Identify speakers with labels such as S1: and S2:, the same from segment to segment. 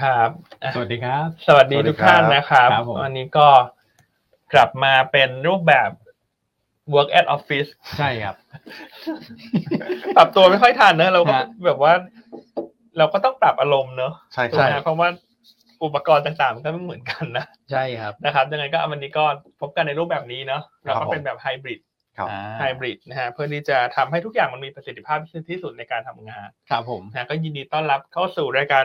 S1: ครับอ่ะ
S2: สวัสดีครับ
S1: สวัสดีทุกท่าน
S3: สวัสดี
S1: นะค
S3: ครั
S1: รับ
S3: บ
S2: ครับผม
S1: วันนี้ก็กลับมาเป็นรูปแบบ work at office
S2: ใช่ครับ
S1: ปรับตัวไม่ค่อยทันเนอะเราก็
S2: ฮะ
S1: แบบว่า เราก็ต้องปรับอารมณ์เนอะ
S3: ใช่
S1: ถูก
S3: ใช่
S1: ไหมเพราะว่าอุปกรณ์ต่างๆมันก็ไม่เหมือนกันนะ
S2: ใช่ครับ
S1: นะครับยังไงก็วันนี้ก็พบกันในรูปแบบนี้เนอะเราก็เป็นแบบไฮบริด
S3: ครับ
S2: อ่า
S1: ไฮบริดนะฮะเพื่อที่จะทำให้ทุกอย่างมันมีประสิทธิภาพที่สุดในการทำงาน
S2: ครับผม
S1: นะฮะก็ยินดีต้อนรับเข้าสู่รายการ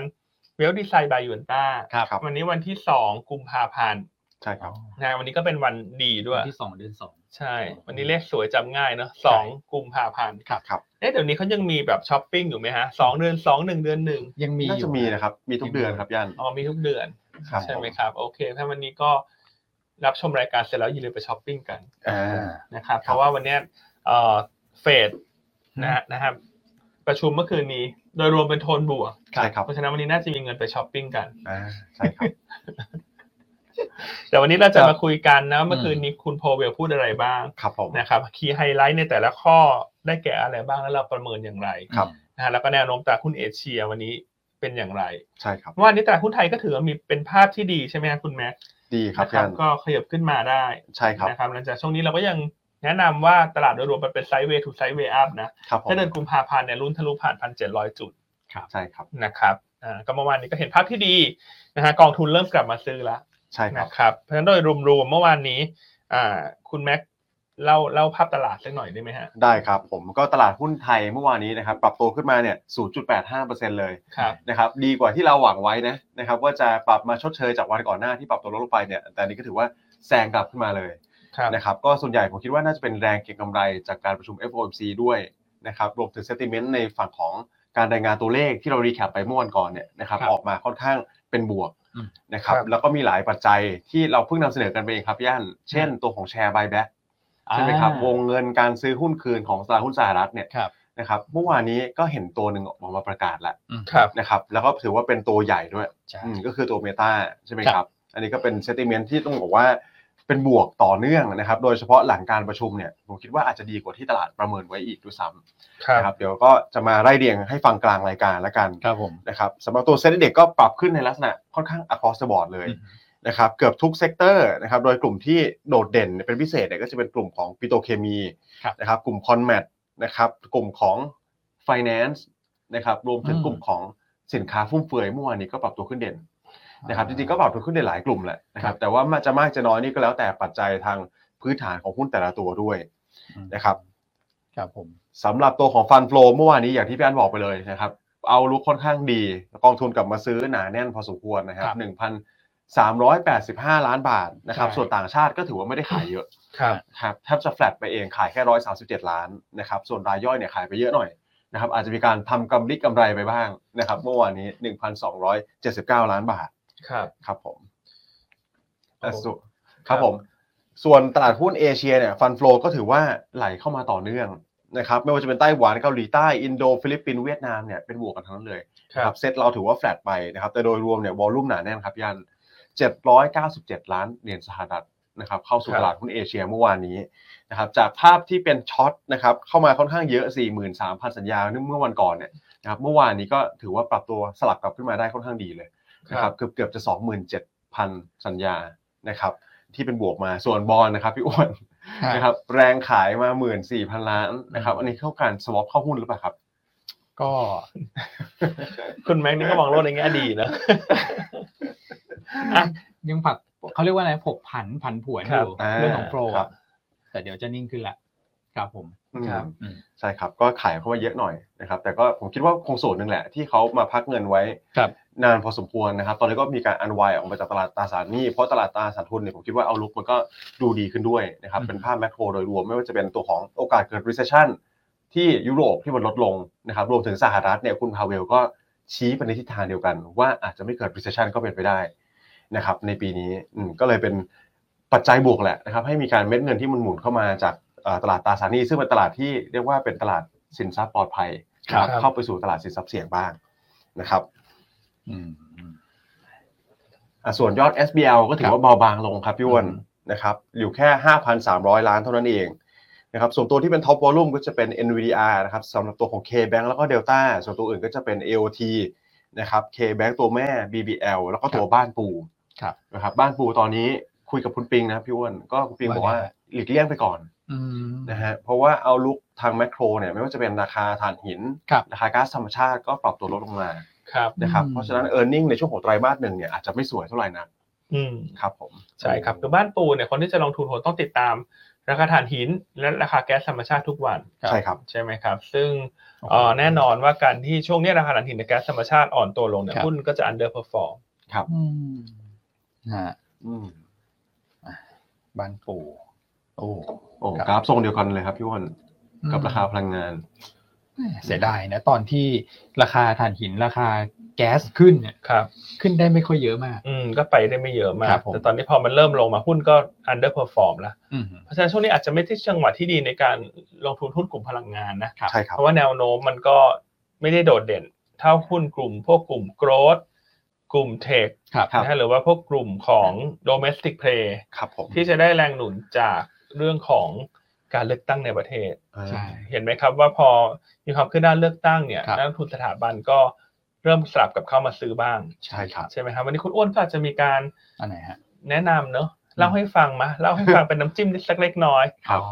S1: เวลดีไซน์บายยูนต้า
S2: ครับ
S3: ครับ
S1: วันนี้วันที่สองกุมภาพันธ์
S3: ใช่ครับ
S1: นะวันนี้ก็เป็นวันดีด้ว
S2: วั
S1: ย
S2: นที่สองเดือนสอง
S1: ใช่ วันนี้เลขสวยจำง่ายเนอะสองกุมภาพันธ์
S2: ครับ
S3: ครับ
S1: เอ๊ะเดี๋ยวนี้เขายังมีแบบช้อปปิ้งอยู่ไหมฮะสองเดือนสองหนึ่งเดือนหนึ่ง
S2: ยังมี
S3: น่า
S2: อ
S3: จะ
S2: ยู่
S3: มีนะครับ มีทุกเดือนครับย่าน
S1: อ๋อมีทุกเดือน
S3: ครับ
S1: ใช่ไหม
S3: ผ
S1: ครับ โอเค ถ้าวันนี้ก็รับชมรายการเสร็จแล้วอย่าลืมไปช้อปปิ้งกัน
S3: อ่า
S1: นะครับ
S3: ครั
S1: เพ
S3: บ
S1: ราะว่าวันเนี้ยเอ่อเฟดนะฮะนะครับ ประชุมเมื่อคืนนี้ โดยรวมเป็นโทนบวก
S3: ใช่ครับ
S1: เพราะฉะนั้นวันนี้น่าจะมีเงินไปช้อปปิ้งกัน
S3: อ่าใช่ครับ
S1: แต่วันนี้เราจะ
S2: ครับ
S1: มาคุยกันนะ เมื่อ
S2: ม
S1: คืนนี้คุณโพเวลพูดอะไรบ้าง
S3: ครับผม
S1: นะครับคีย์ไฮไลท์ในแต่ละข้อได้แก่อะไรบ้างแล้วเราประเมินอย่างไร
S3: ครับ
S1: นะฮะแล้วก็แนวโน้มตลาดหุ้นเอเชียวันนี้เป็นอย่างไร
S3: ใช่ครับ
S1: เมื่อวันนี้ตลาดหุ้นไทยก็ถือว่ามีเป็นภาพที่ดีใช่ไหมครับคุณแม็กซ์
S3: ดีครับ
S1: นะ
S3: ย่าน
S1: ก็ขยับขึ้นมาได้
S3: ใช่ครับ
S1: นะครับหลังจากช่วงนี้เราก็ยังแนะนำว่าตลาดโดยรวมมันเป็นไซด์เวย์ถูกไซด์เวย์อัพนะครับ
S3: ผม
S1: ถ้าเดือนกุมภาพันธ์เนี่ยรุ่นทะลุผ่านพันเจ็ดร้อยจุด
S3: ใช่ครับ
S1: นะครับอ่าก็เมื่อวานนี้ก็เห็นภาพที่ดีนะฮะกองทุนเริ่มกลับมาซื้อละ
S3: ใช่ครับ
S1: นะครับเพราะฉะนั้นโดยรวมๆเมื่อวานนี้อ่าคุณแม็กซ์เล่าเล่าภาพตลาดสักหน่อยได้ไหมฮะ
S3: ได้ครับผมก็ตลาดหุ้นไทยเมื่อวานนี้นะครับ ปรับตัวขึ้นมาเนี่ย 0.85%เลย
S1: ครับ
S3: นะครับ ดีกว่าที่เราหวังไว้นะนะครับ ว่าจะปรับมาชดเชยจากวันก่อนหน้าที่ปรับตัวลดลงไปเนี่ย แต่อันนี้ก็ถือว่าแซงกลับขึ้นมาเลย
S1: ครับ
S3: นะครับก็ส่วนใหญ่ผมคิดว่าน่าจะเป็นแรงเก็งกำไรจากการประชุม FOMC ด้วยนะครับรวมถึง sentiment ในฝั่งของการรายงานตัวเลขที่เรารีแคปไปเมื่อวันก่อนเนี่ยนะครับ
S2: ครับ
S3: ออกมาค่อนข้างเป็นบวก
S2: อืม
S3: นะครับ
S1: ครับ
S3: แล้วก็มีหลายปัจจัยที่เราเพิ่งนำเสนอกันไปเองครับย่านเช่นตัวของแชร์ buyback ใช่ไหมครับวงเงินการซื้อหุ้นคืนของตลาดหุ้นสหรัฐเนี่ย
S2: ครับ
S3: นะครับเมื่อวานนี้ก็เห็นตัวหนึ่งออกมาประกาศแล้ว
S2: อืม
S1: ครับ
S3: นะครับแล้วก็ถือว่าเป็นตัวใหญ่ด้วย
S2: ใช่
S3: อืมก็คือตัวเมตาใช่ไหม
S2: ค
S3: ค
S2: รั
S3: รับ บ อันนี้ก็เป็นเซติม e n t ที่ต้องบอกว่าเป็นบวกต่อเนื่องนะครับ โดยเฉพาะหลังการประชุมเนี่ยผมคิดว่าอาจจะดีกว่าที่ตลาดประเมินไว้อีกด้วยซ้ำนะครับเดี๋ยวก็จะมาไล่เรียงให้ฟังกลางรายการแล้วกัน
S2: ครับผม
S3: นะครับสำหรับตัวเซ็นเด็กก็ปรับขึ้นในลักษณะค่อนข้าง across the board เลยนะครับเกือบทุกเซกเตอร์นะครับโดยกลุ่มที่โดดเด่นเป็นพิเศษเนี่ยก็จะเป็นกลุ่มของปิโตรเคมีนะครับกลุ่มคอนแมทนะครับกลุ่มของ finance นะครับรวมถึงกลุ่มของสินค้าฟุ่มเฟือยเมื่อวานนี้ก็ปรับตัวขึ้นเด่น นะครับจริงๆก็ปรับตัวขึ้นในหลายกลุ่มแหละนะครับแต่ว่ามันจะมากจะน้อยนี่ก็แล้วแต่ปัจจัยทางพื้นฐานของหุ้นแต่ละตัวด้วย
S2: อืม
S3: นะครับ
S2: ครับผม
S3: สำหรับตัวของฟันฟล w เมื่อวานนี้อย่างที่พี่อันบอกไปเลยนะครับเอาลุกค่อนข้างดีกองทุนกลับมาซื้อหนาแน่นพอสมควรนะครับ
S2: ครับ
S3: หนึ่งพันสามร้อยแปดสิบห้าล้านบาทนะครับ
S2: ใช่
S3: ส่วนต่างชาติก็ถือว่าไม่ได้ขายเยอะ
S1: ครับ
S3: ครับแทบจะแฟลตไปเองขายแค่ร้อยสาสิบเจ็ดล้านนะครับส่วนรายย่อยเนี่ยขายไปเยอะหน่อยนะครับอาจจะมีการทำกำไรกำไรไปบ้างนะครับเมื่อวานนี้หนึ่งพันสองร้อยเจ็ดสิบเก้าล้านบาท
S1: ครับ
S3: ครับผม
S1: ครับ
S3: เอ่อส่วนครับผม ส่วนตลาดหุ้นเอเชียเนี่ยฟันฟลอก็ถือว่าไหลเข้ามาต่อเนื่องนะครับ ไม่ว่าจะเป็นไต้หวันเกาหลีใต้อินโดฟิลิปปินส์เวียดนามเนี่ยเป็นบวกกันทั้งนั้นเลยนะครับเซตเราถือว่าแฟลตไปนะครับ แต่โดยรวมเนี่ยวอลลุ่มหนาแน่นครับย่าน797 ล้านเหรียญสหรัฐนะครับ เข้าสู่
S1: ครับ
S3: ตลาดหุ้นเอเชียเมื่อวานนี้นะครับจากภาพที่เป็นช็อตนะครับเข้ามาค่อนข้างเยอะ 43,000 สัญญาเมื่อวันก่อนเนี่ยนะครับเมื่อวานนี้ก็ถือว่าปรับตัวสลับกลับขึ้นมาได้ค่อนข้างดีเลย นะครับเกือบเกือบจะ27,000 สัญญานะครับที่เป็นบวกมาส่วนบอลนะครับพี่อ้วนนะครับแรงขายมา 14,000 ล้านนะครับ
S2: อืม
S3: อันนี้เข้าการสวอปเข้าหุ้นหรือเปล่าครับ
S2: ก็
S1: คุณแม็กซ์นี่ก็มองโลกในแง่ดีนะ อ่ะ
S2: ยังผักเขาเรียกว่าอะไรผกผันผันผวนอ
S1: ครับ
S2: ยู่
S3: อ่า
S2: เรื่องของโปร
S3: ครับ
S2: แต่เดี๋ยวจะนิ่งขึ้นละครับผม
S3: อืม
S1: ครับ
S2: อืม
S3: ใช่ครับก็ขายเข้ามาเยอะหน่อยนะครับแต่ก็ผมคิดว่าคงส่วนหนึ่งแหละ ที่เขามาพักเงินไว้
S2: ครับ
S3: นานพอสมควรนะครับ ตอนนี้ก็มีการอันวายออกมาจากตลาดตราสารหนี้เพราะตลาดตราสารทุนเนี่ยผมคิดว่าเอาลุกมันก็ดูดีขึ้นด้วยนะครับ
S2: อืม
S3: เป็นภาพแมกโรโดยรวมไม่ว่าจะเป็นตัวของโอกาสเกิด recession ที่ยุโรปที่มันลดลงนะครับรวมถึงสหรัฐเนี่ยคุณพาเวลก็ชี้ไปในทิศทางเดียวกัน ว่าอาจจะไม่เกิด recession ก็เป็นไปได้นะครับในปีนี้อืมก็เลยเป็นปัจจัยบวกแหละนะครับให้มีการเม็ดเงินที่มันหมุนเข้ามาจากเอ่อตลาดตราสารหนี้ซึ่งเป็นตลาดที่เรียกว่าเป็นตลาดสินทรัพย์ปลอดภัยนะค
S1: ค
S3: รับ
S1: รับ
S3: เข้าไปสู่ตลาดสินทรัพย์เสี่ยงบ้างนะครับ
S2: อืม
S3: อ่ะส่วนยอด SBL ก็ถื
S2: ครั
S3: อบว่าเบาบางลงครับพี่อ้วน
S2: อืม
S3: นะครับอยู่แค่ 5,300 ล้านเท่านั้นเองนะครับส่วนตัวที่เป็นท็อปวอลลุ่มก็จะเป็น NVDR นะครับสำหรับตัวของ KBank แล้วก็ Delta ส่วนตัวอื่นก็จะเป็น AOT นะครับ K-Bank ตัวแม่ BBL แล้วก็ตัวบ้านปู
S2: ครับ
S3: นะครับบ้านปูตอนนี้คุยกับคุณปิงนะครับพี่อ้วนก็คุณปิงบอกว่า
S2: ว่าไงฮะ
S3: หลีกเลี่ยงไปก่อน
S2: อืม
S3: นะฮะเพราะว่าเอาลุกทางแมคโครเนี่ยไม่ว่าจะเป็นราคาถ่านหิน
S2: ครับ
S3: คาก๊าซธรรมชาติก็ปรับตัวลดลงมา
S1: ครับ
S3: นะครับ
S2: อืม
S3: เพราะฉะนั้น e a r n i n g ในช่วงของไตรมาสหนึ่งเนี่ยอาจจะไม่สวยเท่าไหร่นัก
S1: อืม
S3: ครับผม
S1: ใช่ครับคือบ้านปูเนี่ยคนที่จะลงทุนโหต้องติดตาม ราคาถ่านหินและราคาแก๊สธรรมชาติทุกวัน
S3: ใช่ครับ
S1: ใช่ไหมครับ ซึ่งเอ่อแน่นอนว่าการที่ช่วงเนี้ยราคาถ่านหินและแก๊สธรรมชาติอ่อนตัวลงเนี่ย
S2: ครับ
S1: หุ้นก็จะ underperform
S2: อืมฮะ
S3: อืม
S2: บ้านปู่โอ้
S3: โอ้
S2: ครับ
S3: กราฟทรงเดียวกันเลยครับพี่อ้วนกับราคาพลังงาน
S2: เสียดายนะ ตอนที่ราคาถ่านหินราคาแก๊สขึ้นเนี่ย
S1: ครับ
S2: ขึ้นได้ไม่ค่อยเยอะมาก
S1: อืมก็ไปได้ไม่เยอะมา
S2: ครั
S1: ก
S2: บผม
S1: แต่ตอนนี้พอมันเริ่มลงมาหุ้นก็ underperform แล้ว
S2: อืม
S1: เพราะฉะนั้นช่วงนี้อาจจะไม่ใช่จังหวะที่ดีในการลงทุนหุ้นกลุ่มพลังงานนะ
S2: ครับ
S3: ใช่ครับ
S1: เพราะว่าแนวโน้มมันก็ไม่ได้โดดเด่น เท่าหุ้นกลุ่ม พวกกลุ่มโกรดกลุ่มเทค
S2: ครับ
S3: ครับ
S1: นะฮะหรือว่าพวกกลุ่มของ domestic play
S3: ครับผม
S1: ที่จะได้แรงหนุนจากเรื่องของการเลือกตั้งในประเทศ
S3: เออ
S2: ใช่
S1: เห็นไหมครับว่าพอมีความขึ้นด้านเลือกตั้งเนี่ย
S2: ครับ
S1: นักลงทุนสถาบันก็เริ่มสลับกับเข้ามาซื้อบ้าง
S3: ใช่ครับ
S1: ใช่ไหมครับวันนี้คุณอ้วนก็อาจจะมีการ
S2: อันไหนฮะ
S1: แนะนำเนอะเล่าให้ฟังมาเล่าให้ฟังเป็นน้ำจิ้มนิดสักเล็กน้อย
S3: ครับ
S2: อ๋อ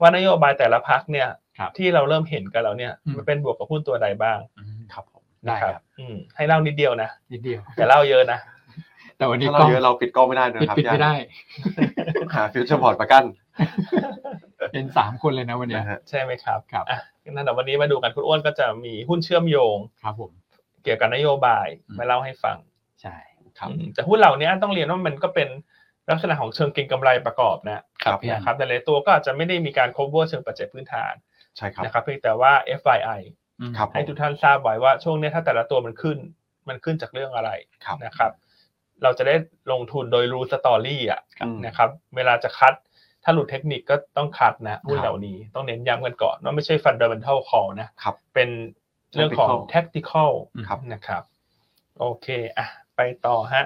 S1: ว่านโยบายแต่ละพักเนี่ย
S2: ครับ
S1: ที่เราเริ่มเห็นกันแล้วเนี่ย
S2: อืม
S1: มันเป็นบวกกับหุ้นตัวใดบ้าง
S2: อืม
S3: ครับผม
S2: ได้
S1: นะครับ อืมให้เล่านิดเดียวนะ
S2: นิดเดียว
S1: อย่าเล่าเยอะนะ
S2: แต่วันนี้
S3: ถ้าเราเยอะเราปิดกล้องไม่ได้ด้วย
S2: ปิด
S3: ครับ
S2: ปิดไม่ได้
S3: หาฟิวเจอร์พอร์ตประกัน
S2: เป็นสามคนเลยนะวันเนี้ย
S3: นะฮะ
S1: ใช่ไหมครับ
S2: ครับ
S1: อ่ะงั้นเดี๋ยววันนี้มาดูกันคุณอ้วนก็จะมีหุ้นเชื่อมโยง
S2: ครับผม
S1: เกี่ยวกับนโยบาย
S2: อืม
S1: มาเล่าให้ฟัง
S2: ใช่
S3: ครับ
S1: อืมแต่หุ้นเหล่านี้ต้องเรียนว่ามันก็เป็นลักษณะของเชิงเก็งกำไรประกอบนะครับ
S2: พี่อัน
S1: นะครับแต่หลายตัวก็อาจจะไม่ได้มีการ cover เชิงปัจจัยพื้นฐาน
S3: ใช่ครับ
S1: นะครับเพียงแต่ว่า FYI
S2: อืม
S3: ครับ
S1: ให้ทุกท่านทราบไว้ว่าช่วงนี้ถ้าแต่ละตัวมันขึ้น มันขึ้นจากเรื่องอะไร
S3: ครับ
S1: นะครับ เราจะได้ลงทุนโดยรู้สตอรี่อ่ะ
S3: อืม
S1: นะครับ เวลาจะคัด ถ้าหลุดเทคนิคก็ต้องคัดนะหุ้น
S2: ครับ
S1: เหล่านี้ต้องเน้นย้ำกันก่อนว่าไม่ใช่ fundamental call นะครับ เป็นเรื่องของ tactical
S3: ครับ
S1: นะครับ โอเคอ่ะไปต่อฮะ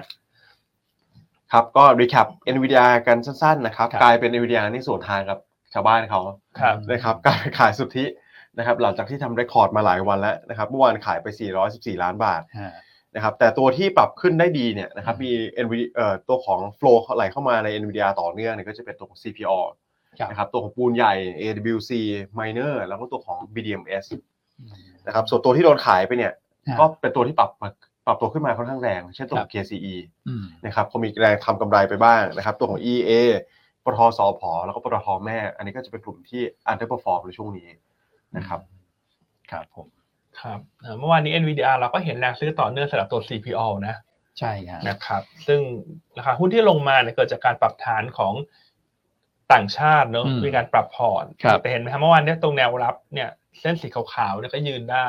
S3: ครับก็รีแคป NVIDIA กันสั้นๆนะครับ
S2: ครับ
S3: กลายเป็น NVIDIA นี่ส่วนทางกับชาวบ้านเขา
S1: ครับ
S3: นะครับ การขายสุทธินะครับหลังจากที่ทำเรคคอร์ดมาหลายวันแล้วนะครับเมื่อวานขายไป 414 ล้านบาท
S2: ฮะ
S3: นะครับแต่ตัวที่ปรับขึ้นได้ดีเนี่ยนะครับ
S2: อืม
S3: มี NVIDIA เอ่อตัวของ flow ไหลเข้ามาใน NVIDIA ต่อเนื่องเนี่ยก็จะเป็นตัวของ CPO
S2: ครับ
S3: นะครับตัวของปูนใหญ่ AWC Miner แล้วก็ตัวของ BDMs
S2: อืม
S3: นะครับส่วนตัวที่โดนขายไปเนี่ย
S2: ฮะ
S3: ก็เป็นตัวที่ปรับมาปรับตัวขึ้นมาค่อนข้างแรง เช่นตัว
S2: ค
S3: ข
S2: รั
S3: อง
S2: บ
S3: KCE
S2: อืม
S3: นะครับเขามีแรงทำกำไรไปบ้างนะครับตัวของ EA ปตทสอพอแล้วก็ปตทแม่ อันนี้ก็จะเป็นกลุ่มที่อันเดอร์ r ฟอร์มในช่วงนี้นะครับ
S2: ครับผม
S1: ครับอ่าเมื่อวานนี้ NVDR เราก็เห็นแรงซื้อต่อเนื่องสำหรับตัว CPO นะ
S2: ใช่ฮะ
S1: นะครับซึ่งราคาหุ้นที่ลงมาเนี่ยเกิดจากการปรับฐานของต่างชาติเนอะ
S2: อืม
S1: มีการปรับพอร์ต
S2: ครับ
S1: แต่เห็นไหมครับเมื่อวานเนี่ยตรงแนวรับเนี่ยเส้นสีขาวๆเนี่ยก็ยืนได้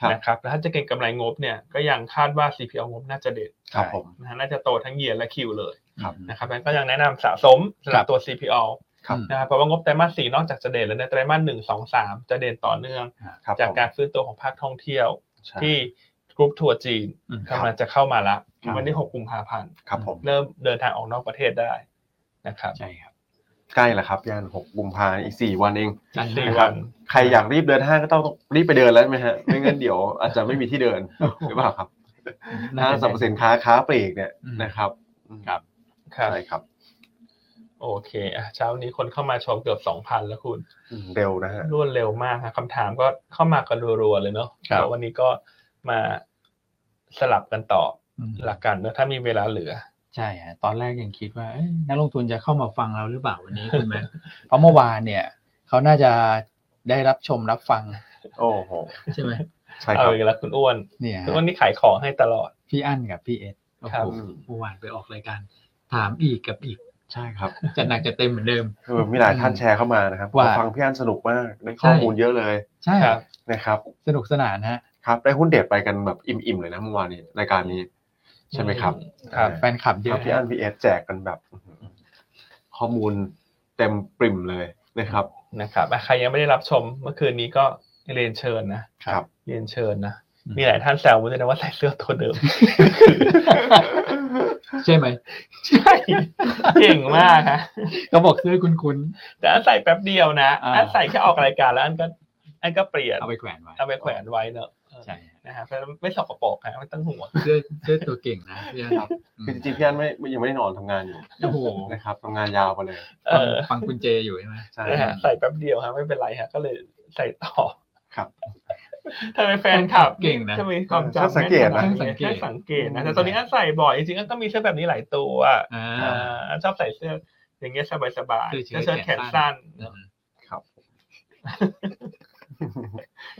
S3: ครับ
S1: นะครับแล้วถ้าจะเก็งกำไรงบเนี่ยก็ยังคาดว่า CPO งบน่าจะเด็ด
S3: ครับผม
S1: นะฮะน่าจะโตทั้งเยียร์และคิวเลย
S3: ครับ
S1: นะครับงั้นก็ยังแนะนำสะสมสำหรับตัว CPO
S3: ครับ
S2: อืม
S1: นะครับเพราะว่างบไตรมาสสี่นอกจากจะเด่นแล้วในไตรมาสหนึ่งสองสามจะเด่นต่อเนื่อง
S3: ครับ
S1: จาก
S3: ผม
S1: การฟื้นตัวของภาคท่องเที่ยว
S3: ใช่
S1: ที่กรุ๊ปทัวร์จีน
S2: อืม
S1: กำลังจะเข้ามาละ
S2: ครับ
S1: วันที่หกกุมภาพันธ์
S3: ครับผม
S1: เริ่มเดินทางออกนอกประเทศได้นะครับ
S2: ใช่ครับ
S3: ใกล้แล้วครับย่านหกกุมภาอีกสี่วันเอง
S1: อีกสี่
S3: นะครับ
S1: วัน
S3: ใครอยากรีบเดินห้างก็ต้องรีบไปเดินแล้วใช่ไหมฮะไม่งั้นเดี๋ยวอาจจะไม่มีที่เดินหรือเปล่าครับห้างสรรพสินค้าค้าปลีกเนี่ย
S2: อืม
S3: นะครับ
S2: ครับ
S1: ครับ
S3: ใช่ครับ
S1: โอเคอ่ะเช้านี้คนเข้ามาชมเกือบสองพันแล้วคุณ
S3: อืมเร็วนะฮะ
S1: รวดเร็วมากฮะคำถามก็เข้ามากันรัวๆเลยเนาะ
S2: ครับ
S1: เดี๋ยววันนี้ก็มาสลับกันตอบ
S2: อืม
S1: หลักกันเนอะถ้ามีเวลาเหลือ
S2: ใช่ฮะ ตอนแรกยังคิดว่าเอ๊ะนักลงทุนจะเข้ามาฟังเราหรือเปล่าวันนี้ คุณแม่เพราะเมื่อวานเนี่ย เขาน่าจะได้รับชมรับฟัง
S3: โอ้โห
S2: ใช่ไหม
S3: ใช่ค
S1: เอา
S3: รับ
S1: อีกแล้วคุณอ้วน
S2: เนี่ยฮะ
S1: คุณอ้วนนี่ขายของให้ตลอด
S2: พี่อั้นกับพี่เอ็ดโอ้
S1: ครับ
S2: โหเมื่อวานไปออกรายการ ถามอีกกับอีก
S3: ใช่ครับ
S2: จัดหนักจัดเต็มเหมือนเดิม
S3: คือมีหลายท่านแชร์เข้ามานะครับ
S2: ว่า
S3: ผมฟังพี่อันสนุกมากได้ข้อ
S2: ใช่
S3: มูลเยอะเลย
S2: ใช่
S1: ครับ
S3: นะครับ
S2: สนุกสนานฮะ
S3: ครับได้หุ้นเด็ดไปกันแบบอิ่มๆเลยนะเมื่อวานนี้รายการนี้ใช่ไหมครับ
S1: ครับ
S2: แฟนคลับเย
S3: ครับ
S2: อะ
S3: พี่อันพีเอสแจกกันแบบอื้อหือข้อมูลเต็มปริ่มเลยนะครับ
S1: นะครับอ่ะใครยังไม่ได้รับชมเมื่อคืนนี้ก็เรียนเชิญนะครับ เรียนเชิญนะมีหลายท่านแซวมาด้วยนะว่าใส่เสื้อตัวเดิ ม
S2: ใช่ไหม
S1: ใช่เก่งมากฮะ
S2: ก็บอก เสื้อคุ้น
S1: แต่อันใส่แป๊บเดียวนะ
S2: อ่า
S1: อันใส่แค่ออกรายการแล้วอันก็อันก็เปลี่ยน
S2: ๆเอาไปแขวนไว้
S1: เอาไปแขวนไว้เนอะ
S2: ใช่ฮะ
S1: นะฮะเพราะฉะนั้นไม่สกปรกฮะไม่ต้องห่วง
S2: เสื้อเสื้อตัวเก่งนะพี่อัน
S3: ครับ
S2: อืม
S3: คือจริงๆพี่อันไม่ไม่ยังไม่ได้นอนทำงานอยู่
S2: โอ้โห
S3: นะครับทำงานยาวไปเลย
S1: เออ
S2: ฟังคุณเจอยู่ใช่ไหม
S3: ใช่
S1: นะ
S3: ค
S1: ฮะ
S3: รับ
S1: ใส่แป๊บเดียวฮะไม่เป็นไรฮะก็เลยใส่ต่อ
S3: ครับ
S1: ทำไมแฟนคลับ
S2: เก่งนะ
S1: จะมีความจำ
S3: ช่างสังเกตนะ
S1: แม่นขนาดนี้
S2: ช่างสั
S1: ช่างสั
S2: งเกต
S1: งเกตนะแต่ตอนนี้อันใส่บ่อยจริงๆอันก็มีเสื้อแบบนี้หลายตัว
S2: อ่า
S1: อ่าอันชอบใส่เสื้ออย่างเงี้ยสบายๆ
S2: เสื้
S1: เสื้
S2: อ
S1: อ
S2: เชิ้
S1: เชิ้
S2: ต
S1: ตแข
S2: แขน
S1: น
S2: สั้
S1: สั้
S2: น
S1: น
S3: ครับ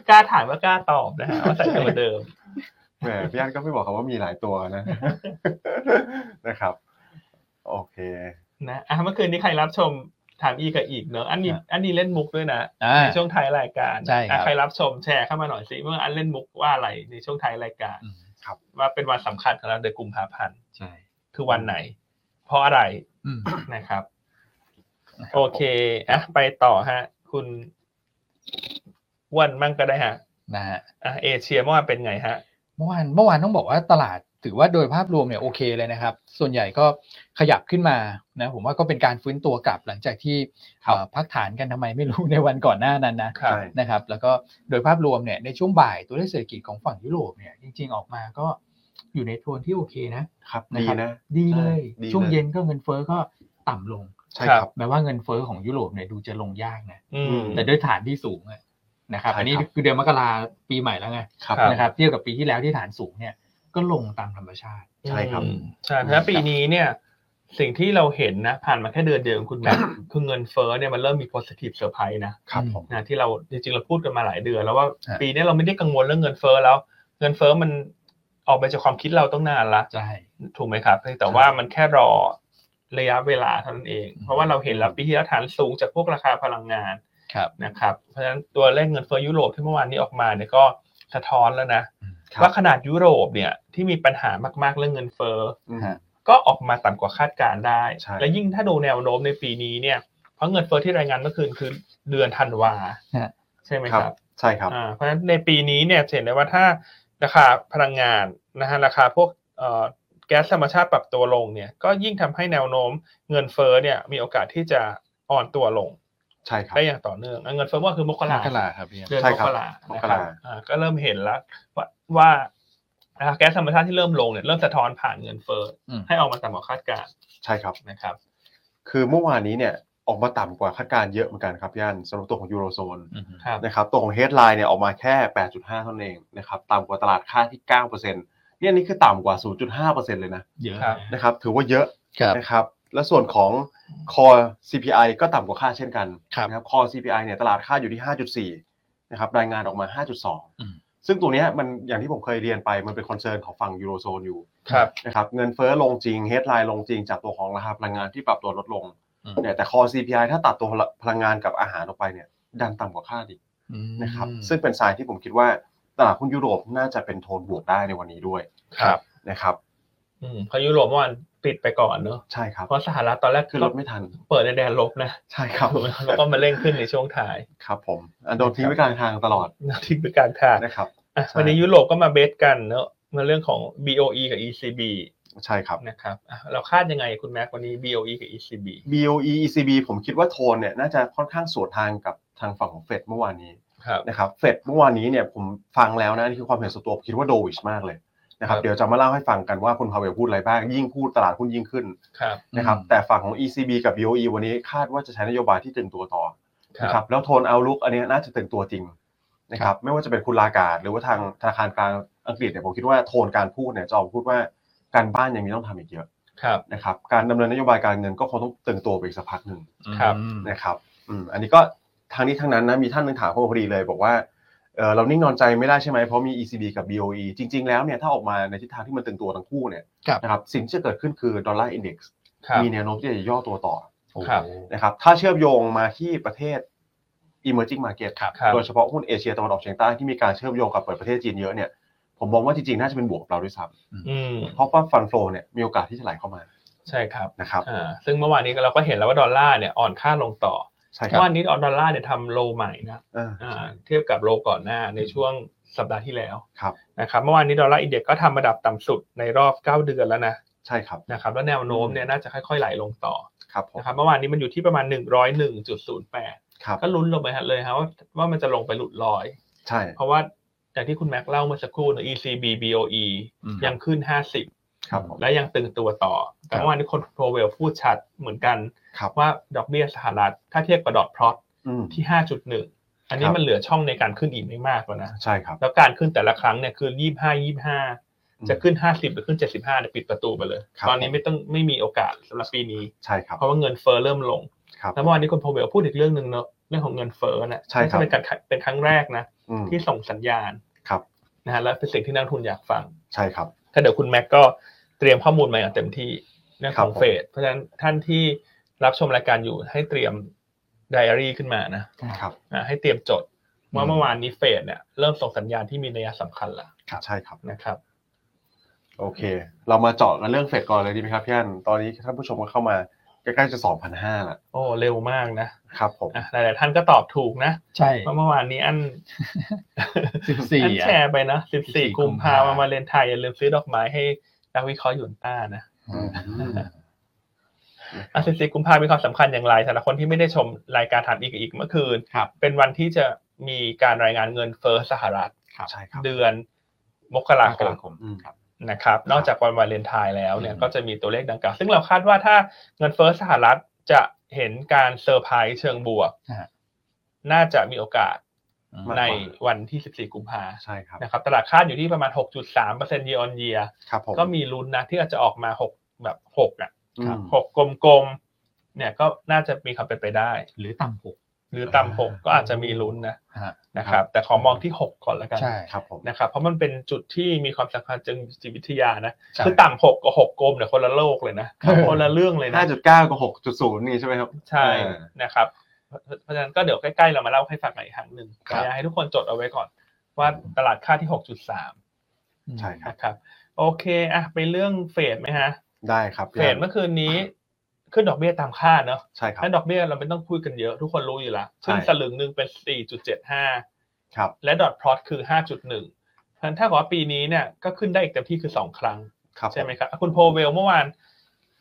S1: กล้าถามก็กล้าตอบนะฮะว่าใส่ตัวเดิม
S3: แหมพี่อันก็ไม่บอกเขาว่ามีหลายตัวนะ นะครับ โอเค
S1: นะอ่ะเมื่อคืนนี้ใครรับชมถามอีกับอีกเนอะอันนี้
S2: ครับ
S1: อันนี้เล่นมุกด้วยนะ
S2: อ่า
S1: ในช่วงท้ายรายการ
S2: ใช่ครับ
S1: อ่ะใครรับชมแชร์เข้ามาหน่อยสิว่าอันเล่นมุกว่าอะไรในช่วงท้ายรายการ
S2: อืม
S1: ว่าเป็นวันสำคัญของเราเดือนกุมภาพันธ์
S2: ใช่
S1: คือวันไหน เพราะอะไร
S2: อืม
S1: นะครับ โอเคอ่ะไปต่อฮะ คุณอ้วันมั่งก็ได้ฮะ
S2: นะฮะ
S1: อ่ะเอเชียเมื่อวานเป็นไงฮะ
S2: เมื่อวานเมื่อวานต้องบอกว่าตลาดถือว่าโดยภาพรวมเนี่ยโอเคเลยนะครับ ส่วนใหญ่ก็ขยับขึ้นมานะผมว่าก็เป็นการฟื้นตัวกลับหลังจากที่
S3: ครับ
S2: เอ่อพักฐานกันทำไมไม่รู้ ในวันก่อนหน้านั้นนะ
S1: ครับ
S3: ใช่
S2: นะครับแล้วก็โดยภาพรวมเนี่ยในช่วงบ่ายตัวเลขเศรษฐกิจของฝั่งยุโรปเนี่ยจริง ๆออกมาก็อยู่ในโทนที่โอเคนะครับ นะ
S3: ดี
S2: ครับ
S3: นะ
S2: ดีเลย
S3: ดีเลย
S2: ช่วงเย็นก็เงินเฟ้อก็ต่ำลง
S3: ใช่ครับ
S2: แม้ว่าเงินเฟ้อของยุโรปเนี่ยดูจะลงยากนะ
S1: อืม
S2: แต่ด้วยฐานที่สูงอะนะครับ
S3: ใช่
S2: อันนี้
S3: ครับ
S2: คือเดือนมกราปีใหม่แล้วไง
S3: ครับ
S1: ครับ
S2: นะครับเทียบกับปีที่แล้วที่ฐานสูงเนี่ยก็ลงตามธรรมชาติ
S3: ใช่ครับ
S1: อืมใช่เพราะฉะนั้นปีนี้เนี่ย สิ่งที่เราเห็นนะ ผ่านมาแค่เดือนเดียวคุณแม่ คือเงินเฟ้อเนี่ยมันเริ่มมี positive surprise นะ
S3: รับผม
S1: นะที่เราจริงๆเราพูดกันมาหลายเดือนแล้วว่า
S2: ฮะ
S1: ปีนี้เราไม่ได้กังวลเรื่องเงินเฟ้อแล้ว เงินเฟ้อมันออกไปจากความคิดเราต้องนานละ
S2: ใช่
S1: ถูกไหมครับเพียงแต่ว่ามันแค่รอระยะเวลาเท่านั้นเอง
S2: อืม
S1: เพราะว่าเราเห็นแล้วปีที่แล้วฐานสูงจากพวกราคาพลังงาน
S2: ครับ
S1: นะครับเพราะฉะนั้นตัวเลขเงินเฟ้อยุโรปที่เมื่อวานนี้ออกมาเนี่ยก็สะท้อนแล้วนะครับ ว่าขนาดยุโรปเนี่ยที่มีปัญหามากๆเรื่องเงินเฟ้อ
S3: อืม
S2: ฮะ
S1: ก็ออกมาต่ำกว่าคาดการณ์ได้
S3: ใช่
S1: และยิ่งถ้าดูแนวโน้มในปีนี้เนี่ย เพราะเงินเฟ้อที่รายงานเมื่อคืนคือเดือนธันวา
S2: ฮะ
S1: ใช่ไหม
S3: ค
S1: ครับ รับ
S3: ใช่ครับ
S1: อ่าเพราะฉะนั้นในปีนี้เนี่ยจะเห็นได้ว่าถ้าราคาพลังงานนะฮะราคาพวกเอ่อแก๊สธรรมชาติปรับตัวลงเนี่ย ก็ยิ่งทำให้แนวโน้มเงินเฟ้อเนี่ยมีโอกาสที่จะอ่อนตัวลง
S3: ใช่ครับ
S1: ได้อย่างต่อเนื่องอ่ะเงินเฟ้อว่าคือมกรา
S2: ครับพี่
S1: เดือน
S3: ใช่
S1: ม
S3: ครับ
S1: กรา
S3: มั
S1: นะ
S3: ก
S1: ค
S3: รา
S1: รับอ่าก็เริ่มเห็นแล้วว่าว่าอ่าแก๊สธรรมชาติที่เริ่มลงเนี่ยเริ่มสะท้อนผ่านเงินเฟ้ออ
S2: ม
S1: ให้ออกมาต่ำกว่าคาดการณ์
S3: ใช่ครับ
S1: นะครับ
S3: คือเมื่อวานนี้เนี่ยออกมาต่ำกว่าคาดการณ์เยอะเหมือนกันครับย่านสำหรับตัวของยูโรโซน
S1: ครับ
S3: นะครับตัวของเฮดไลน์เนี่ยออกมาแค่ 8.5 เท่านั้นเองนะครับต่ำกว่าตลาดค่าดที่ 9%เนี่ยอันนี่คือต่ำกว่า 0.5%เลยนะ
S2: เยอะ
S1: ครับ
S3: นะครับถือว่าเยอะ
S2: ครับ
S3: นะครับและส่วนของคอ CPI ก็ต่ำกว่าคาดเช่นกัน
S2: ครับ
S3: นะครับคอ CPI เนี่ยตลาดคาดอยู่ที่ 5.4นะครับรายงานออกมา
S2: อืม
S3: 5.2 ซึ่งตัวเนี้ยมันอย่างที่ผมเคยเรียนไปมันเป็นคอนเซิร์นของฝั่งยูโรโซนอยู่
S1: ครับ
S3: นะครับเงินเฟ้อลงจริงเฮดไลน์ลงจริงจากตัวของราคาพลังงานที่ปรับตัวลดลง
S2: อืม
S3: เนี่ยแต่คอ CPI ถ้าตัดตัวพลังงานกับอาหารออกไปเนี่ยดันต่ำกว่าคาดอีก
S2: อืม
S3: นะครับซึ่งเป็นสายที่ผมคิดว่าตลาดหุ้นยุโรปน่าจะเป็นโทนบวกได้ในวันนี้ด้วย
S1: ครับ
S3: นะครับ
S1: อืมเพราะยุโรปเมื่อวานปิดไปก่อนเนอะ
S3: ใช่ครับ
S1: เพราะสหรัฐตอนแรก
S3: คือลดไม่ทัน
S1: เปิดในแดนลบนะ
S3: ใช่ครับ
S1: ถูกไหมแล้วก็มาเร่งขึ้นในช่วงท้าย
S3: ครับผมอันโดนทิ้งไว้กลางทางตลอด
S1: ทิ้งไปกลางทาง
S3: นะครับ
S1: อ่ะ
S3: ใช่
S1: วันนี้ยุโรปก็มาเบสกันเนอะมาเรื่องของ BOE กับ ECB
S3: ใช่ครับ
S1: นะครับอ่ะเราคาดยังไงคุณแม็กวันนี้ BOE กับ ECB
S3: BOE ECB ผมคิดว่าโทนเนี่ยน่าจะค่อนข้างสวนทางกับทางฝั่งของเฟดเมื่อวานนี้
S1: ครับ
S3: นะครับเฟดเมื่อวานนี้เนี่ยผมฟังแล้วนะนี่คือความเห็นส่วนตัวผมคิดว่าโดวิชมากเลยนะครั
S1: ค
S3: บ
S1: รับ
S3: เดี๋ยวจะมาเล่าให้ฟังกันว่าคุณพาเวลพูดอะไรบ้าง ยิ่งพูดตลาดหุ้นยิ่งขึ้น
S1: ครับ
S3: นะครับแต่ฝั่งของ ECB กับ BOE วันนี้คาดว่าจะใช้นโยบายที่ตึงตัวต่อ
S1: ค
S3: นะค
S1: รั
S3: รั
S1: บบ
S3: แล้วโทนเอาลุกอันเนี้ยน่าจะตึงตัวจริงนะครับไม่ว่าจะเป็นคุณลากาดหรือว่าทางธนาคารกลางอังกฤษเนี่ยผมคิดว่าโทนการพูดเนี่ยจะออกมาพูดว่าการบ้านยังมีต้องทำอีกเยอะ
S1: ครับ
S3: นะครับการดำเนินนโยบายการเงินก็คงต้องตึงตัวไปอีกสักพักหนึ่ง
S1: ครับ
S2: อืม
S3: นะครับอืมอันนี้ก็ทางนี้ทางนั้นนะ มีท่านหนึงถามเข้ามาพอดีเลย บอกว่าเออเรานิ่งนอนใจไม่ได้ใช่ไหมเพราะมี ECB กับ BOE จริง ๆ แล้วเนี่ยถ้าออกมาในทิศทางที่มันตึงตัวทั้งคู่เนี่ย
S2: ครับ
S3: นะครับสิ่งที่จะเกิดขึ้นคือดอลลาร์อินดี
S1: ครับ
S3: มีแนวโน้มที่จะย่อตัวต่อ
S2: โอ้โห
S1: ครับ
S3: นะครับถ้าเชื่อมโยงมาที่ประเทศ emerging market
S2: ครับ
S1: ครับ
S3: โดยเฉพาะหุ้นเอเชียตะวันออกเฉียงใต้ที่มีการเชื่อมโยงกับเปิดประเทศจีนเยอะเนี่ยผมมองว่าจริงๆน่าจะเป็นบวกกับเราด้วยซ้
S1: อืม
S3: ำเพราะว่าฟันโฟเนี่ยมีโอกาสที่จะไหลเข้ามา
S1: ใช่ครับ
S3: นะครับ
S1: อ่าซึ่งเมื่อวานนี้เราก็เห็นแล้วว่าดอลลาร์เนี่ยอ่อนค่าลงต่อ
S3: ใช่ค
S1: เมื่
S3: รั
S1: อ
S3: บ
S1: วานนี้ดอลลาร์เนี่ยทำโลใหม่นะ
S3: อ่า
S1: อ่าเทียบกับโลก่อนหน้าในช่วงสัปดาห์ที่แล้ว
S3: ครับ
S1: นะครับเมื่อวานนี้ดอลลาร์อินเด็กซ์ก็ทำระดับต่ำสุดในรอบ 9 เดือนแล้วนะ
S3: ใช่ครับ
S1: นะครับแล้วแนวโน้มเนี่ยน่าจะค่อยๆไหลลงต่อ
S3: ครับผม
S1: นะครับเมื่อวานนี้มันอยู่ที่ประมาณ 101.08
S3: ครับ
S1: ก็ลุ้นลงไปฮะเลยฮะว่าว่ามันจะลงไปหลุดร้อย
S3: ใช่
S1: เพราะว่า อย่างที่คุณแม็กเล่าเมื่อสักครู่เนอะ ECB BOE
S2: อืม
S1: ยังขึ้น
S3: ครับผม
S1: 50 และยังตึงตัวต่อ แต่เมื่อวานนี้คนโพเวลพูดชัดเหมือนกัน
S3: ครับ
S1: ว่าดอกเบี้ยสหรัฐถ้าเทียบกับดอทพลอต
S3: อืม
S1: ที่ 5.1 อันนี้
S3: ครับ
S1: มันเหลือช่องในการขึ้นอีกไม่มากแล้วนะ
S3: ใช่ครับ
S1: แล้วการขึ้นแต่ละครั้งเนี่ยคือ 25
S3: อืม
S1: 25 จะขึ้น 50 หรือขึ้น 75เนี่ยปิดประตูไปเลย
S3: ครับ
S1: ตอนนี้ไม่ต้องไม่มีโอกาสสำหรับปีนี้
S3: ใช่ครับ
S1: เพราะว่าเงินเฟ้อเริ่มลง
S3: ครับ
S1: แล้วเมื่อวานนี้คุณโพเวลพูดอีกเรื่องหนึ่งเนอะเรื่องของเงินเฟ้อนะ
S3: ใช่ครับ
S1: ซึ่งเป็นการเป็นครั้งแรกนะ
S3: อืม
S1: ที่ส่งสัญญาณ
S3: ครับ
S1: นะฮะและเป็นสิ่งที่นักลงทุนอยากฟัง
S3: ใช่ครับ
S1: ถ้าเดี๋ยวคุณแม็กก็เตรียมข้อมูลมาอย่างเต็มที่เรื่องของ
S3: ครับผม
S1: เฟดเพราะฉะนั้นท่านที่รับชมรายการอยู่ให้เตรียมไดอารี่ขึ้นมานะ
S3: ค
S2: ครับ
S3: รับ
S1: อ่าให้เตรียมจดว่าเมื่อวานนี้เฟดเนี่ยเริ่มส่งสัญญาณที่มีนัยสำคัญละ
S3: ใช่ครับ
S1: นะครับ
S3: โอเค เรามาเจาะกันเรื่องเฟดก่อนเลยดีไหมครับพี่อันตอนนี้ท่านผู้ชมก็เข้ามาใกล้ๆจะ2,500ละ
S1: โอ้เร็วมากนะครับ
S3: ผม
S1: อ่ะหลายๆท่านก็ตอบถูกนะ
S2: ใช่
S1: ว่าเมื่อวานนี้อัน
S2: สิบสี่
S1: อัน
S2: อ่ะ
S1: แชร์ไปนะ14
S2: 14
S1: กุมภาพัน
S2: กุมภา
S1: ธ์มาเลนไทยอย่าลืมซื้อดอกไม้ให้นักวิเคราะห์หยุนต้านะ
S2: อืม
S3: อืม
S1: อ่ะ14กุมภาพันธ์มีความสำคัญอย่างไรสำหรับคนที่ไม่ได้ชมรายการถามอีกอีกเมื่อคืน
S2: ครับ
S1: เป็นวันที่จะมีการรายงานเงินเฟ้อสหรัฐ
S2: ครับ
S3: ใช่ครับ
S1: เดือนมกราคม
S3: อืม
S2: ครับ
S1: นะครับ นอกจากวันวาเลนไทน์แล้วเนี่ย
S2: อืม
S1: ก็จะมีตัวเลขดังกล่าว ซึ่งเราคาดว่าถ้าเงินเฟ้อสหรัฐจะเห็นการเซอร์ไพรส์เชิงบวก
S2: นะฮะ
S1: น่าจะมีโอกาส
S2: อืม
S3: มากกว่า
S1: ในวันที่ 14 กุมภา
S3: ใช่ครับ
S1: นะครับตลาดคาดอยู่ที่ประมาณ 6.3% year on year
S3: ครับผม
S1: ก็มีลุ้นนะที่อาจจะออกมาหกแบบหกอ่ะ
S3: อืม
S2: ครับ
S1: หกกลมๆ เนี่ยก็น่าจะมีความเป็นไปได้
S2: หรือต่ำหก
S1: หรือต่ำหกก็อาจจะมีลุ้นนะ
S2: ฮะ
S1: นะค
S3: ครั
S1: รับ
S3: บ
S1: แต่ขอมองที่หกก่อนแล้วกัน
S2: ใช่
S3: ครับผม
S1: นะครับ เพราะมันเป็นจุดที่มีความสำคัญเชิงจิตวิทยานะ
S2: ใช่
S1: คือต่ำหกกับหกกลมเนี่ยคนละโลกเลยนะ
S2: ครับ
S1: คนละเรื่องเลยนะ
S3: ห้าจุดเก้ากับหกจุดศูนย์นี่ใช่ไหมครับ
S1: ใช่
S3: เออ
S1: นะครับ เพราะฉะนั้นก็เดี๋ยวใกล้ๆเรามาเล่าให้ฟังใหม่อีกครั้งหนึ่ง
S3: ครับ
S1: อยากให้ทุกคนจดเอาไว้ก่อน ว่าตลาดค่าที่หกจุดสาม
S3: ใช่ครับ
S1: นะครับ โอเคอ่ะไปเรื่องเฟดไหมฮะ
S3: ได้ครับ
S1: เฟ
S3: พี่อั
S1: ด
S3: น
S1: เมื่อคืนนี้ขึ้นดอกเบี้ยตามคาดเนาะ
S3: ใช่ครับ
S1: ถ้าดอกเบี้ยเราไม่ต้องพูดกันเยอะทุกคนรู้อยู่แล้วซึ่ง
S3: ใช่
S1: สลึงหนึ่งเป็น 4.75
S3: ครับ
S1: และดอทพลอตคือ 5.1เพราะฉะนั้นถ้าบอกว่าปีนี้เนี่ยก็ขึ้นได้อีกเต็มที่คือ 2 ครั้ง
S3: ครับผ
S1: ใช่ไหมครับอ่ะคุณโพเวลเมื่อวาน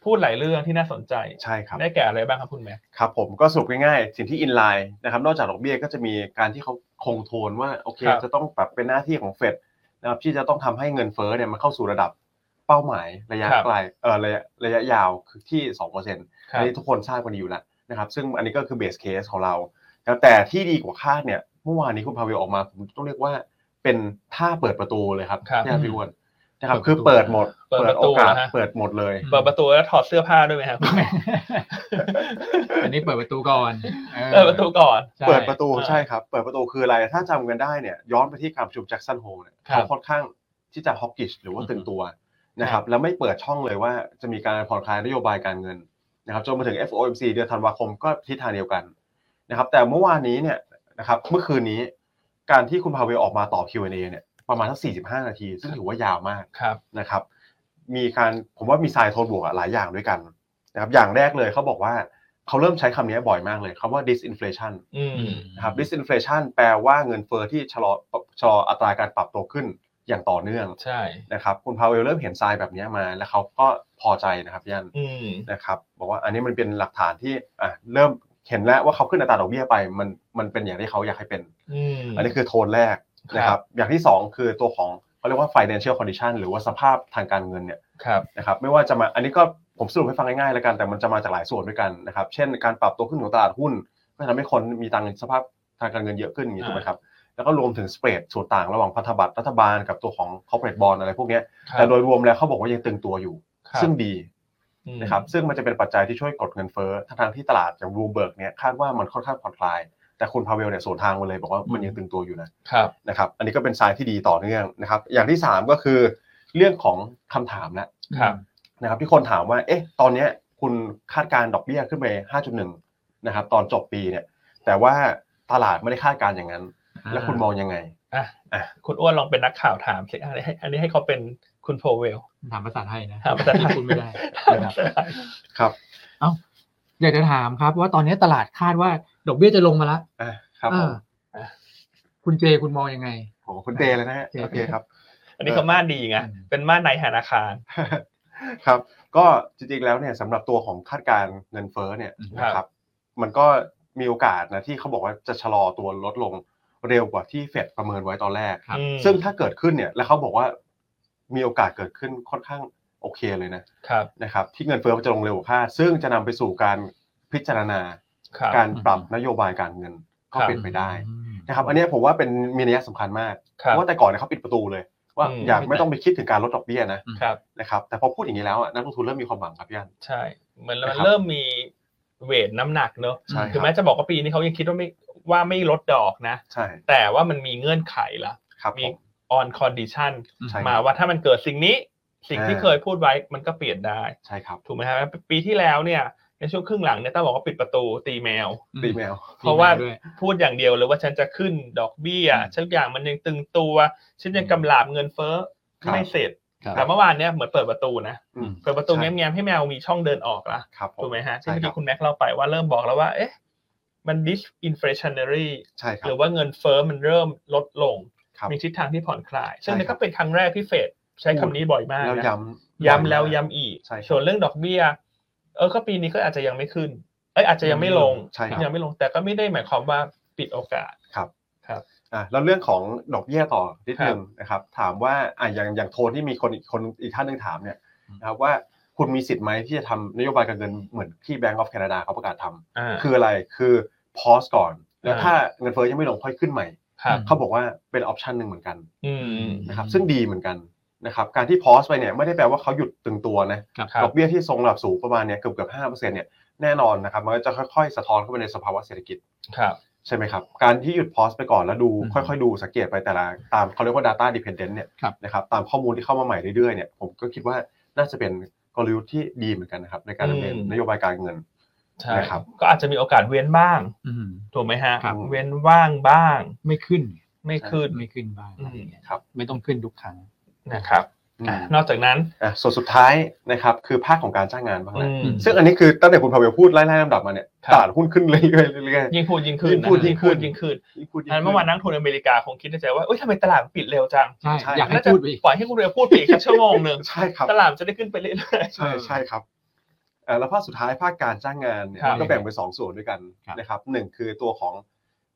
S1: พูดหลายเรื่องที่น่าสนใจ
S3: ใช่ครับ
S1: ได้แก่อะไรบ้างครับคุณแม่
S3: ครับผมก็สรุปง่ายๆ สิ่งที่อินไลน์นะครับนอกจากดอกเบี้ยก็จะมีการที่เขาคงโทนว่าโอเค
S1: ครับ
S3: จะต้องปรับเป็นหน้าที่ของเฟดนะครับที่จะต้องทำให้เงินเฟ้อเนี่ยมันเข้าสู่ระดับเป้าหมายระยะไกลเออระยะระยะยาวคือที่สองเปอร์เซ็นต์
S1: ค
S3: อั
S1: รับ
S3: นนี้ทุกคนทราบกันดีอยู่แล้วนะครับซึ่งอันนี้ก็คือเบสเคสของเรานะครับแต่ที่ดีกว่าคาดเนี่ยเมื่อวานนี้คุณพาเวลออกมาผมต้องเรียกว่าเป็นท่าเปิดประตูเลยครับ
S1: ครับ
S3: เนี่ยพี่อ้วนนะครับ
S2: เปิดประตู
S3: คือเปิดหมด
S1: เปิดประตู
S3: โอกาส
S1: นะฮะ
S3: เปิดหมดเลย
S1: เปิดประตูแล้วถอดเสื้อผ้าด้วยไหมครับคุณ แม่
S2: อันนี้เปิดประตูก่อนออ
S1: เปิดประตูก่อน
S2: ใช่
S3: เปิดประตู
S1: อ่า
S3: ใช่ครับ เปิดประตูคืออะไร ถ้าจำกันได้เนี่ยย้อนไปที่การประชุมแจ็คสันโฮเนี่ย
S1: ครับ
S3: เขาค่อนข้างที่จะฮอกกิชหรือว่า
S2: อืม
S3: ตึงตัวนะ
S1: ค
S3: ค
S1: รั
S3: รับ บแล้วไม่เปิดช่องเลยว่าจะมีการผ่อนคลายนโยบายการเงินนะครับจนมาถึง FOMC เดือนธันวาคมก็ทิศทางเดียวกันนะครับแต่เมื่อวานนี้เนี่ยนะครับเมื่อคืนนี้ การที่คุณพาเวลออกมาตอบ Q&A เนี่ยประมาณสัก45 นาที ซึ่งถือว่ายาวมาก
S1: ครับ
S3: นะครับมีการผมว่ามีทรายโทนบวกอะหลายอย่างด้วยกันนะครับอย่างแรกเลยเขาบอกว่าเขาเริ่มใช้คำนี้บ่อยมากเลยคำว่า disinflation
S1: อืม
S3: นะครับ disinflation แปลว่าเงินเฟอ้อที่ชะลอชะลออัตราการปรับตัวขึ้นอย่างต่อเนื่อง
S1: ใช่
S3: นะครับคุณพาเวลเริ่มเห็นทรายแบบนี้มา แล้วเขาก็พอใจนะครับพี่อัน
S1: อืม
S3: นะครับบอกว่าอันนี้มันเป็นหลักฐานที่อ่ะเริ่มเห็นแล้วว่าเขาขึ้นอัตราดอกเบี้ยไปมันมันเป็นอย่างที่เขาอยากให้เป็น
S1: อืม
S3: อันนี้คือโทนแรกนะครับอย่างที่สองคือตัวของเขาเรียกว่า financial condition หรือว่าสภาพทางการเงินเนี่ย
S1: ครับ
S3: นะครับไม่ว่าจะมาอันนี้ก็ผมสรุปให้ฟังง่ายๆแล้วกันแต่มันจะมาจากหลายส่วนด้วยกันนะครับเช่นการปรับตัวขึ้นของตลาดหุ้นก็ทำให้คนมีตังค์สภาพทางการเงินเยอะขึ้นอย่างนี้
S1: อ่า
S3: ถูกไหมครับแล้วก็รวมถึงสเปรดส่วนต่างระหว่างพันธบัตรรัฐบาลกับตัวของ corporate bond อะไรพวกเนี้ย
S1: ครับ
S3: แต่โดยรวมแล้วเขาบอกว่ายังตึงตัวอยู่
S1: ครับ
S3: ซึ่งดี
S1: อืม
S3: นะครับซึ่งมันจะเป็นปัจจัยที่ช่วยกดเงินเฟ้อทั้งทางๆที่ตลาดอย่างรูเบิร์กเนี่ยคาดว่ามันค่อนข้างผ่อนคลาย แต่คุณพาเวลเนี่ยสวนทางมาเลยบอกว่ามันยังตึงตัวอยู่นะ
S1: ครับ
S3: นะครับ อันนี้ก็เป็นสายที่ดีต่อเนื่องนะครับ อย่างที่ 3 ก็คือเรื่องของคำถามแล้ว
S1: ครับ
S3: นะครับที่คนถามว่า เอ๊ะ ตอนเนี้ยคุณคาดการณ์ดอกเบี้ยขึ้นไป 5.1 นะครับ ตอนจบปีเนี่ย แต่ว่าตลาดไม่ได้คาดการณ์อย่างนั้น แล้วคุณมองยังไง
S1: อ่ะ
S3: อ่ะ
S1: คุณอ้วนลองเป็นนักข่าวถามสิอันนี้ให้อันนี้ให้เขาเป็นคุณโพเวล
S2: ถามภาษาไทยนะ
S1: ถามภาษาไทย
S2: คุณไม่ได้นะครับ
S3: ครับ
S2: อยากจะถามครับ ว่าตอนนี้ตลาดคาดว่าดอกเบี้ยจะลงมาแล้ว
S3: อ่ะครับผม
S2: อ่าคุณเจคุณมองยังไง
S3: โอ้โหคุณเตเลยนะฮะ
S2: เจ
S3: โอเคครับ
S1: อันนี้เขาม่านดีไง
S2: อืม
S1: เป็นม่านในธนาคาร
S3: ครับ ก็จริงๆ แล้วเนี่ยสำหรับตัวของคาดการณ์เงินเฟ้อเนี่ย
S1: ครับ
S3: นะครับ มันก็มีโอกาสนะที่เขาบอกว่าจะชะลอตัวลดลง เร็วกว่าที่เฟดประเมินไว้ตอนแรก
S2: ครับ
S1: อืม
S3: ซึ่งถ้าเกิดขึ้นเนี่ยแล้วเขาบอกว่ามีโอกาสเกิดขึ้นค่อนข้างโอเคเลยนะครับนะครับที่เงินเฟ้อมันจะลงเร็วกว่าคาดซึ่งจะนำไปสู่การพิจารณา
S1: ครับ
S3: การปรับนโยบายการเงินก็
S1: ครับ
S3: เป็นไปได้
S2: อืม
S3: นะครับอันเนี้ยผมว่าเป็นมีนัยสำคัญมาก
S1: ค
S3: เพ
S1: รับ
S3: ราะว่าแต่ก่อนเนี่ยเขาปิดประตูเลย ว่า
S1: อืม
S3: อยากไม่ต้องไปคิดถึงการลดดอกเบี้ยนะครับ นะครับแต่พอพูดอย่างนี้แล้วอะนักลงทุนเริ่มมีความหวังครับพี่อัน
S1: ใช่เหมือนมั
S3: นะ
S1: น
S3: ครับ
S1: เริ่มมีเวทน้ำหนักเนอะ
S3: ใช่ครับ
S1: ถึงแม้จะบอกว่าปีนี้เขายังคิดว่าไม่ว่าไม่ลดดอกนะ
S3: ใช่
S1: แต่ว่ามันมีเงื่อนไขละ
S3: ครับผ
S1: มี
S3: ม
S1: on condition
S3: ใช่ครับ
S1: มาว่าถ้ามันเกิดสิ่งนี้สิ่งที่
S3: อ่า
S1: เคยพูดไว้มันก็เปลี่ยนได้
S3: ใช่ครับ
S1: ถูกไหมครับปีที่แล้วเนี่ยในช่วงครึ่งหลังเนี่ยต้องบอกว่าปิดประตูตีแมว
S3: ตีแมว
S1: เพราะว่า
S2: ปีหน้ด้วย
S1: พูดอย่างเดียวเลยว่าฉันจะขึ้นดอกเบี้ย
S2: อืม
S1: ฉันอย่างมันยังตึงตัวฉันยังกำลาบเงินเฟ้อ
S3: ครับ
S1: ไม่เสร็จ
S2: ครับ
S1: แต่เมื่อวานเนี่ยเหมือนเปิดประตูนะ
S3: อืม
S1: เปิดประตู
S3: ใช่
S1: แง้มๆให้แมวมีช่องเดินออกละ
S3: ครับผ
S1: ถูกไหมฮะที่
S3: ใช่
S1: เมื่อ
S3: ครั
S1: กี้
S3: บ
S1: คุณแม็กซ์เล่าไปว่าเริ่มบอกแล้วว่า เอ๊ะ มัน disinflationary
S3: ใช่ครั
S1: ห
S3: บ
S1: รือว่าเงินเฟ้อมันเริ่มลดลง
S3: ครับ
S1: มีทิศทางที่ผ่อนคลาย ซึ่ง
S3: ใช่
S1: นี่
S3: ครั
S1: ก็
S3: บ
S1: เป็นครั้งแรกที่เฟดใช้คำนี้บ่อยมาก
S3: แล้ว
S1: นะ
S3: ย้ำ
S1: ย้ำแล้วย้ำอีก
S3: ใช่ครับ
S1: ส่วนเรื่องดอกเบี้ย เออ ก็ปีนี้ก็อาจจะยังไม่ขึ้น เอ้ยอาจจะยังไม่ลง
S3: ใช่ครับ
S1: ยังไม่ลง แต่ก็ไม่ได้หมายความว่าปิดโอกาส
S3: อ่ะแล้วเรื่องของดอกเบี้ยต่อนิดนึงนะครับถามว่าอ่ะอย่างอย่างโทนที่มีคนอีกคนอีกท่านหนึ่งถามเนี่ยนะครับว่าคุณมีสิทธิ์ไหมที่จะทำนโยบายการเงินเหมือนที่ Bank of Canada เขาประกาศทำ
S1: อ่า
S3: คืออะไรคือพอสก่อน แล้ว
S1: อ่า
S3: ถ้าเงินเฟ้อยังไม่ลงค่อยขึ้นใหม่
S1: ครับ
S3: เขาบอกว่าเป็นออปชันหนึ่งเหมือนกัน
S1: อืม
S3: นะครับ
S2: อืม
S3: ซึ่งดีเหมือนกันนะครับการที่พอสไปเนี่ยไม่ได้แปลว่าเขาหยุดตึงตัวนะครับ
S1: ครับ
S3: ดอกเบี้ยที่ทรงระดับสูงประมาณเนี่ยเกือบเกือบห้าเปอร์เซ็นต์เนี่ยแน่นอนนะครับมันก็จะค่อยๆ สะท้อนเข้าไปในสภาวะเศรษฐกิจ
S1: ครับ
S3: ใช่ไหมครับ การที่หยุดพอสไปก่อนแล้วดูค่อยๆดูสังเกตไปแต่ละตามเขาเรียกว่า Data Dependent เนี่ย
S2: ครับ
S3: นะครับตามข้อมูลที่เข้ามาใหม่เรื่อยๆเนี่ยผมก็คิดว่าน่าจะเป็นกลยุทธ์ที่ดีเหมือนกันนะครับในการดำเนิน
S1: อืม
S3: นโยบายการเงิน
S1: ใช่
S3: นะครับ
S1: ก็อาจจะมีโอกาสเว้นบ้าง
S2: อืม
S1: ถูกไหมฮะ
S2: ครับ
S1: เว้นว่างบ้าง
S2: ไม่ขึ้น
S1: ไม่ขึ้น
S2: ไม่ขึ้นบ้างอะไรอย่างเงี้ย
S3: ครับ
S2: ไม่ต้องขึ้นทุกครั้ง
S1: นะครับ
S3: อื
S1: อ่ะ
S3: ม
S1: นอกจากนั้น
S3: อ่ะส่วนสุดท้ายนะครับคือภาคของการจ้างงานบ้าง
S1: อื
S3: นะ
S1: ม
S3: ซึ่งอันนี้คือตั้งแต่คุณพาเวลพูดไล่ๆลำดับมาเนี่ย
S1: ครับ
S3: ตลาดหุ้นขึ้นเรื่อยๆเรื่อย
S1: ยิ่งพูดยิ่งขึ้น
S3: ยิ่งพูด
S1: นะ
S3: ยิ่งขึ้น
S1: ยิ่งขึ้น
S3: ๆยิ่งพูดยิ่ง
S1: อันเมื่อวานนักทุนอเมริกาคงคิดในใจว่าเอ้ยทำไมตลาดปิดเร็วจัง
S2: ใช่อยากให้
S1: น่าจะ
S2: พูดไปอีก
S1: ปล่อยให้คุณเรือพูดไปอีกสักชั่วโมงหนึ่ง
S3: ใช่ครับ
S1: ตลาดจะได้ขึ้นไปเรื่อย
S3: ใช่ใช่ครับเอ่อแล้วภาคสุดท้ายภาคการจ้างงานเนี่ย
S1: ครับ
S3: ก็แบ่งเป็นสองส่วนด้วยกัน
S2: ครับ
S3: นะครับหนึ่งคือตัวของ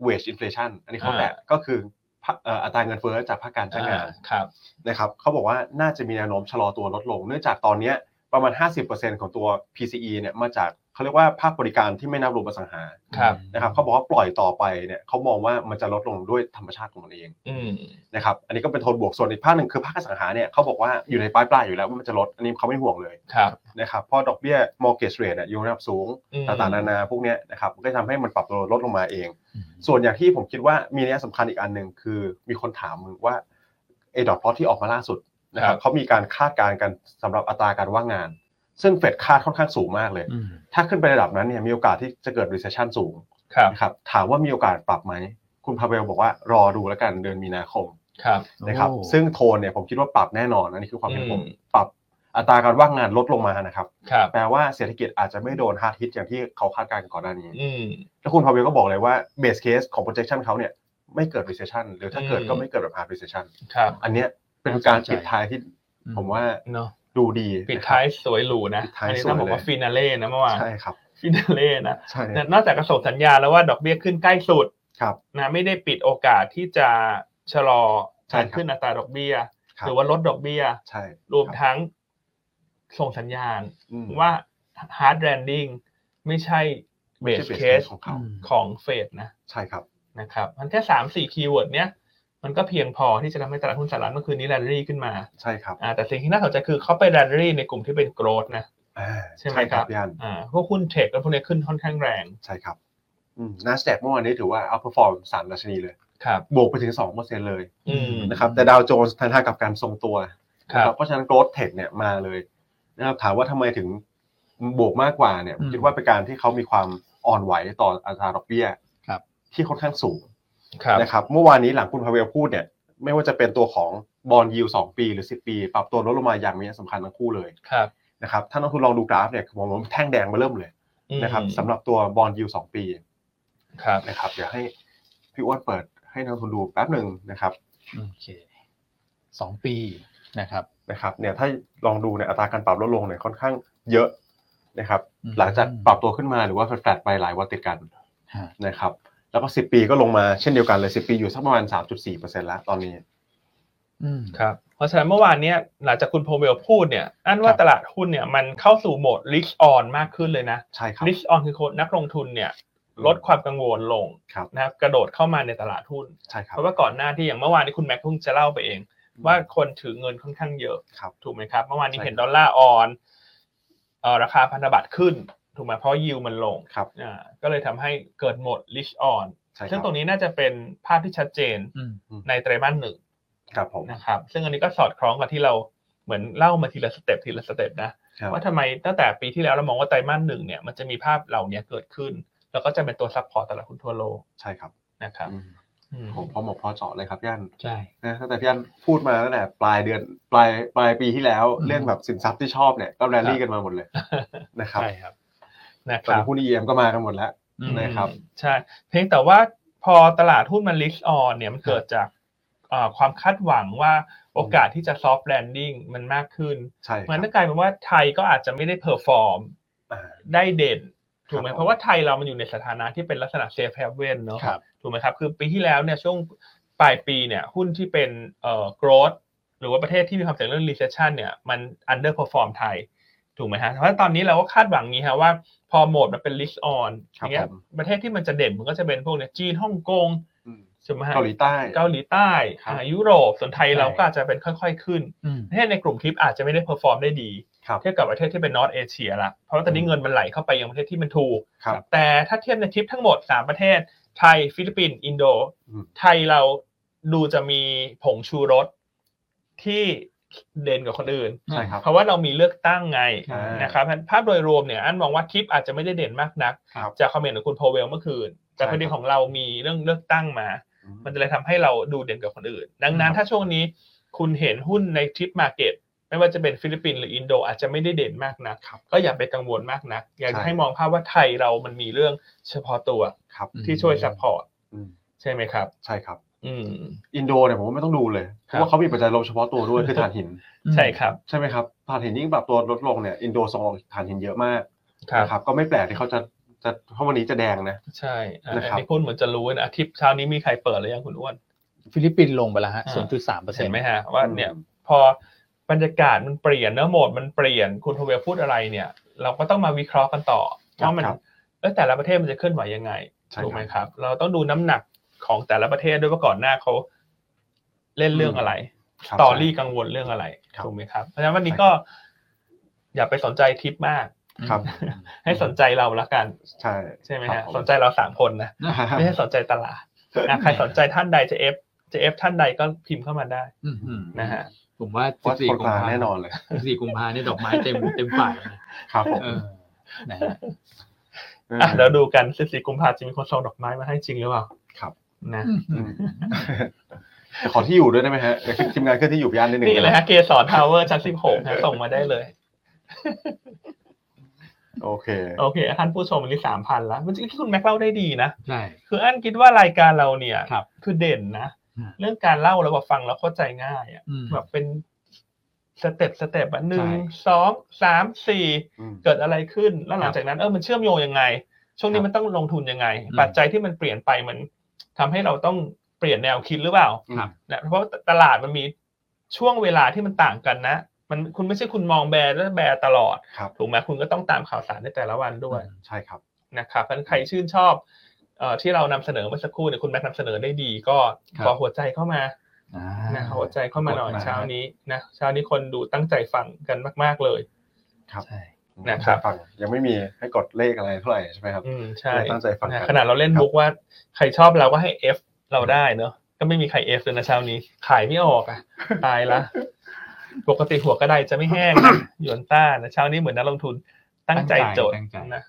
S3: wage inflation อันนี้เขา
S1: อ่า
S3: แตะก็คือภาคเอ่ออัตราเงินเฟ้อจากภาคการ
S1: ๆ
S3: จ้างงาน
S1: ครับ
S3: นะครับเขาบอกว่าน่าจะมีแนวโน้มชะลอตัวลดลง เนื่องจากตอนเนี้ยประมาณ 50%ของตัว PCE เนี่ยมาจากเขาเรียกว่าภาคบริการที่ไม่นับรวมอสังหา
S1: ครับ
S3: นะครับเขาบอกว่าปล่อยต่อไปเนี่ยเขามองว่ามันจะลดลงด้วยธรรมชาติของมันเอง
S1: อืม
S3: นะครับอันนี้ก็เป็นโทนบวกส่วนอีกภาคหนึ่งคือภาคอสังหาเนี่ยเขาบอกว่าอยู่ในปลายปลายๆอยู่แล้วว่ามันจะลดอันนี้เขาไม่ห่วงเลย
S1: ครับ
S3: นะครับเพราะดอกเบี้ย mortgage rate อะอยู่ระดับสูง
S1: อืม
S3: ต่างๆนานาพวกเนี้ยนะครับมันก็ทำให้มันปรับตัวลดลงมาเอง
S2: อืม
S3: ส่วนอย่างที่ผมคิดว่ามีนัยสำคัญอีกอันหนึ่งคือมีคนถามมึงว่าไอ้ดอทพอที่ออกมาล่าสุดนะค
S1: ครั
S3: รับบ เขามีการคาดการณ์กันสำหรับอัตราการว่างงาน ซึ่งเฟดคาดค่อนข้างสูงมากเลย
S2: อืม
S3: ถ้าขึ้นไประดับนั้นเนี่ยมีโอกาสที่จะเกิด recession สูง
S1: ครับ
S3: นะครับถามว่ามีโอกาสปรับไหม คุณพาเวลบอกว่ารอดูแล้วกันเดือนมีนาคม
S1: ครับ
S3: นะครับ
S2: โอ้
S3: ซึ่งโทนเนี่ยผมคิดว่าปรับแน่นอนอันนี้คือความเห็นผม
S1: อืม
S3: ปรับอัตราการว่างงานลดลงมานะครับ
S1: ครับ
S3: แปลว่าเศรษฐกิจอาจจะไม่โดนฮาร์ดฮิตอย่างที่เขาคาดการณ์ก่อนหน้านี้
S1: อืม
S3: แล้วคุณพาเวลก็บอกเลยว่าเบสเคสของ projection เขาเนี่ยไม่เกิด recession หรือถ้าเกิด
S1: อืม
S3: ก็ไม่เกิดแบบ hard recession
S1: ครับ
S3: อันเนี้ยเป็น
S2: น่าสนใจ
S3: การปิดท้ายที่ผมว่า
S1: เนาะ
S3: ดูดี
S1: ปิด
S3: นะครับ
S1: ท้ายสวยหรูนะ
S3: ปิดท้าย
S1: อันี้ต้อง
S3: สวย
S1: บอกว่า
S3: เลย
S1: ฟินาเล่นะเมื่อวาน
S3: ใช่ครับ
S1: ฟินาเล่นะ
S3: ใช่
S1: นอกจากกระส่งสัญญาแล้วว่าดอกเบี้ยขึ้นใกล้สุด
S3: ครับ
S1: นะไม่ได้ปิดโอกาสที่จะชะลอ
S3: ใช่
S1: การ
S3: ครับ
S1: ขึ้นอัตราดอกเบี้ย
S3: ครั
S1: ห
S3: บ
S1: รือว่าลดดอกเบี้ย
S3: ใช่
S1: รวมทั้งส่งสัญญาณ
S3: อืม
S1: ว่า hard landing ไม่ใช่
S3: ไม่ใช่
S1: base
S3: base
S1: case
S3: case ของเขา
S2: อืม
S1: ของเฟดนะ
S3: ใช่ครับ
S1: นะครับมันแค่สามสี่คีย์เวิร์ดเนี้ยมันก็เพียงพอที่จะทำให้ตลาดหุ้นสหรัฐเมื่อคืนนี้แรนดี่ขึ้นมา
S3: ใช่ครับ
S1: อ่าแต่สิ่งที่น่าสนใจคือเขาไปแรนดี่ในกลุ่มที่เป็นโกรดนะ
S3: อ่า
S1: ใช่ไหมครับ
S3: พี่อัน
S1: อ่าพวกหุ้นเทคและพวกเนี้ยขึ้นค่อนข้างแรง
S3: ใช่ครับนาสแตกเมื่อวานนี้ถือว่า outperform สามดัชนีเลย
S1: ครับ
S3: บวกไปถึง2%เลย
S1: อืม
S3: นะครับแต่ดาวโจนส์ทางทางกับการทรงตัว
S1: ครั
S3: นะ
S1: บ
S3: เพราะฉะนั้นโก t ดเทคเนี่ยมาเลยนะครับถามว่าทำไมถึงบวกมากกว่าเนี่ย
S2: อืม
S3: คิดว่าเป็นการที่เขามีความอ่อนไหวต่ออัตราดอกเบี้ย
S2: ครับ
S3: ที่ค่อนข้างสูง
S1: ครับ
S3: นะครับเมื่อวานนี้หลังคุณพาเวลพูดเนี่ยไม่ว่าจะเป็นตัวของบอลยิวสองปีหรือ 10 ปี ปรับตัวลดลงมาอย่างมีนัยสำคัญทั้งคู่เลย
S1: ครับ
S3: นะครับถ้านักทุนลองดูกราฟเนี่ยคือผมว่าแท่งแดงมาเริ่มเลย
S1: อืม
S3: นะครับสำหรับตัวบอลยิวสองปี
S1: ครับ
S3: นะครับเดี๋ยวให้พี่อ้วนเปิดให้นักลงทุนดูแป๊บหนึ่งนะครับ
S2: โอเคสองปีนะครับ
S3: นะครับเนี่ยถ้าลองดูเนี่ยอัตราการปรับลดลงเนี่ยค่อนข้างเยอะนะครับ
S2: อืม
S3: หลังจากปรับตัวขึ้นมาหรือว่าแฟลตๆไปหลายวันติดกัน
S2: ฮะ
S3: นะครับ แล้วก็ 10 ปีก็ลงมาเช่นเดียวกันเลย 10 ปีอยู่สักประมาณ 3.4%แล้วตอนนี้
S2: อืม
S1: ครับเพราะฉะนั้นเมื่อวานเนี้ยหลังจากคุณโพเวลพูดเนี่ยอันว่า
S2: ครับ
S1: ตลาดหุ้นเนี่ยมันเข้าสู่โหมด risk on มากขึ้นเลยนะ
S3: ใช่ครับ
S1: risk on คือคนนักลงทุนเนี่ยลดความกังวลลง
S3: ครับ
S1: นะครับกระโดดเข้ามาในตลาดหุ้น
S3: ใช่ครั
S1: เพ
S3: บ
S1: ราะว่าก่อนหน้าที่อย่างเมื่อวานนี้คุณแม็กซ์เพิ่งจะเล่าไปเอง ว่าคนถือเงินค่อนข้างเยอะ
S3: ครับ
S1: ถูกไหมครับเมื่อวานนี้
S3: ใช่
S1: เห็นดอลลาร์อ่อนเอ่อราคาพันธบัตรขึ้นถูกไหมเพราะยิวมันลง
S3: ครับ
S1: อ่าก็เลยทำให้เกิดโหมด risk on
S3: ใช่ค
S1: ซึ่
S3: รั
S1: ง
S3: บ
S1: ตรงนี้น่าจะเป็นภาพที่ชัดเจน
S2: อืม
S1: ในไตรมาสหนึ่ง
S3: ครับผม
S1: นะครับซึ่งอันนี้ก็สอดคล้องกับที่เราเหมือนเล่ามาทีละสเต็ปทีละสเต็ปนะครับ ว่าทำไมตั้งแต่ปีที่แล้วเรามองว่าไตรมาสหนึ่งเนี่ยมันจะมีภาพเหล่านี้เกิดขึ้น แล้วก็จะเป็นตัวซัพพอร์ตตลาดหุ้นทั่วโลก
S3: ใช่ครับ
S1: นะครับ
S3: อืม
S1: อืม
S3: ผมพอเหมาะพอเจาะเลยครับพี่อัน
S2: ใช่
S3: นะตั้งแต่พี่อันพูดมาตั้งแต่ปลายเดือนปลายปลายปีที่แล้ว
S2: อืม
S3: เรื่องแบบสินทรัพย์ที่ชอบเนี่ยก็แรล
S1: ครั
S3: ลี่
S1: บ
S3: กันมาหมดเลยนะครับ
S1: ใช่ครับนะค
S3: ตอน
S1: รับ
S3: นี้หุ้น EM ก็มากันหมดแล้ว
S2: อืม
S3: นะครับ
S1: ใช่เพียงแต่ว่าพอตลาดหุ้นมันลิสออนเนี่ยมันเกิดจากเอ่อความคาดหวังว่าโอกาสที่จะซอฟต์แลนดิ้งมันมากขึ้น
S3: ใช่ค
S1: มั
S3: รั
S1: น
S3: บ
S1: ก็กลายเป็นว่าไทยก็อาจจะไม่ได้เพอร์ฟอร์ม
S3: อ่า
S1: ได้เด่นถูกไหม
S3: ครับผม
S1: เพราะว่าไทยเรามันอยู่ในสถานะที่เป็นลักษณะเซฟแฮเว่นเนาะ
S2: ครับ
S1: ถูกไหมครับคือปีที่แล้วเนี่ยช่วงปลายปีเนี่ยหุ้นที่เป็นเอ่อ growth หรือว่าประเทศที่มีความเสี่ยงเรื่อง recession เนี่ยมัน underperform ไทยถูกไหมฮะเพราะฉะนั้นตอนนี้เราก็คาดหวังอย่างนี้ฮะว่าพอโหมดมันเป็น risk on อ
S3: ครับ
S1: ย่างเงี้ย
S3: ผม
S1: ประเทศที่มันจะเด่นมันก็จะเป็นพวกเนี่ยจีนฮ่องกง
S3: อืม
S1: ใช่ไหมฮะ
S3: เกาหลีใต้
S1: เกาหลีใต้
S3: ครับ
S1: อ่ายุโรปส่วนไทยเราก็อาจจะเป็นค่อย ๆ ขึ้น
S2: อืม
S1: ประเทศในกลุ่มทิปอาจจะไม่ได้ perform ได้ดี
S3: ครับ
S1: เทียบกับประเทศที่เป็นนอตเอเชียละเพราะว่าตอนนี้เงินมันไหลเข้าไปยังประเทศที่มันถูก
S3: ครับ
S1: แต่ถ้าเทียบในทริปทั้งหมด 3 ประเทศ ไทย ฟิลิปปินส์ อินโด
S3: อืม
S1: ไทยเราดูจะมีผงชูรสที่เด่นกว่าคนอื่น
S3: ใช่ครับ
S1: เพราะว่าเรามีเลือกตั้งไง
S3: อ่าน
S1: นะครับภาพโดยรวมเนี่ยอันมองว่าทริปอาจจะไม่ได้เด่นมากนัก
S3: ครับ
S1: จากคอมเมนต์ของคุณโพเวลเมื่อคืน แต่
S3: ใช่
S1: พอดี
S3: ครับ
S1: ของเรามีเรื่องเลือกตั้งมา มันจะเลยทำให้เราดูเด่นกว่าคนอื่น ดังนั้น
S2: ครับ
S1: ถ้าช่วงนี้คุณเห็นหุ้นในทริปมาเก็ตไม่ว่าจะเป็นฟิลิปปินส์หรืออินโดอาจจะไม่ได้เด่นมากนักก็อย่าไปกังวลมากนัก อยาก
S3: ใช่
S1: จะให้มองภาพว่าไทยเรามันมีเรื่องเฉพาะตัว
S3: ครับ
S2: อืม
S1: ที่ช่วยซัพพอร์ต
S3: อืม
S1: ใช่ไหมครับ
S3: ใช่ครับ
S1: อืม
S3: อินโดเนี่ยผมว่าไม่ต้องดูเลย
S1: ค
S3: เพ
S1: รับ
S3: ราะว่าเขามีปัจจัยลบเฉพาะตัวด้วยคือถ่านหิน
S1: ใช่ครับ
S3: ใช่ไหมครับถ่านหินยิ่งปรับตัวลดลงเนี่ยอินโดส่งออกถ่านหินเยอะมาก
S1: ครับ
S3: นะครับ ก็ไม่แปลกที่เขาจะจะเพราะวันนี้จะแดงนะ
S1: ใช่อ่ะ
S3: นะค
S1: อั
S3: รับ
S1: นนี้คุณเหมือนจะรู้นะทริปเช้านี้มีใครเปิดหรือยังคุณอ้วน
S2: ฟิลิปปินส์ลงไปแล้วฮะ
S1: อ่า
S2: ศูนย์จุดสามเปอร์เซ็น
S1: เห็น
S2: ต์
S1: ไหมฮะว่าเนี่ย พอบรรยากาศมันเปลี่ยนเนื้อโหมดมันเปลี่ยนคุณโทเวลพูดอะไรเนี่ย เราก็ต้องมาวิเคราะห์กันต่อ
S3: ครับ
S1: ว่ามัน
S3: ครับ
S1: เอ้ยแต่ละประเทศมันจะเคลื่อนไหวยังไง
S3: ใช่ครับ
S1: ถูกไหมครับ เราต้องดูน้ำหนักของแต่ละประเทศด้วยว่าก่อนหน้าเขาเล่นเรื่องอะไร
S3: คบ
S1: ตอรี่
S3: ใช่
S1: กังวลเรื่องอะไร
S3: ครับ
S1: ถูกไหมครับเพราะฉะนั้นวันนี้ก็อย่าไปสนใจทิปมาก
S3: ครับ
S1: ให้สนใจเราละกัน
S3: ใช่
S1: ใช่ไหม
S3: ครั
S1: ฮะ
S3: บผ
S1: สนใจเราสามคนนะไม่ใช่สนใจตลาดอ่ะใครสนใจท่านใดจะเอฟจะเอฟท่านใดก็พิมพ์เข้ามาได้
S2: อืมอืม
S1: นะฮะ
S2: ผมว่า
S3: เพ
S2: สิบ
S3: ราะ
S2: สี่
S3: คน
S2: กุ
S3: ก
S2: ม
S3: ลาง
S2: ภา
S3: แน่นอนเลย
S2: สิบสี่กุมภาเนี่ยดอกไม้เต็มเต็มฝ่ายนะครับ
S3: ผม
S2: เออนะฮะ
S1: อ่ะเราดูกันสิบสี่กุมภาจะมีคนส่งดอกไม้มาให้จริงหรือเปล่า
S3: ครับ
S1: นะ
S3: อืมขอที่อยู่ด้วยได้ไหมฮะเดี๋ยวทีมงานขึ้นที่อยู่พี่อันนิดนึง
S1: นี่เลยฮะเกสรทาวเวอร์ชั้นสิบหกนะส่งมาได้เลย
S3: โอเค
S1: โอเคท่านผู้ชมวันนี้สามพันละมันจริงที่คุณแม็กเล่าได้ดีนะ
S2: ใช่
S1: คืออันคิดว่ารายการเราเนี่ย
S2: ครับ
S1: อเด่นนะ
S2: อืม
S1: เรื่องการเล่าแล้วว่าฟังแล้วเข้าใจง่ายอะ
S2: อืม
S1: แบบเป็นสเต็ปสเต็ปอ่ะหนึ่ง
S2: ใช่
S1: สองสามสี่
S3: อืม
S1: เกิดอะไรขึ้น แล้วหลังจากนั้นเออมันเชื่อมโยงยังไง ช่วงนี้
S3: ครับ
S1: มันต้องลงทุนยังไง
S2: อืม
S1: ปัจจัยที่มันเปลี่ยนไปมันทำให้เราต้องเปลี่ยนแนวคิดหรือเปล่า
S2: ครับ
S1: นะเพราะตลาดมันมีช่วงเวลาที่มันต่างกันนะ มันคุณไม่ใช่คุณมองแบร์แล้วแบร์ตลอด
S3: ครับ
S1: ถูกไหมคุณก็ต้องตามข่าวสารในแต่ละวันด้วย
S3: ใช่ครับ
S1: นะครับเพราะฉะนั้นใครชื่นชอบเอ่อที่เรานำเสนอเมื่อสักครู่เนี่ยคุณแม็กนำเสนอได้ดี ก็
S2: ครับ
S1: ขอหัวใจเข้ามา
S2: อ่า
S1: นะขอหัวใจเข้ามาหน่อย
S3: กดมา
S1: เช้านี้นะเช้านี้คนดูตั้งใจฟังกันมาก ๆเลย
S2: ใช่
S1: นะครับ
S3: ฟังยังไม่มีให้กดเลขอะไรเท่าไหร่ใช่ไหมครับ
S1: อืมใช่
S3: เลยตั้งใจฟัง
S1: นะ
S3: กั
S1: ขนาดเราเล่นมุกว่าใครชอบเราก็ให้ F เราได้เนอะก็ไม่มีใคร F เลยนะเช้านี้ ขายไม่ออกอ่ะ ตายละปกติหัวกระไดจะไม่แห้งนะ หยวนต้านะเช้านี้เหมือนนักลงทุนตั้งใจจด
S2: ตั้งใจ
S1: นะ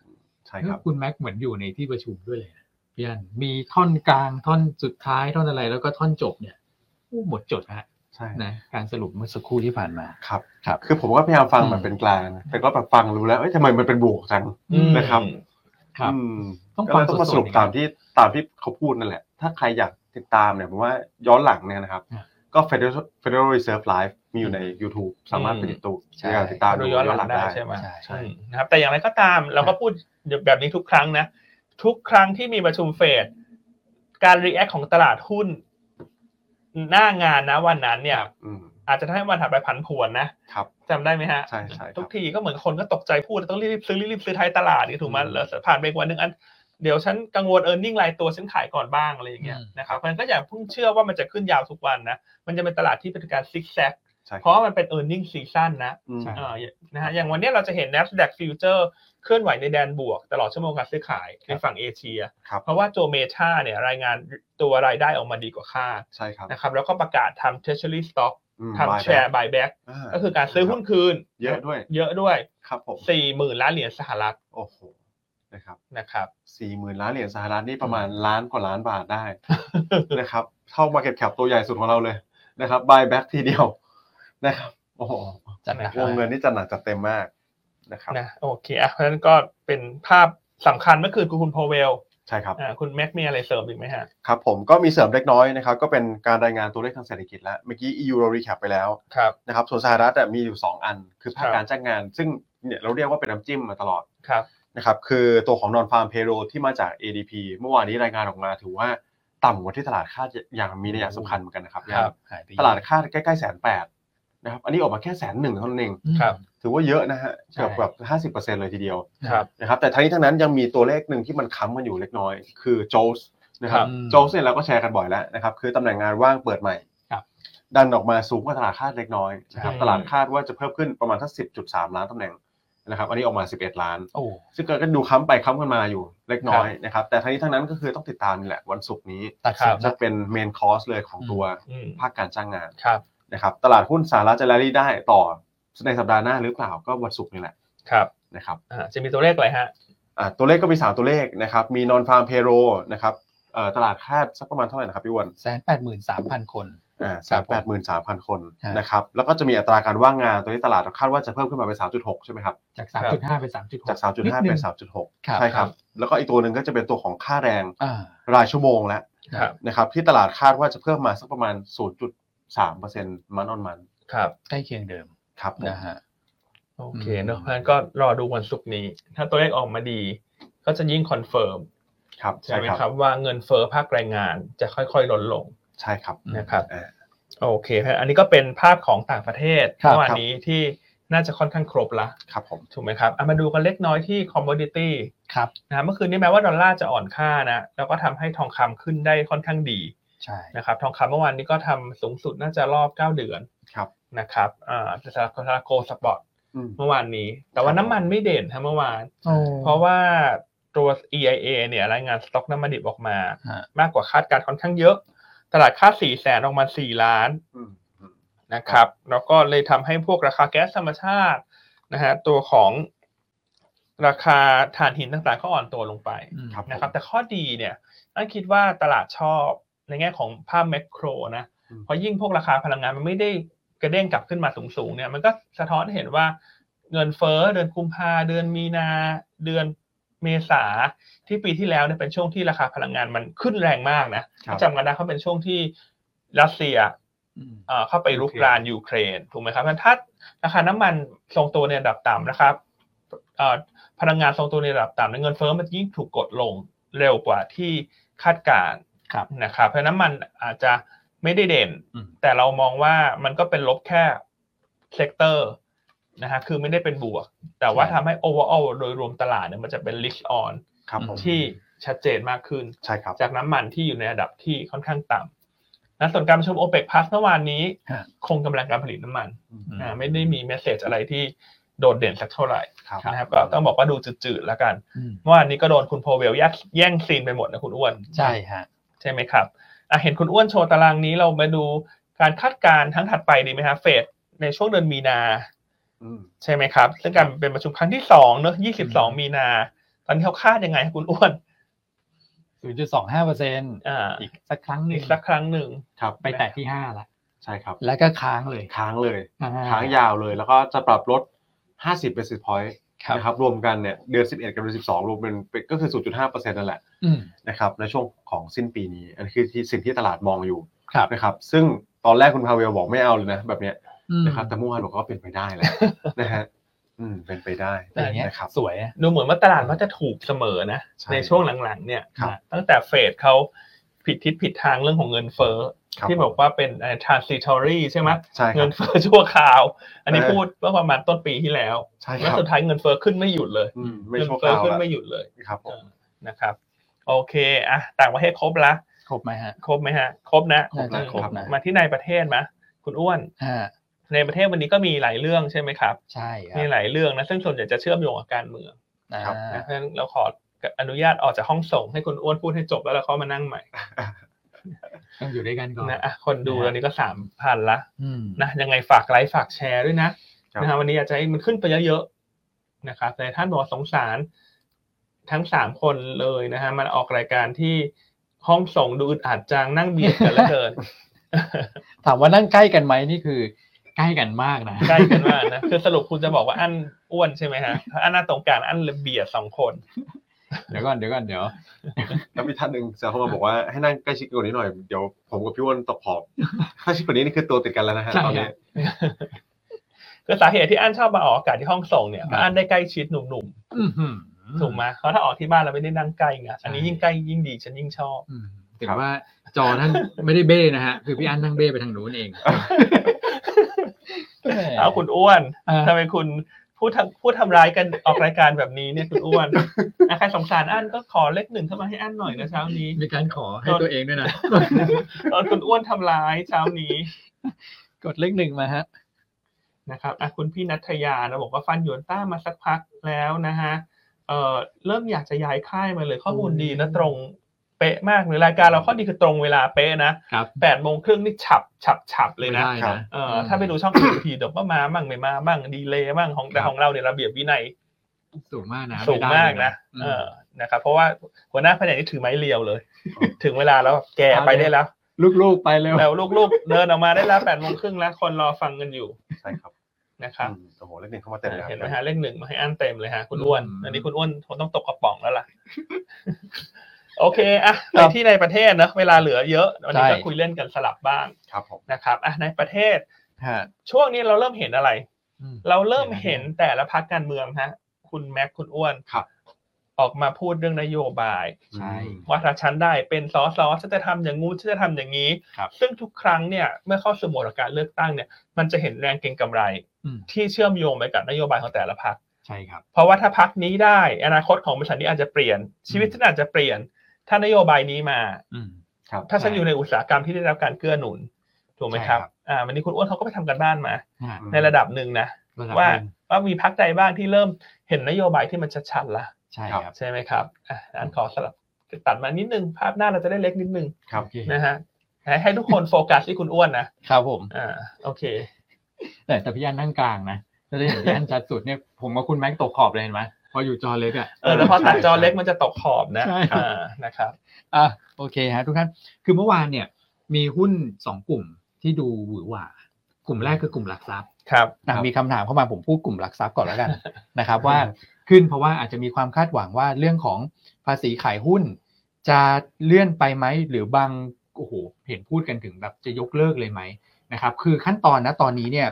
S3: ใช่ค
S2: แล้
S3: รั
S2: ว
S3: บ
S2: คุณแม็กเหมือนอยู่ในที่ประชุมด้วยเลยนะพี่อันมีท่อนกลางท่อนสุดท้ายท่อนอะไรแล้วก็ท่อนจบเนี่ยโอ้หมดจดฮะ
S3: ใช่
S2: นะการสรุปเมื่อสักครู่ที่ผ่านมา
S3: ครับ
S2: ครับ
S3: คือผมก็พยายามฟัง
S2: อืม
S3: แบบเป็นกลางนะแต่ก็แบบฟังรู้แล้วเอ้ยทำไมมันเป็นบวกจัง
S1: อืม
S3: นะครับ
S2: ครับ
S3: อืม
S2: ต้อง
S3: ก็
S2: ฟัง
S3: เลยต้องมา
S2: สดๆ
S3: สรุป
S2: อีก
S3: ตามที่ตามที่เขาพูดนั่นแหละ ถ้าใครอยากติดตามเนี่ยผมว่าย้อนหลังเนี่ยนะครับ
S2: อ่ะ
S3: ก็ Federal Federal Reserve Live มีอยู่ใน YouTube สามารถไปติดตู
S2: ใช่
S3: ในการติดตาม
S1: ดู
S3: ดู
S1: ย้
S3: ย้
S1: อ
S3: อน น
S1: ห
S3: ห
S1: ลั
S3: ลั
S1: ง
S3: ง
S1: ได้
S3: ได้
S1: ใช่ไหม
S2: ใช่
S1: อืมนะครับแต่อย่างไรก็ตามเราก็พูดแบบนี้ทุกครั้งนะ ทุกครั้งที่มีประชุมเฟด การรีแอคของตลาดหุ้น หน้างานนะวันนั้นเนี่ย
S3: อืม
S1: อาจจะทำให้วันถัดไปผันผวนนะครับ จำได้ไหมฮะ
S3: ใช่ใช่ค
S1: ทุ
S3: รับ
S1: กทีก็เหมือนคนก็ตกใจพูดต้องรีบซื้อรีบซื้อท้ายตลาดนี่ถูกไหม
S3: อืม
S1: แล้วผ่านไปอีกวันหนึ่งอันเดี๋ยวฉันกังวลเออร์เน็งรายตัวฉันขายก่อนบ้างอะไรอย่างเงี้ย
S2: อืม
S1: นะครับมันก็อย่าเพิ่งเชื่อว่ามันจะขึ้นยาวทุกวันนะ มันจะเป็นตลาดที่เป็นการซิกแซก
S3: ใช่
S1: เพราะว่ามันเป็นเออร์เน็งซีซั่นนะ
S3: อืม
S2: ใช่
S1: เออนะฮะอย่างวันเนี้ยเราจะเห็น NASDAQ Future เคลื่อนไหวในแดนบวก ตลอดชั่วโมงการซื้อขายในฝั่งเอเชีย
S3: ครับ
S1: เพราะว่าตัวเมชาเนี่ยรายงานตัวรายได้ออกมาดีกว่าคาด
S3: ใช่ครับ
S1: นะครับแล้วก็ประกาศทำ treasury stock
S3: อืม buy
S1: ทำ
S3: back
S1: share buyback
S3: อ่า
S1: ก็คือการซื้อหุ้นคืน
S3: เยอะด้วย
S1: เยอะด้วย
S3: ครับผม
S1: สี่หมื่นล้านเหรียญสหรัฐ
S3: โอ้โหนะครับ
S1: นะครับ
S3: สี่หมื่นล้านเหรียญสหรัฐนี่ประมาณล้านกว่าล้านบาทได้ นะครับเท่า Market Cap ตัวใหญ่สุดของเราเลยนะครับ buy back ทีเดียว นะครับโอ้โห
S2: จัดหนัก
S3: วงเงินนี่จัดหนักจัดเต็มมากนะครับ
S1: นะโอเคอ่ะเพราะฉะนั้นก็เป็นภาพสำคัญเมื่อคืนคือคุณโพเวล
S3: ใช่ครับ
S1: อ่าคุณแม็กมีอะไรเสริมอีกไหมฮะ
S3: ครับผมก็มีเสริมเล็กน้อยนะครับก็เป็นการรายงานตัวเลขทางเศรษฐกิจแล้ว เมื่อกี้ EU เรา recap ไปแล้ว
S1: ครับ
S3: นะครับส่วนสหรัฐอะมีอยู่ 2 อัน คือภาค
S1: ครับ
S3: การจ้างงาน ซึ่งเนี่ยเราเรียกว่าเป็นน้ำจิ้มมาตลอด
S1: ครับ
S3: นะครับคือตัวของ non farm payroll ที่มาจาก ADP เมื่อวานนี้รายงานออกมาถือว่าต่ำกว่าที่ตลาดคาดอย่างมีนัยสำคัญเหมือนกันนะครับ
S1: ครับ
S2: หายไป
S3: ตลาดคาดใกล้ๆแสนแปดนะครับอันนี้ออกมาแค่แสนหนึ่งเท่านั้นเอง
S1: ครับ
S3: ถือว่าเยอะนะฮะ
S2: ใช่
S3: เกือบแบบห้าสิบเปอร์เซ็นต์เลยทีเดียว
S1: ครับ
S3: นะครับแต่ทั้งนี้ทั้งนั้นยังมีตัวเลขหนึ่งที่มันค้ำกันอยู่เล็กน้อย คือโจลส์นะค
S2: ค
S3: รับ
S2: รับ
S3: โจลส์เนี่ยเราก็แชร์กันบ่อยแล้วนะครับคือตำแหน่งงานว่างเปิดใหม่
S2: ครับ
S3: ดันออกมาสูงกว่าตลาดคาดเล็กน้อยนะครับ
S1: ใช่
S3: ตลาดคาดว่าจะเพิ่มขึ้นประมาณทักสิบจุดสามล้านตำแหน่งนะครับอันนี้ออกมา 11 ล้าน
S2: โอ้
S3: ซึ่งก็ดูค้ำไปค้ำกันมาอยู่เล็กน้อยนะครับแต่ทั้งนี้ทั้งนั้นก็คือต้องติดตามนี่แหละวันศุกร์นี้
S2: ตัดสิน
S3: จะเป็นเมนคอร์สเลยของตัว
S1: อืม
S3: ภาคการจ้างงาน
S1: ครับ
S3: นะครับตลาดหุ้นสหรัฐจะแรลลี่ได้ต่อในสัปดาห์หน้าหรือเปล่าก็วันศุกร์นี่แหละ
S1: ครับ
S3: นะครับ
S1: อ่าจะมีตัวเลขอะไรฮะ
S3: อ่าตัวเลขก็มี 3 ตัวเลขนะครับ มี non farm payroll นะครับเอ่อตลาดคาดสักประมาณเท่าไหร่นะครับพี่อ้วน
S2: แสนแปดหมื่นสามพันคน
S3: อ่า
S2: ครั
S3: สาม
S2: บ
S3: แปดหมื่นสามพันคน
S2: ฮะ
S3: นะครับ แล้วก็จะมีอัตราการว่างงานตัวนี้ตลาดคาดว่าจะเพิ่มขึ้นมาเป็น3.6 ใช่ไหมครับ
S2: จาก
S1: ครั
S2: สามจุดห้า
S1: บ
S2: ไปสามจุดหก
S3: จาก 3.5 เป็น 3.6
S2: ครับ
S3: ใช่ครับ แล้วก็อีกตัวหนึ่งก็จะเป็นตัวของค่าแรง
S2: อ่าร
S3: ายชั่วโมงแล้ว
S1: ครับ
S3: นะครับที่ตลาดคาดว่าจะเพิ่มมาสักประมาณ 0.3%มันออนมัน
S1: ครับ
S2: ใกล้เคียงเดิม
S3: ครับผม
S2: นะฮะ
S1: โอเคเนอะเพราะฉะนั้นก็รอดูวันศุกร์นี้ ถ้าตัวเลขออกมาดี ก็จะยิ่งคอนเฟิร์ม
S3: ครับ
S1: ใช่
S3: ใช่
S1: ไหม
S3: ค
S1: ครั
S3: รับบ
S1: ว่าเงินเฟ้อภาคแรงงานจะค่อยๆลดลง
S3: ใช่ครับ
S2: อืม
S1: นะครับ
S3: อ่า
S1: โอเคเพราะฉะนั้นอันนี้ก็เป็นภาพของต่างประเทศ
S2: ครับ
S1: เมื่อวานนี้ที่น่าจะค่อนข้างครบละ
S3: ครับผม
S1: ถูกไหมครับเอามาดูกันเล็กน้อยที่ commodity
S2: ครับ
S1: นะเมื่อคืนนี้แม้ว่าดอลลาร์จะอ่อนค่านะ แล้วก็ทำให้ทองคำขึ้นได้ค่อนข้างดี
S2: ใช่
S1: นะครับ ทองคำเมื่อวานนี้ก็ทำสูงสุดน่าจะรอบ 9 เดือน
S3: ครับ
S1: นะครับ อ่าสถานะโกลสปอร์ต
S3: อืม
S1: เมื่อวานนี้ แต่ว่า
S3: ครับ
S1: น้ำมันไม่เด่นฮะเมื่อวาน
S2: โอ้
S1: เพราะว่าตัว EIA เนี่ยรายงานสต็อกน้ำมันดิบออกมา
S2: ฮะ
S1: มากกว่าคาดการณ์ค่อนข้างเยอะ ตลาดคาด4แสนออกมา 4 ล้าน
S3: อืมอืม
S1: นะครับแล้วก็เลยทำให้พวกราคาแก๊สธรรมชาตินะฮะตัวของราคาถ่านหินต่างๆ ก็อ่อนตัวลงไป
S2: อืม
S3: ครับ
S1: นะครับแต่ข้อดีเนี่ยนั่นคิดว่าตลาดชอบในแง่ของภาพแมกโรนะ
S3: อืม
S1: เพราะยิ่งพวกราคาพลังงานมันไม่ได้กระเด้งกลับขึ้นมาสูงๆเนี่ยมันก็สะท้อนให้เห็นว่าเงินเฟ้อเดือนกุมภาเดือนมีนาเดือนเมษาที่ปีที่แล้วเนี่ยเป็นช่วงที่ราคาพลังงานมันขึ้นแรงมากนะครับ จำกันได้เขาเป็นช่วงที่รัสเซีย
S2: อืม
S1: เอ่อเข้าไปรุกรานยูเครนถูกไหมครับงั้นถ้าราคาน้ำมันทรงตัวในระดับต่ำนะครับเอ่อพลังงานทรงตัวในระดับต่ำและเงินเฟ้อมันยิ่งถูกกดลงเร็วกว่าที่คาดการณ์
S2: ครับ
S1: นะครับเพราะฉะนั้นมันอาจจะไม่ได้เด่น
S2: อืม
S1: แต่เรามองว่ามันก็เป็นลบแค่เซกเตอร์นะฮะคือไม่ได้เป็นบวก แต่ว่า
S2: ใช่
S1: ทำให้ overall โดยรวมตลาดเนี่ยมันจะเป็น risk on
S3: ครับผม
S1: ที่ชัดเจนมากขึ้น
S3: ใช่ครับ
S1: จากน้ำมันที่อยู่ในระดับที่ค่อนข้างต่ำนะส่วนการประชุมโอเปกพ s สเมื่อวานนี้
S2: ฮะ
S1: คงกำลังการผลิตน้ำมัน
S2: อืม
S1: อ่าไม่ได้มีเมสเซจอะไรที่โดดเด่นสักเท่าไหร่
S3: ครับ
S1: นะครับก็ต้องบอกว่าดูจืดๆแล้วกัน
S2: อืม
S1: เมื่อวานนี้ก็โดนคุณโพเวลยัดแย่งซีนไปหมดนะคุณอ้วน
S2: ใช่ฮะ
S1: ใช่ไหมครับอ่ะเห็นคุณอ้วนโชว์ตารางนี้เรามาดูการคาดการณ์ทั้งถัดไปดีไหมฮะเฟดในช่วงเดือนมีนา
S3: อืม
S1: ใช่ไหมครับ ซึ่งการเป็นประชุมครั้งที่สองเนอะ22 มีนา ตอนนี้เขาคาดยังไงครับคุณอ้วน
S2: ศูนย์จุดสองห้าเปอร์เซ็นต์
S1: อ่า
S2: อีกสักครั้งหนึ่
S1: อี
S2: ง
S1: กสักครั้งหนึ่ง
S3: ครับ
S2: ไปแตะที่ห้าละ
S3: ใช่ครับ
S2: แล้วก็ค้างเลย
S3: ค้างเลย
S2: อ่
S3: ค้างยาวเลย แล้วก็จะปรับลด 50 basis point
S2: ครับ
S3: นะครับรวมกันเนี่ยเดือน11 กับเดือน12 รวมเป็นเป็นก็คือ 0.5%นั่นแหละ
S2: อืม
S3: นะครับในช่วงของสิ้นปีนี้อันนี้คือที่สิ่งที่ตลาดมองอยู่
S2: ครับ
S3: นะครับซึ่งตอนแรกคุณพาเวลบอกไม่เอาเลยนะ แบบเนี้ย
S2: อืม
S3: นะครับแต่เมื่อวานบอกว่าเป็นไปได้ แหละนะฮะอืมเป็นไปได้
S2: แต่อย่างเงี้ย
S3: นะครับ
S2: สวยอะ
S1: ดูเหมือนว่าตลาดมันจะถูกเสมอนะ
S3: ใช่
S1: ช่วงหลังๆเนี่ย
S3: ครับ
S1: ตั้งแต่เฟดเขา ผิดทิศผิดทางเรื่องของเงินเฟ้อ
S3: ครับ
S1: ที่บอกว่าเป็นอะไร transitory ใช่ไหม
S3: ใช่ค
S1: เงิ
S3: รับ
S1: นเฟ้อชั่วคราว อันนี้
S3: เออ
S1: พูดเมื่อประมาณต้นปีที่แล้ว
S3: ใช่ค
S1: แล้ว
S3: รับ
S1: สุดท้ายเงินเฟ้อขึ้นไม่หยุดเลย
S3: อืมไม่
S1: เงิน
S3: ชั่วค
S1: เฟ้อ
S3: ราว
S1: ขึ้น
S3: ละ
S1: ไม่หยุดเลย
S3: ครับผม
S1: นะครับ โอเคอ่ะต่างประเทศครบละ
S2: ครบไหมฮะ
S1: ครบไหมฮะ ครบนะ
S2: น่าจะครบนะ
S1: มาที่ในประเทศมะคุณอ้วน
S2: อ่า
S1: ในประเทศวันนี้ก็มีหลายเรื่องใช่ไหมครับ
S2: ใช่ครั
S1: มีหลายเรื่องนะซึ่งส่วนใหญ่จะเชื่อมโยงกับการเมือง
S2: อ่า
S3: ครับ
S1: นะเพราะฉะนั้นเราขออนุญาตออกจากห้องส่งให้คุณอ้วนพูดให้จบแล้วเราเข้ามานั่งใหม่
S2: ต้องอยู่ด้วยกันก่อน
S1: นะอ่ะคนดูตอนนี้ก็สามพันละ
S2: อืม
S1: นะยังไงฝากไลค์ฝากแชร์ด้วยนะครับ นะฮะวันนี้อยากจะให้มันขึ้นไปเยอะๆนะครับแต่ท่านบอกว่าสงสารทั้งสามคนเลยนะฮะมันออกรายการที่ห้องส่งดูอึดอัดจังนั่งเบียดกันเหลือ เกิน
S2: ถามว่านั่งใกล้กันไหมนี่คือ ใกล้กันมากนะ
S1: ใกล้กันมากนะคือสรุปคุณจะบอกว่าอันอ้วนใช่ไหมฮะอันหน้าตรงกลางอันเบียดสองคน
S2: เดี๋ยวก่อนเดี๋ยวก่อนเดี๋ยว
S3: แล้วมีท่านหนึ่งจะเข้ามาบอกว่าให้นั่งใกล้ชิดกว่านี้หน่อยเดี๋ยวผมกับพี่อ้วนตกผอม ถ้าชิดกว่านี้นี่คือตัวติดกันแล้วนะฮะ
S2: ใช่
S3: ตอนนี้
S2: ฮะ
S1: คือสาเหตุที่อันชอบมาออกอากาศที่ห้องส่งเนี่ย
S2: ครับ
S1: อันได้ใกล้ชิดหนุ่ม
S2: อื้อหือ
S1: ๆถูกไหมเพราะถ้าออกที่บ้านเราไม่ได้นั่งใกล้ไงอันนี้
S2: ใช่
S1: ยิ่งใกล้ยิ่งดีฉันยิ่งช อบ
S2: อืมถึ
S3: ค
S2: ง
S3: รับ
S2: ว่าจอท่านไม่ได้เบ้นะฮะ คือพี่อันนั่งเบ้ไปทางนู้นเอง
S1: เอาคุณอ้วน
S2: อ่า
S1: ทำไมคุณพูดทำพูดทำร้ายกันออกรายการแบบนี้เนี่ยคุณ อ้วนอ่ะใครสงสารอันก็ขอเลขหนึ่งเข้ามาให้อันหน่อยนะเช้านี้
S2: มีการขอให้ตัวเองด้วยนะ
S1: ตอนคุณอ้วนทำร้ายเช้านี้
S2: กดเลขหนึ่งมาฮะ
S1: นะครับอ่ะคุณพี่นัทยานะบอกว่าฟันหยวนต้ามาสักพักแล้วนะฮะเอ่อเริ่มอยากจะย้ายค่ายมาเลยข้อมูลดีนะตรงเป๊ะมากเลยรายการเราข้อดีคือตรงเวลาเป๊ะนะ
S2: ครับ
S1: แปดโมงครึ่งนี่ฉับฉับฉับเลยนะ
S2: ไม่ได้
S3: ครับ
S2: นะ
S1: เออถ้าไปดูช่องอื่นทีเดี๋ยวก็มาบ้างไม่มาบ้างดีเลย์บ้างของแต่
S2: ครั
S1: ข
S2: บ
S1: องเราเนี่ยระเบียบวินัย
S2: สูงมากนะ
S1: สูงมาก
S2: ไได้
S1: นะ
S2: เลย
S1: เอ
S2: อืม
S1: อนะครับเพราะว่าหัวหน้าแผนกนี่ถือไม้เรียว เลย ถึงเวลาแล้วแก่
S2: เอาเลย
S1: ไปได้แล้ว
S2: ลูกๆไปเร็ว
S1: แล้วลูกๆ เดินออกมาได้แล้วแปดโมงครึ่งแล้วคนรอฟังกันอยู่
S3: ใช่ครับ
S1: นะครับ
S3: อืมโอ้โหเลขหนึ่งเข้ามาเต็มเลย
S1: เห็นไหม
S3: ครับ
S1: ฮะเลขหนึ่งมาให้อันเต็มเลยฮะคุณอ้วน
S2: อืม
S1: อันนี้คุณอ้วนคงต้องตกกระป๋องแล้วล่ะ โอเคอ่ะ
S2: ค
S1: ไป
S2: รับ
S1: ที่ในประเทศเนอะเวลาเหลือเยอะวันนี้ก็
S2: ใช่
S1: คุยเล่นกันสลับบ้าง
S3: ครับผม
S1: นะครับอ่ะในประเทศ
S2: ฮะ
S1: ช่วงนี้เราเริ่มเห็นอะไร
S2: อืม
S1: เราเริ่มเห็นแต่ละพักการเมืองฮะ คุณแม็กคุณอ้วน
S3: ครับ
S1: ออกมาพูดเรื่องนโยบาย
S2: ใช่
S3: อืม
S1: ว่าถ้าฉันได้เป็นสสฉันจะทำอย่างงู้นฉันจะทำอย่างนี้
S3: ครับ
S1: ซึ่งทุกครั้งเนี่ยเมื่อเข้าสู่โหมดของการเลือกตั้งเนี่ยมันจะเห็นแรงเก็งกำไร
S2: อืม
S1: ที่เชื่อมโยงไปกับนโยบายของแต่ละพัก
S2: ใช่ครับ
S1: เพราะว่าถ้าพักนี้ได้อนาคตของบริษัทนี้อาจจะเปลี่ยน ชีวิตฉันอาจจะเปลี่ยน ถ้านโยบายนี้มา
S2: อืม
S3: ครับ
S1: ถ้าฉัน
S2: ใช่
S1: อยู่ในอุตสาหกรรมที่ได้รับการเกื้อหนุนถูกไหมครับ
S2: ใช่ครับ
S1: อ่าวันนี้คุณอ้วนเขาก็ไปทำกันบ้านมา
S2: ฮะ
S3: อืม
S1: ในระดับหนึ่งนะ
S2: ระดับ
S1: ว่า
S2: หนึ่ง
S1: ว่ามีพักใดบ้างที่เริ่มเห็นนโยบายที่มันชัดๆละ
S2: ใช่ครับ
S1: ใช่ไหมครับอ่ะอันขอสลับตัดมานิดนึง ภาพหน้าเราจะได้เล็กนิดนึง
S3: ครับ
S2: โอเค
S1: นะฮะให้ให้ทุกคนโฟกัสที่คุณอ้วนนะครับ
S2: ผม
S1: อ่าโอเค
S2: แต่แต่พี่อันนั่งกลางนะจะได้เห็นพี่อันชัดสุดเนี่ยผมกับคุณแม็กตกขอบเลยเห็นไหมพออยู่จอเล็กอ่ะ
S1: เออแล้วพอตัดจอเล็กมันจะตกขอบนะ
S2: ใช่ครับ
S1: อ่านะครับ
S2: อ่ะโอเคฮะทุกท่านคือเมื่อวานเนี่ย มีหุ้นสองกลุ่มที่ดูหวือหวากลุ่มแรกคือกลุ่มหลักทรัพย์
S1: ครับ
S2: นะครับ มีคำถามเข้ามาผมพูดกลุ่มหลักทรัพย์ก่อนแล้ว กัน นะครับว่าขึ้นเพราะว่าอาจจะมีความคาดหวังว่าเรื่องของภาษีขายหุ้น จะเลื่อนไปไหมหรือบางโอ้โหเห็นพูดกันถึงแบบจะยกเลิกเลยไหมนะครับคือขั้นตอนนะตอนนี้เนี่ย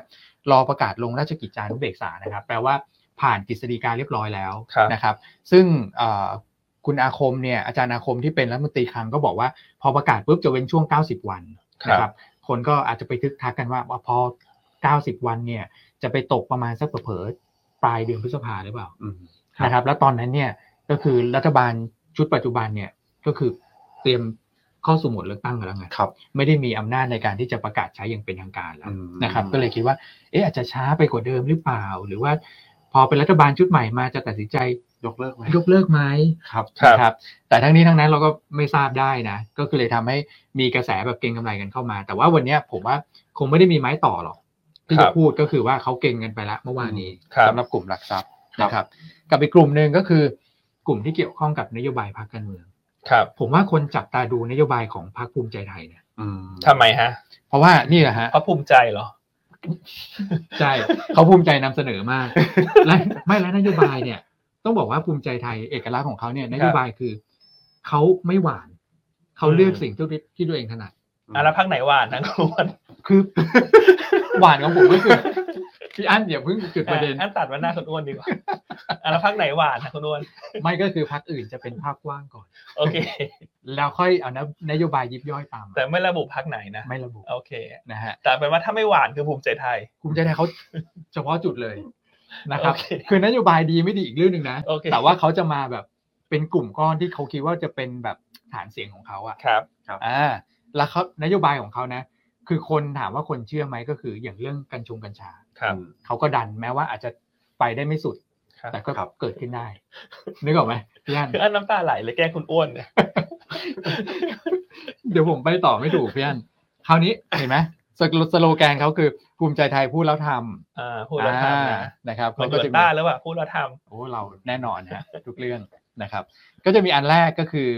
S2: รอประกาศลงราชกิจจานุเบกษานะครับแปลว่าผ่านกฤษฎีกาเรียบร้อยแล้ว
S1: ครับ
S2: นะครับ ซึ่งเอ่อคุณอาคมเนี่ยอาจารย์อาคมที่เป็นรัฐมนตรีคลังก็บอกว่า พอประกาศปุ๊บจะเว้นช่วง 90 วันนะครับคนก็อาจจะไปทึกทักกันว่าว่าพอ 90 วันเนี่ยจะไปตกประมาณสักเผลอๆปลายเดือนพฤษภาหรือเปล่า
S3: อืม ครับ
S2: นะครับแล้วตอนนั้นเนี่ยก็คือรัฐบาลชุดปัจจุบันเนี่ยก็คือเตรียมเข้าสู่โหมดเลือกตั้งกันแล้วไง
S3: ครับ
S2: ไม่ได้มีอำนาจในการที่จะประกาศใช้อย่างเป็นทางการแล้ว
S3: อืม
S2: นะครับก็เลยคิดว่าเอ๊ะอาจจะช้าไปกว่าเดิมหรือเปล่า หรือว่าพอเป็นรัฐบาลชุดใหม่มาจะตัดสินใจ
S3: ยกเลิกไหม
S2: ยกเลิกไหม
S3: ครับ
S1: ครับ
S2: นะครับแต่ทั้งนี้ทั้งนั้นเราก็ไม่ทราบได้นะก็คือเลยทำให้มีกระแสแบบเก็งกำไรกันเข้ามา แต่ว่าวันเนี้ยผมว่าคงไม่ได้มีไม้ต่อหรอกที่
S1: ครั
S2: จะ
S1: บ
S2: พูดก็คือว่าเขาเก็งกันไปแล้วเมื่อวานนี้
S1: ครับ
S2: สำหรับกลุ่มหลักทรัพย์
S3: ครับ
S2: นะครับกับอีกกลุ่มหนึ่งก็คือกลุ่มที่เกี่ยวข้องกับนโยบายพรรคการเมือง
S1: ครับ
S2: ผมว่าคนจับตาดูนโยบายของพรรคภูมิใจไทยนะ
S3: อืม
S1: ทำไมฮะ
S2: เพราะว่านี่แหละฮะ
S1: เพราะภูมิใจเหรอ
S2: ใช่ เขาภูมิใจนำเสนอมาก และไม่และนโยบายเนี่ย ต้องบอกว่าภูมิใจไทยเอกลักษณ์ของเขาเนี่ยนโยบายคือเขาไม่หวานเขาเลือก
S1: อืม
S2: สิ่งที่ที่ตัวเองถนัด
S1: อ่ะแล้วพักไหนหวานนะคุณอ้วน
S2: คือ หวานของผมก็คือ พี่อั้นอย่าเพิ่งจุดประเด็น
S1: อ่อันตัดวันหน้าคุณอ้วนดีกว่าอ่ะแล้วพักไหนหวานนะคุณอ้วน
S2: ไม่ก็คือพักอื่นจะเป็นภาพกว้างก่อน
S1: โอเค
S2: แล้วค่อยเอานะนโยบายยิบย่อยตามมา
S1: แต่ไม่ระบุพักไหนนะ
S2: ไม่ระบุ
S1: โอเค
S2: นะฮะ
S1: แต่เป็นว่าถ้าไม่หวานคือภูมิใจไทย
S2: ภูมิใจไทยเขา เฉพาะจุดเลยนะครับ
S1: โอเค
S2: คือนโยบายดีไม่ดีอีกเรื่องหนึ่งนะ
S1: โอเค
S2: แต่ว่าเขาจะมาแบบเป็นกลุ่มก้อนที่เขาคิดว่าจะเป็นแบบฐานเสียงของเขาอะ
S1: ครับ
S2: อ่าแล้วเขานโยบายของเขานะ คือคนถามว่าคนเชื่อไหมก็คืออย่างเรื่องกัญชงกัญชา
S1: ครับ
S2: เขาก็ดันแม้ว่าอาจจะไปได้ไม่สุด
S1: ครับ
S2: แต่ก็
S3: ครับ
S2: เกิดขึ้นได้ นึกออกไหมพี่อัน
S1: คืออันน้ำตาไหลเลยแกล้งคุณอ้วนเนี่ย
S2: เดี๋ยวผมไปต่อไม่ถูกพี่อันคราวนี้เห็นไหมสโลสโลแกนเขาคือภูมิใจไทยพูดแล้วทำ
S1: อ่าพูดแล้วทำ
S2: อ่า
S1: นะ
S2: นะครับ
S1: เหมือน
S2: ก็
S1: โย
S2: จะ
S1: ต้า
S2: มี
S1: แล้วอ่ะพูดแล้วท
S2: โอ้เราแน่นอนฮะ ทุกเรื่องนะครับ ก็จะมีอันแรกก็คือ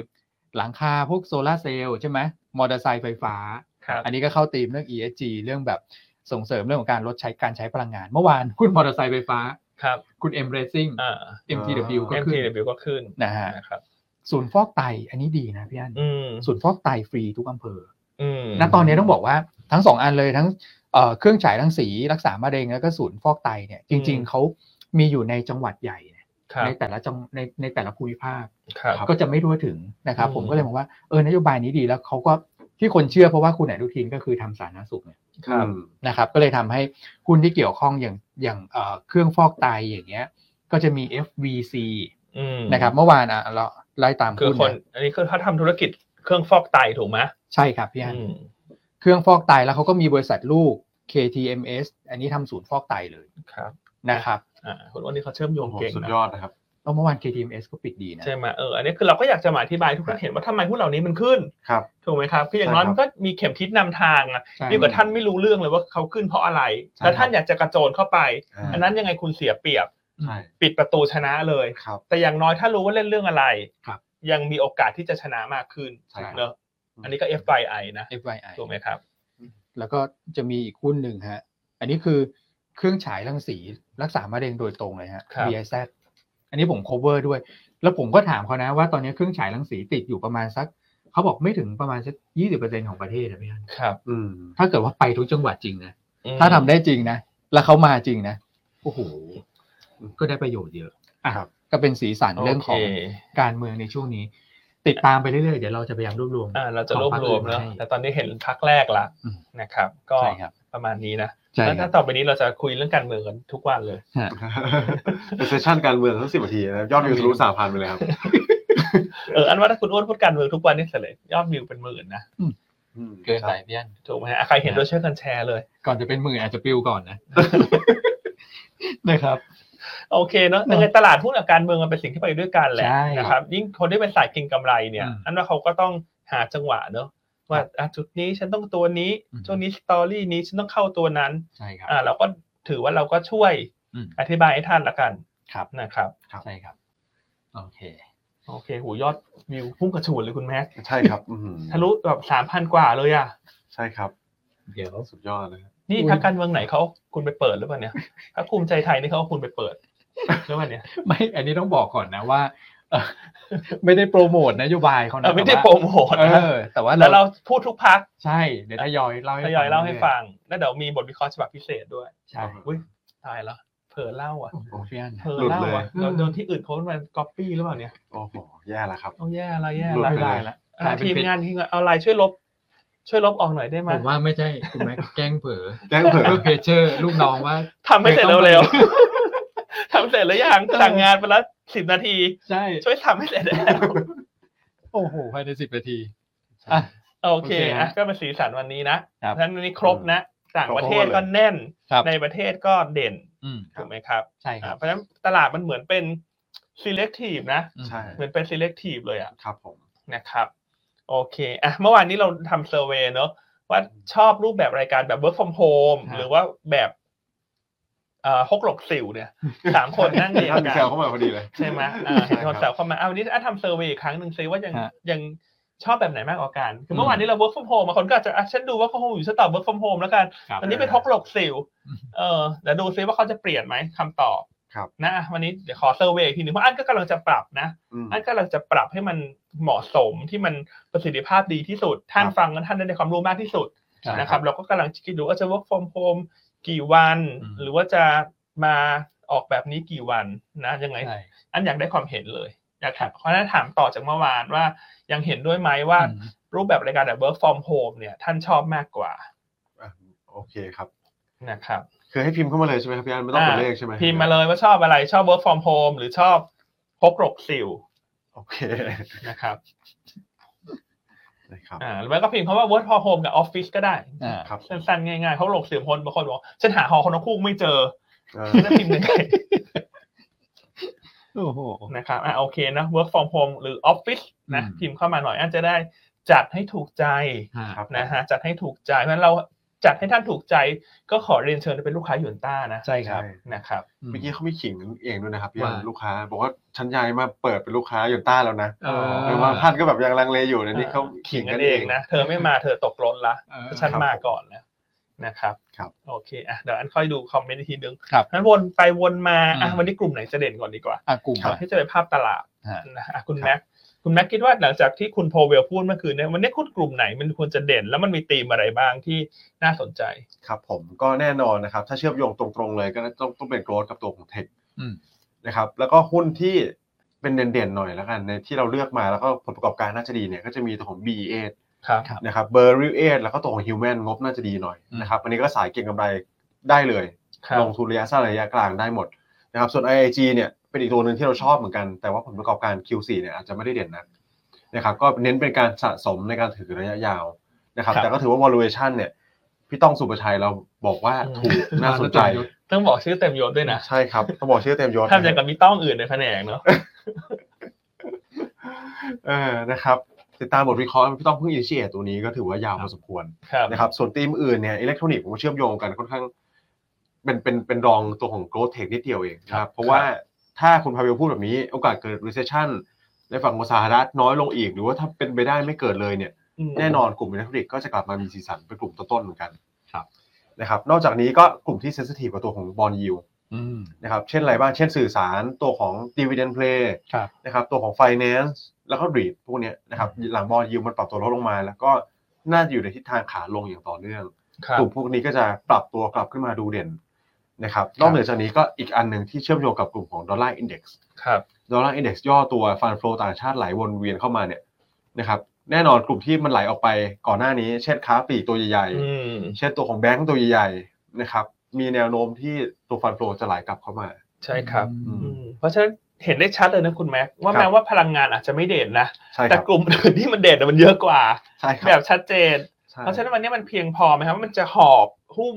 S2: หลังคาพวกโซลาร์เซลล์ใช่ไหมมอเตอร์ไซค์ไฟฟ้า
S1: ครับ
S2: อันนี้ก็เข้าธีมเรื่อง ESG เรื่องแบบส่งเสริมเรื่องของการลดใช้การใช้พลังงาน เมื่อวาน คุณมอเตอร์ไซค์ไฟฟ้า
S1: ำครับ
S2: คุณ M Racing
S1: อ่า
S2: MTW ก็ขึ้น
S1: MTW ก็ขึ้น
S2: นะฮะ
S1: นะครับ
S2: ศูนย์ฟอกไตอันนี้ดีนะพี่อัน
S1: อืม
S2: ศูนย์ฟอกไตฟรีทุกอำเภอ
S1: อืม
S2: ณตอนนี้ต้องบอกว่าทั้งสองอันเลยทั้งเอ่อเครื่องฉายรังสีรักษามะเร็งแล้วก็ศูนย์ฟอกไตเนี่ยจริง ๆเขามีอยู่ในจังหวัดใหญ่นะครับ ในแต่ละจังในในแต่ละภูมิภาค
S1: ครับ
S2: ก็จะไม่ทั่วถึงนะครับ
S1: อืม
S2: ผมก็เลยมองว่าเออนโยบายนี้ดีแล้วเขาก็ที่คนเชื่อเพราะว่าคุณอนุทินก็คือทำสาธารณสุขเนี่ย
S3: ครับ
S2: นะครับ ก็เลยทำให้หุ้นที่เกี่ยวข้องอย่างอย่างเอ่อเครื่องฟอกไตอย่างเงี้ย ก็จะมี FVC
S1: อืม
S2: นะครับ เมื่อวานอ่ะเราไล่ตาม
S1: คือ
S2: หุ้น
S1: คน
S2: นะ
S1: อันนี้คือเขาทำธุรกิจเครื่องฟอกไตถูกไหม
S2: ใช่ครับพี่อัน
S1: อืม
S2: เครื่องฟอกไตแล้วเขาก็มีบริษัทลูก KTMS อันนี้ทำศูนย์ฟอกไตเลย
S1: ครับ
S2: นะครับ
S1: อ่าคุณอ้วนนี่เขาเชื่อมโย
S3: โอ้
S1: ง
S3: โห
S1: เก่ง
S3: สุด
S1: นะ
S3: ยอดนะครับ
S2: แล้วเมื่อวาน KTMS ก็ปิดดีนะ
S1: ใช่ไหมเอออันนี้คือเราก็อยากจะมาอธิบายให้ทุกท่านเห็นว่าทำไมหุ้นเหล่านี้มันขึ้น
S3: ครับ
S1: ถูกไหมครับคืออย่างน้อย
S3: ใช่ครับ
S1: มันก็มีเข็มทิศนำทางอะ
S2: ใช่
S1: ยิ่งกว่าท่านไม่รู้เรื่องเลยว่าเขาขึ้นเพราะอะไร
S2: ใช่
S1: แล้วท่านอยากจะกระโจนเข้าไป
S3: อ่า
S1: อันนั้นยังไงคุณเสียเปรียบ
S3: ใช่
S1: ปิดประตูชนะเลย
S3: ครับ
S1: แต่อย่างน้อยถ้ารู้ว่าเล่นเรื่องอะไร
S2: ครับ
S1: ยังมีโอกาสที่จะชนะมากขึ้น
S2: ใช่ครับ
S1: เนอะอันนี้ก็ FYI นะ
S2: FYI
S1: ถูกไหมครับ
S2: แล้วก็จะมีอีกหุ้นหนึ่งฮะ อันนี้คือเครื่องฉายรังสีรักษามะเร็งโดยตรงเลยฮะ
S1: ครับ
S2: BIZ อันนี้ผม cover ด้วย แล้วผมก็ถามเขานะว่าตอนนี้เครื่องฉายรังสีติดอยู่ประมาณสัก เขาบอกไม่ถึงประมาณสักยี่สิบเปอร์เซ็นของประเทศนะพี่อัน
S1: ครับ
S3: อืม
S2: ถ้าเกิดว่าไปทุกจังหวัดจริงนะ ถ้าทำได้จริงนะ แล้วเขามาจริงนะ โอ้โห ก็ได้ประโยชน์เยอะอ่ะ
S3: ครับ
S2: ก็เป็นสีสัน
S1: โ
S2: เรื่องของการเมืองในช่วงนี้ ติดตามไปเรื่อยๆ เดี๋ยวเราจะพยายามรวบรวม
S1: อ่าเราจะรวบรวมเนอะ
S2: ของพรรคอื่นมาให้
S1: แต่ตอนนี้เห็นพักแรกละ
S2: อืม
S1: นะครับ ก็
S2: ใช่ครับ
S1: ประมาณนี้นะ
S2: ใช่
S1: แล้ว
S2: ครั
S1: ถ้า
S2: บ
S1: ต่อไปนี้เราจะคุยเรื่องการเมืองกันทุกวันเลย
S2: ฮะ
S3: เป็นเซสชั่นการเมืองทั้งสิบนาทีนะครับยอดวิวทะลุสามพันไปเลยครับ
S1: เอออันว่าถ้าคุณอ้วนพูดการเมืองทุกวันนี่เสร็จเลยยอดวิวเป็นหมื่นนะ
S2: เกินไปพี่อัน
S1: ถูกไหมฮะใครเห็นด้วยช่วยกันแชร์เลย
S2: ก่อนจะเป็นหมื่นอาจจะปลิวก่อนนะ นะครับ
S1: โอเคเนาะแต่ในตลาดหุ้นกับการเมืองมันเป็นสิ่งที่ไปด้วยกันแหละ
S2: ใช่
S1: นะครับ ยิ่งคนที่เป็นสายเก็งกำไรเนี่ย
S2: อืม
S1: อันว่าเขาก็ต้องหาจังหวะเนาะว่าอ่ะจุดนี้ฉันต้องตัวนี้
S2: อืม
S1: ช่วงนี้สตอรี่นี้ฉันต้องเข้าตัวนั้น
S2: ใช่ครับ
S1: อ่าเราก็ถือว่าเราก็ช่วย
S2: อืม
S1: อธิบายให้ท่านละกัน
S2: ครับ
S1: นะครับ
S2: ใช่ครับ โอเค
S1: โอเคหูยอดวิวพุ่งกระฉูดเลยคุณแม็ก
S3: ใช่ครับอื้อหือ
S1: ทะลุแบบสามพันกว่าเลยอ่ะ
S3: ใช่ครับ
S2: เดี๋ยว
S3: สุดยอดเลยครับ
S1: นี่
S2: อุ๊ย
S1: พักการเมืองไหนเขาเอาคุณไปเปิดหรือเปล่าเนี่ยถ้าภูมิใจไทยนี่เขาเอาคุณไปเปิดหรือเปล่าเนี่ย
S2: ไม่ อันนี้ต้องบอกก่อนนะว่า เอ่อไม่ได้โปรโมทนโยบายเขา
S1: เอ
S2: นะ
S1: อไม่ได้โปรโมท
S2: แต่ว่า
S1: นะ
S2: เออ แต่ว่า
S1: แล้วเราพูดทุกพัก
S2: ใช่ เดี๋ยวทยอยเล่าให้
S1: ทยอยเล่าให้ฟัง แล้วเดี๋ยวมีบทวิเคราะห์ฉบับพิเศษด้วย
S2: ใช่
S1: อุ้ยตายแล้วเผลอเล่าอ่ะ
S2: โอ้พี่อัน
S1: เผลอเล่าอ่ะเราโดนที่อื่นเขามันก๊อปปี้หรือเปล่าเนี่ย
S3: โอ้โหแย่แล้วครับ
S1: ต้องแย่ละแย่
S3: หลุ
S1: ละ
S3: ป
S2: ไม่
S3: เย
S2: ได้ละ
S1: อ่ะทีมงานทีมงานเอาไลน์ช่วยลบ ช่วยลบออกหน่อยได้ไหม
S2: ผมว่าไม่ใช่คุณแม่แกล้งเผลอ
S3: แจ้งเผื่อ
S2: เพื่อเพเชอร์ลูกน้องว่า
S1: ทำให้เสร็จเร็วๆ ทำเสร็จแล้วยังสั่งงานไปแล้วสิบนาที
S2: ใช่
S1: ช่วยทำให้เสร็จได้แล้ว
S2: โอ้โหภายในสิบนาทีอ่ะ
S1: โอเค
S2: โอเค
S1: อ่ะก็เป็นสีสันวันนี้นะครับ เพราะฉะนั้นวันนี้ครบนะต่างประเทศก็แน่น
S2: ครับ
S1: ในประเทศก็เด่น
S2: อืม
S1: ถูกไหมครับ
S2: ใช่ค
S1: อ่า
S2: รับ
S1: เพราะฉะนั้นตลาดมันเหมือนเป็น selective นะ
S3: ใช่
S1: เหมือนเป็น selective เลยอะ
S3: ครับผม
S1: นะครับโอเคอ่ะเมื่อวานนี้เราทำเซอร์เวยเนอะว่าชอบรูปแบบรายการแบบ work from home
S3: ครับ
S1: หรือว่าแบบเอ่อฮกหลกสิวเนี่ย สามคนนั่งเรียน
S3: ท่าน
S1: กัน
S3: แซ วเข้ามาพอดีเลย
S1: ใช่ไหมอ่าเห็นคนแซวเข้ามาเอาวันนี้อ่ะทำเซอร์เวยอีกครั้งหนึ่งซิว่ายัง
S2: ฮะ
S1: ยังชอบแบบไหนมากกว่ากันคือเมื่อวานนี้เรา work from home บางคนก็อาจจะอ่ะฉันดู work from home อยู่ฉันตอบ work from home แล้วกัน
S2: ครับ
S1: อันนี้เป็นทกหลกสิว
S2: อืม
S1: เออเดี๋ยวดูซิว่าเขาจะเปลี่ยนไหมคำตอบ
S3: ครับ
S1: นะอ่ะวันนี้เดี๋ยวขอเซอร์เวย์อีกทีหนึ่งเพราะอันก็กำลังจะปรับนะ
S3: อืม
S1: อันกำลังจะปรับให้มันเหมาะสมที่มันประสิทธิภาพดีที่สุด ท่าน
S3: ครับ
S1: ฟังแล้วท่านได้ความรู้มากที่สุด
S2: ใช่
S1: นะครับ เราก็กำลังคิดดูว่าจะ work from home กี่วัน
S2: อืม
S1: หรือว่าจะมาออกแบบนี้กี่วันนะยังไง
S2: ใช่
S1: อันอยากได้ความเห็นเลยอยากถามเพราะฉะนั้นถามต่อจากเมื่อวานว่ายังเห็นด้วยไหมว่า
S2: อืม
S1: รูปแบบรายการแบบ work from home เนี่ยท่านชอบมากกว่า
S3: อ่ะโอเคครับ
S1: นะครับ
S3: คือให้พิมพ์เข้ามาเลยใช่ไหมครับพี่อันไม่ต้องกด
S1: อ่า
S3: เลขใช่ไหม
S1: พิมพ์มาเลยว่าชอบอะไรชอบ work from home หรือชอบพกหลบสิว
S3: โอเค
S1: นะครับ
S3: นะครับ
S1: อ่าหรือไม่ก็พิมพ์คำว่า work from home กับ office ก็ได้
S2: อ่า
S3: ครับ
S1: สั้นๆง่ายๆเขาะหลบสิวคนบางคนบอกฉันหาหอคนนกคู่ไม่เจอ
S3: เอ่อ
S1: จะพิมพ์ยัง ไง
S2: โอ้โห
S1: นะครับอ่ะโอเคนะ work from home หรือ office นะ
S2: อืม
S1: พิมพ์เข้ามาหน่อยอันจะได้จัดให้ถูกใจ
S3: ครับ
S1: นะฮะจัดให้ถูกใจเพราะฉะนั้นเราจัดให้ท่านถูกใจก็ขอเรียนเชิญไปเป็นลูกค้าหยวนต้านะ
S2: ใช่ครับ
S1: นะครับ
S3: เมื่อกี้เขาไม่ขิงเองด้วยนะครับพี่อัน
S2: ว่า
S3: ลูกค้า บอกว่าฉันย้ายมาเปิดเป็นลูกค้าอยู่ต้าแล้วนะ
S2: เออ
S3: หรือว่าท่านก็แบบยังลังเลอยู่นะนี่เขาขิงกันเอง
S1: นะ เธอไม่มาเธอตกรถละ
S2: เออ
S1: ฉันมาก่อนนะนะครับ
S3: ครับ
S1: โอเคอ่ะเดี๋ยวอันค่อยดูคอมเมนต์อีกทีนึง
S2: ครับ
S1: งั้นวนไปวนมาอ่ะ
S2: อืม
S1: วันนี้กลุ่มไหนจะเด่นก่อนดีกว่า
S2: อ่ะกลุ่ม
S3: ครับ
S1: ให้เจะไปภาพตลาด
S2: ฮะ
S1: นะฮะคุณแม็กคุณแม็กคิดว่าหลังจากที่คุณโพเวลพูดเมื่อคืนเนี่ยวันนี้คุณกลุ่มไหนมันควรจะเด่น แล้วมันมีธีมอะไรบ้างที่น่าสนใจ
S3: ครับผมก็แน่นอนนะครับ ถ้าเชื่อมโยงตรงๆเลยก็ต้องต้องเป็นโกรธกับตัวของเทค
S2: อืม
S3: นะครับแล้วก็หุ้นที่เป็นเด่นๆหน่อยแล้วกันในที่เราเลือกมาแล้วก็ผลประกอบการน่าจะดีเนี่ยก็จะมีตัวของ BA
S1: ครับ
S2: ครับ
S3: นะครับเบอร์ริเอแล้วก็ตัวของฮิวแมนงบน่าจะดีหน่อย
S2: อืม
S3: นะครับอันนี้ก็สายเก็งกำไรได้เลย
S1: ครับ
S3: ลงทุนระยะสั้นระยะกลางได้หมดนะครับส่วน IAG เนี่ยเป็นอีกตัวหนึ่งที่เราชอบเหมือนกัน แต่ว่าผลประกอบการ Q4 เนี่ยอาจจะไม่ได้เด่นนะนะครับก็เน้นเป็นการสะสมในการถือระยะยาวนะครับ
S1: ครับ
S3: แต่ก็ถือว่า valuation เนี่ยพี่ต้องสุประชัยเราบอกว่า
S1: อืม
S3: ถูกน่าสนใจ
S1: ต้องบอกชื่อเต็มยศด้วยนะ
S3: ใช่ครับ ต้องบอกชื่อเต็มยศ
S1: ทำอย่างกับมีต้องอื่นในแผนกเนาะ
S3: เออนะครับติดตามบทวิเคราะห์พี่ต้องเพิ่งอินเชียตัวนี้ก็ถือว่ายาวพอสมควร
S1: ครับ
S3: นะครับส่วนธีมอื่นเนี่ยอิเล็กทรอนิกส์ผมว่าเชื่อมโยงกันค่อนข้างเป็นเป็นเป็นรองตัวของ growth tech นิดเดียวเองนะครับเพราะว่าถ้าคุณพาเวลพูดแบบนี้โอกาสเกิด recession ในฝั่งของสหรัฐน้อยลงอีก หรือว่าถ้าเป็นไปได้ไม่เกิดเลยเนี่ยแน่นอนกลุ่มอิเล็กทรอนิกส์ก็จะกลับมามีสีสันเป็นกลุ่มต้นๆเหมือนกัน
S2: ครับ
S3: นะครับนอกจากนี้ก็กลุ่มที่ sensitive กับตัวของ bond yield
S2: อืม
S3: นะครับเช่นอะไรบ้างเช่นสื่อสารตัวของ dividend play
S2: ครับ
S3: นะครับตัวของ finance แล้วก็รีดพวกเนี้ยนะครับหลังบอลยิวมันปรับตัวลดลงมา แล้วก็น่าจะอยู่ในทิศทางขาลงอย่างต่อเนื่อง
S1: ครับ
S3: กลุ่มพวกนี้ก็จะปรับตัวกลับขึ้นมาดูเด่นนะครับนอกเหนือจากนี้ก็อีกอันหนึ่งที่เชื่อมโยงกับกลุ่มของดอลลาร์อินเด็กซ์
S1: ครับ
S3: ดอลลาร์อินเด็กซ์ย่อตัวฟัน l ฟลต่างชาติไหลวนเวียนเข้ามาเนี่ยนะครับแน่นอนกลุ่มที่มันไหลออกไปก่อนหน้านี้ เช่นค้าปลีกตัวใหญ่
S1: อืม
S3: ๆเช่นตัวของแบงก์ตัวใหญ่ๆนะครับมีแนวโน้มที่ตัวฟัน l ฟลจะไหลกลับเข้ามา
S1: ใช่ครับ
S2: อืม
S1: อืม เพราะฉะนั้นเห็นได้ชัดเลยนะคุณแม็กว่า
S3: ครับ
S1: แม้ว่าพลังงานอาจจะไม่เด่นนะ
S3: ใช่ค
S1: แต่
S3: รับ
S1: กลุ่มอื่นที่มันเด่นน่ะมันเยอะกว่า
S3: ใช่ค
S1: แบ
S3: รับบ
S1: ชัดเจน
S3: ใช่
S1: เพราะฉะนั้นวันนี้มันเพียงพอไหมครับว่ามันจะหอบหุ้ม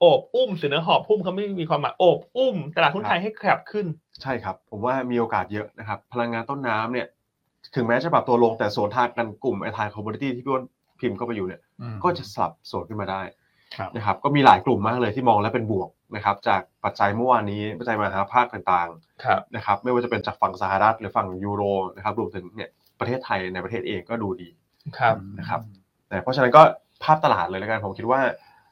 S1: โอบอุ้มสือเนื้อหอบหุ้มเขาไม่มีความหมายโอบอุ้มตลาดหุ้นไทยให้แคบขึ้น
S3: ใช่ครับ ผมว่ามีโอกาสเยอะนะครับพลังงานต้นน้ำเนี่ยถึงแม้จะปรับตัวลงแต่สวนทางกันกลุ่มไอทายคอมมูนิตี้ที่พี่อ้วนพิมพ์เข้าไปอยู่เนี่ย
S2: อืม
S3: ก็จะสลับสวนขึ้นมาได้
S2: ครับ
S3: นะครับ ก็มีหลายกลุ่มมากเลยที่มองแล้วเป็นบวกนะครับ จากปัจจัยเมื่อวานนี้ปัจจัยมหาภาคต่าง
S1: ครับ
S3: ๆนะครับ ไม่ว่าจะเป็นจากฝั่งสหรัฐหรือฝั่งยูโรนะครับรวมถึงเนี่ยประเทศไทยในประเทศเองก็ดูดี
S1: ครับ
S3: นะครับ นะเพราะฉะนั้นก็ภาพตลาดเลยแล้วกันผมคิดว่า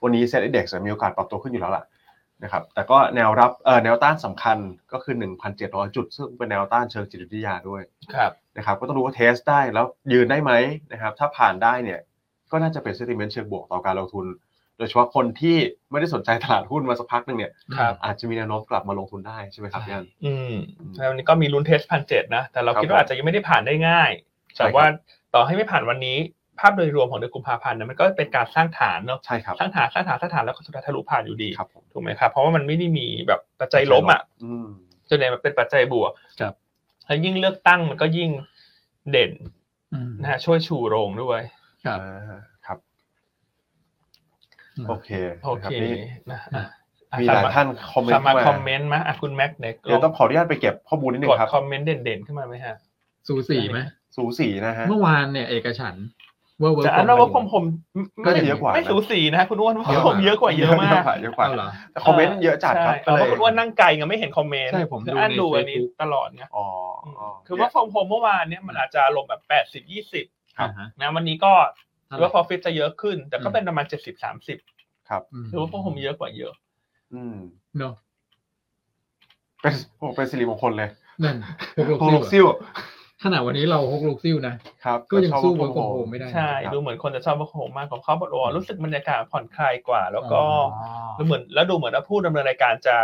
S3: วันนี้เซ็นดี x มีโอกาสปรับตัวขึ้นอยู่แล้วล่ะนะครับ แต่ก็แนวรับเอ่อแนวต้านสำคัญก็คือ 1,700 จุด ซึ่งเป็นแนวต้านเชิงจิตวิทยาด้วย
S1: ครับ
S3: นะครับก็ต้องดูว่าเทสได้แล้วยืนได้ไหมนะครับถ้าผ่านได้เนี่ยก็น่าจะเป็น sentiment เชิงบวกต่อการลงทุน โดยเฉพาะคนที่ไม่ได้สนใจตลาดหุ้นมาสักพักหนึ่งเนี่ย
S1: ครับ
S3: อาจจะมีแนวโน้มกลับมาลงทุนได้ใช่ไหมครับพี่อัน
S1: อืมแล้ววันนี้ก็มีลุ้นเทสพันเจ็ดนะ แต่เราคิดว่าอาจจะยังไม่ได้ผ่านได้ง่าย
S3: ใช่ครับ
S1: แต่ว่าต่อให้ไม่ผ่านวันนี้ ภาพโดยรวมของเดือนกุมภาพันธ์นะมันก็เป็นการสร้างฐานเนาะ
S3: ใช่ครับ
S1: สร้างฐานสร้างฐานสร้างฐานแล้วก็สุดท้ายทะลุผ่านอยู่ดี
S3: ครับผม
S1: ถูกไหมครับ เพราะว่ามันไม่ได้มีแบบปัจจัยลบอ่ะ
S3: อืม
S1: จนไหนมันเป็นปัจจัยบวก
S2: ครับ
S1: แล้วยิ่งเลือกตั้งมันก็ยิ่งเด่น
S2: อืม
S1: นะฮะช่วยชูโรงด้วย
S2: ครับ
S3: อ่าครับ โอเค
S1: โอ
S3: นะรับ
S1: เค
S3: นี่
S1: นะอ่ะอ่ะ
S3: มีหลายท่านคอมเมน
S1: สา
S3: ต์
S1: มารถ
S3: มา
S1: คอมเมนต์มาอ่ะคุณแม็กเด็ก
S3: เดี๋ยวต้องขออนุญาตไปเก็บข้อมูลนิดนึ
S1: ก
S3: ง
S1: ด
S3: ครับ
S1: คอมเมนต์เด่นๆขึ้นมาไหมฮะ
S2: สูสีไหม
S3: สูสีนะฮะ
S2: เมื่อวานเนี่ยเอกฉันท์ว่าเวิร์
S1: แต่อันว่าผมผม
S3: ก็จะเยอะกว่านะ
S1: ไม่สูสีนะคุณอ้วนว่าผมเยอะกว่าเยอะมาก
S3: เยอะกว่า
S2: เอาเหรอ
S3: แต่คอมเมนต์เยอะจัดครับ
S1: ใช่เพราะว่าคุณอ้วนนั่งไกลไงไม่เห็นคอมเมนต์
S2: ใช่ผมดู
S1: คืออัน
S2: ใน
S1: ดูอันนี้
S2: Facebook
S1: ตลอดไง
S3: อ๋ออ๋อ
S1: คือว่าฟอร์มโฮมเมื่อวานเนี่ยมันอาจจะลงแบบแปดสิบยี่สิบ
S2: อ่าฮะ
S1: นะวันนี้ก็ หรือว่า profit จะเยอะขึ้น แต่ก็เป็นประมาณเจ็ดสิบสามสิบหรือว่าพวกผมเยอะกว่าเยอะ
S3: อืม
S2: เนาะ
S3: เป็นโอ้เป็นสิริมงคลเลย
S2: นั่น
S3: โฮโลซิล
S2: ขนาดวันนี้เราฮกลูกซิ่วนะ
S3: ครับ
S2: ก็ยังสู้ work from
S3: work
S2: home ไม่ได้
S1: ใช่ดูเหมือนคนจะชอบว่าโคมากของเขาบอกว่ารู้สึกบรรยากาศผ่อนคลายกว่า แล้วก็
S2: อ๋อ
S1: ดูเหมือนแล้วดูเหมือนว่าผู้ดำเนินรายการจะ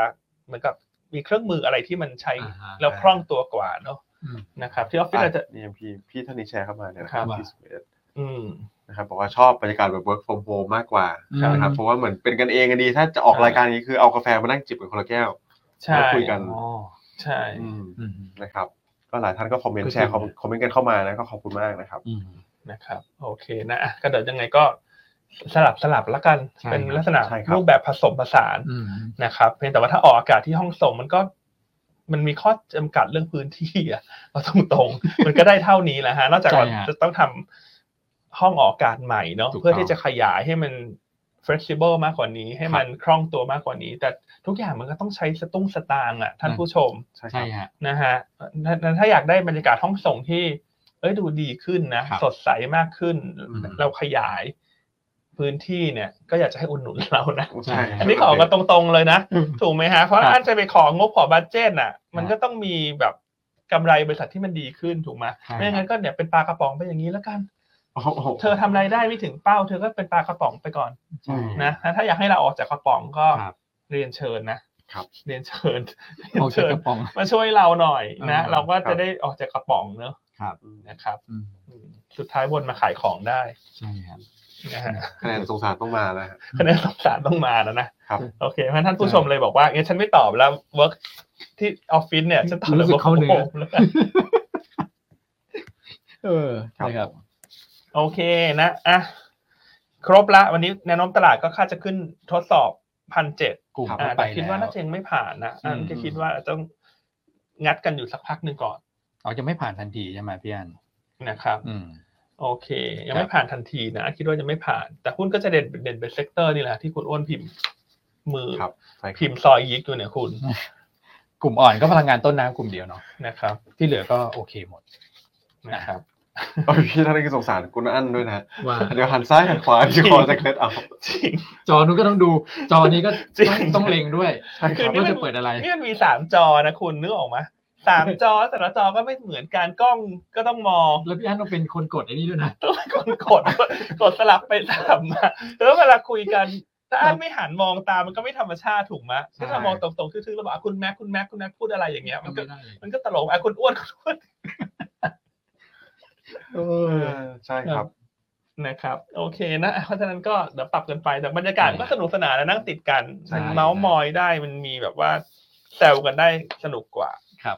S1: เหมือนกับมีเครื่องมืออะไรที่มันใช้
S2: อ่าฮะ
S1: แล้วคล่องตัวกว่าเนาะ
S2: อืม
S1: นะครับ ที่ออฟฟิศ
S3: อ่ะ
S1: อาจจะ
S3: นี่พี่พี่ท่านนี้แชร์เข้ามาเนี่ยนะค
S1: ครั
S3: รับบ พี่สเวท
S1: อืม
S3: นะครับบอกว่าชอบบรรยากาศแบบ work from home มากกว่า
S1: ใช่
S3: นะครับเพราะว่าเหมือนเป็นกันเองกันดี ถ้าจะออกรายการนี้คือเอากาแฟมานั่งจิบกันคนละแก้ว
S1: ใช่
S3: เราคุยกัน
S2: อ๋อ
S1: ใช่
S3: อืม
S2: อืม
S3: นะครับ ก็หลายท่านก็คอมเมน
S2: ก็จ
S3: ต์
S2: ริ
S3: แช
S2: ง
S3: ร์คอมคอมเมนต์กันเข้ามานะก็ขอบคุณมากนะครับ
S2: อืม
S1: นะครับ โอเคนะอ่ะก็เดี๋ยวยังไงก็สลับสลับละกัน
S2: ใช่
S1: เป็นลักษณะ
S3: ใช่ครับ
S1: รูปแบบผสมผสาน
S2: อืม
S1: นะครับเพียงแต่ว่าถ้าออกอากาศที่ห้องส่งมันก็มันมีข้อจำกัดเรื่องพื้นที่อะ เราตรงตรงๆ มันก็ได้เท่านี้แหละฮะนอกจาก
S2: ใช่
S1: เรา
S2: ฮะ
S1: จะต้องทำห้องออกอากาศใหม่เนาะ
S2: ถูกต้อง
S1: เพื่อที่จะขยายให้มัน flexible มากกว่านี้ ให้มันคล่องตัวมากกว่านี้ แต่ทุกอย่างมันก็ต้องใช้สตุ้งสตางค์อ่ะท่านผู้ชม
S3: ใช่ค
S2: ใช่
S3: รับ
S2: ฮะ
S1: นะฮะนั้นถ้าอยากได้บรรยากาศห้องส่งที่ เอ้ยดูดีขึ้นนะ
S2: ครับ
S1: สดใสมากขึ้น
S3: อืม
S1: เราขยายพื้นที่เนี่ย ก็อยากจะให้อุดหนุนเรานะ
S3: ใช่ครับ
S1: อันนี้ขอกันตรงๆเลยนะ ถูกไหมฮะ เพราะ
S2: ครับ
S1: อันจะไปของงบขอบัตเจตน่ะ มันก็ต้องมีแบบกำไรบริษัทที่มันดีขึ้นถูกไหม
S2: ใช่
S1: ไม่งั้นก็เนี่ยเป็นปลากระป๋องไปอย่างนี้แล้วกัน
S3: โอ้โห
S1: เธอทำรายได้ไม่ถึงเป้า เธอก็เป็นปลากระป๋องไปก่อน
S2: ใช่
S1: นะ ถ้าอยากให้เราออกจากกระป๋องก็
S2: ครับ
S1: เรียนเชิญนะครับ เรียนเชิญเรีย
S2: โอน เค
S1: เชิญ
S2: กระป๋อง
S1: มาช่วยเราหน่อยนะ
S2: เออ
S1: เราก็
S3: ครั
S1: จะ
S3: บ
S1: ได้ออกจากกระป๋องเนอะ
S2: ครับ
S1: นะครับ
S2: อืม
S1: อืมสุดท้ายวนมาขายของได้
S2: ใช่ครับ
S1: นะฮะ
S3: คะแนนสงสารต้องมาแล้วฮะ
S1: คะแนนสงสารต้องมาแล้วนะครับ โอเคเพราะฉะนั้นท่านผู้ชมเลยบอกว่าเอ๊ะฉันไม่ตอบแล้ว work ที่ออฟฟิศเนี่ยฉันตอบ
S2: รู้
S1: แล้ว
S2: สึ
S1: work
S2: กเข้า
S1: from
S2: เนื้อ
S1: home แล้วกัน
S2: เออใช่ครับ
S1: โอเคนะอ่ะครบละวันนี้แนวโน้มตลาดก็คาดจะขึ้นทดสอบพันเจ็ด
S2: กลุ่ม
S3: ครับ
S2: ก็ไป
S1: แต่คิดว่า
S2: แล้
S1: น่าว จะยังไม่ผ่านนะอัน
S2: อืม
S1: จะคิดว่าต้องงัดกันอยู่สักพักหนึ่งก่อน
S2: เขาจะไม่ผ่านทันทีใช่ไหมพี่อัน
S1: นะครับ
S2: อืม
S1: โอเค ยังไม่ผ่านทันทีนะคิดว่ายังไม่ผ่าน แต่หุ้นก็จะเด่นเด่นเป็นเซกเตอร์นี่แหละที่คุณอ้วนพิมพ์ มือ
S3: ครับใช่ค
S1: พิ
S3: รับ
S1: มพ์ซอยยิกอยู่เนี่ยคุณ
S2: กลุ่มอ่อนก็พลังงานต้นน้ำกลุ่มเดียวเนาะ
S1: นะครับ
S2: ที่เหลือก็โอเคหมด
S1: นะครับ
S3: โอ้ยพี่ท่านนี้ก็สงสารคุณอั้นด้วยนะฮะ
S2: ว่า
S3: เดี๋ยวหันซ้ายหันขวาที่คอจะเคล็ดเอา
S1: จริง
S2: จอนู้นก็ต้องดู จอนี้ก็
S1: จริง
S2: ต้องต้องเล็งด้วย
S3: ใช่ครับ
S2: ว่าจะเปิดอะไร
S1: นี่มันมีสามจอนะคุณนึกออกไหมสามจอแต่ละจอก็ไม่เหมือนการกล้องก็ต้องมอง
S2: แล้วพี่อันต้องเป็นคนกดไอ้นี่ด้วยนะ
S1: ต้องกดกดกดสลับไปสลับมาแล้วเวลาคุยกัน ถ้าอันไม่หันมองตามมันก็ไม่ธรรมชาติถูกไหม
S2: ใช่
S1: ถ้าเรามองตรงๆทื่อๆแล้วบอกอ่ะคุณแม็กคุณแม็กคุณแม็กพูดอะไรอย่างเงี้ยมันก็
S2: ไม่ได้เลย
S1: มันก็ตลกอ่ะคุณอ้วน คุณอ้วน
S2: เอ
S3: เอ
S2: อ
S3: อใช่ครับ
S1: นะครับ โอเคนะเพราะฉะนั้นก็เดี๋ยวปรับกันไปแต่บรรยากาศก็สนุกสนานนะนั่งติดกัน
S2: ใช่
S1: มันเมาส์มอยได้มันมีแบบว่าแซวกันได้สนุกกว่า
S2: ครับ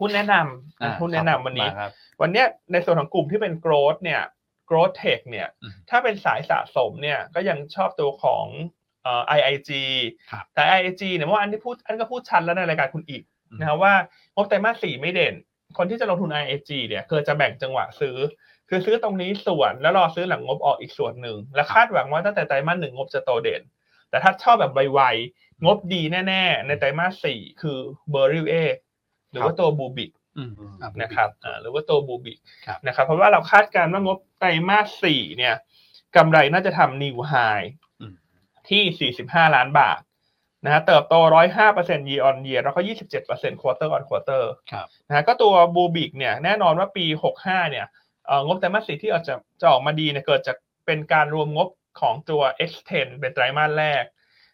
S1: หุ้นแนะนำนะ
S2: อ่า
S1: หุ้นแนะนำวันนี้
S2: มาครับ
S1: วันเนี้ยในส่วนของกลุ่มที่เป็น growth เนี่ย growth tech เนี่ย
S2: อืม
S1: ถ้าเป็นสายสะสมเนี่ยก็ยังชอบตัวของเอ่อ IIG
S2: ครับ
S1: แต่ IIG เนี่ยเมื่อวานที่พูดอันก็พูดชัดแล้วในรายการคุณอีก
S2: อืม
S1: นะครับว่างบไตรมาสสี่ไม่เด่น คนที่จะลงทุน IIG เนี่ยเกิดจะแบ่งจังหวะซื้อ คือซื้อตรงนี้ส่วนแล้วรอซื้อหลังงบออกอีกส่วนหนึ่ง และคาดหวังว่าตั้งแต่ไตรมาสหนึ่งงบจะโตเด่น แต่ถ้าชอบแบบไวๆงบดีแน่ ๆ ในไตรมาสสี่คือ b e r r y A หรือว่าตัวบูบิ
S2: อืม
S1: นะครับอ่าหรือว่าตัวบูบิ
S2: ครับ
S1: นะครับ เพราะว่าเราคาดการณ์ว่างบไตรมาสสี่เนี่ยกำไรน่าจะทำนิวไฮ
S2: อืม
S1: ที่ 45 ล้านบาทนะฮะเติบโต 105% year on year แล้วก็ 27% quarter on quarter
S2: ครับ
S1: นะฮะก็ตัวบูบิกเนี่ยแน่นอนว่าปี 65 เนี่ยเอ่องบไตรมาสสี่ที่อาจจะจะออกมาดีเนี่ยเกิดจากเป็นการรวมงบของตัว X10 เป็นไตรมาสแรก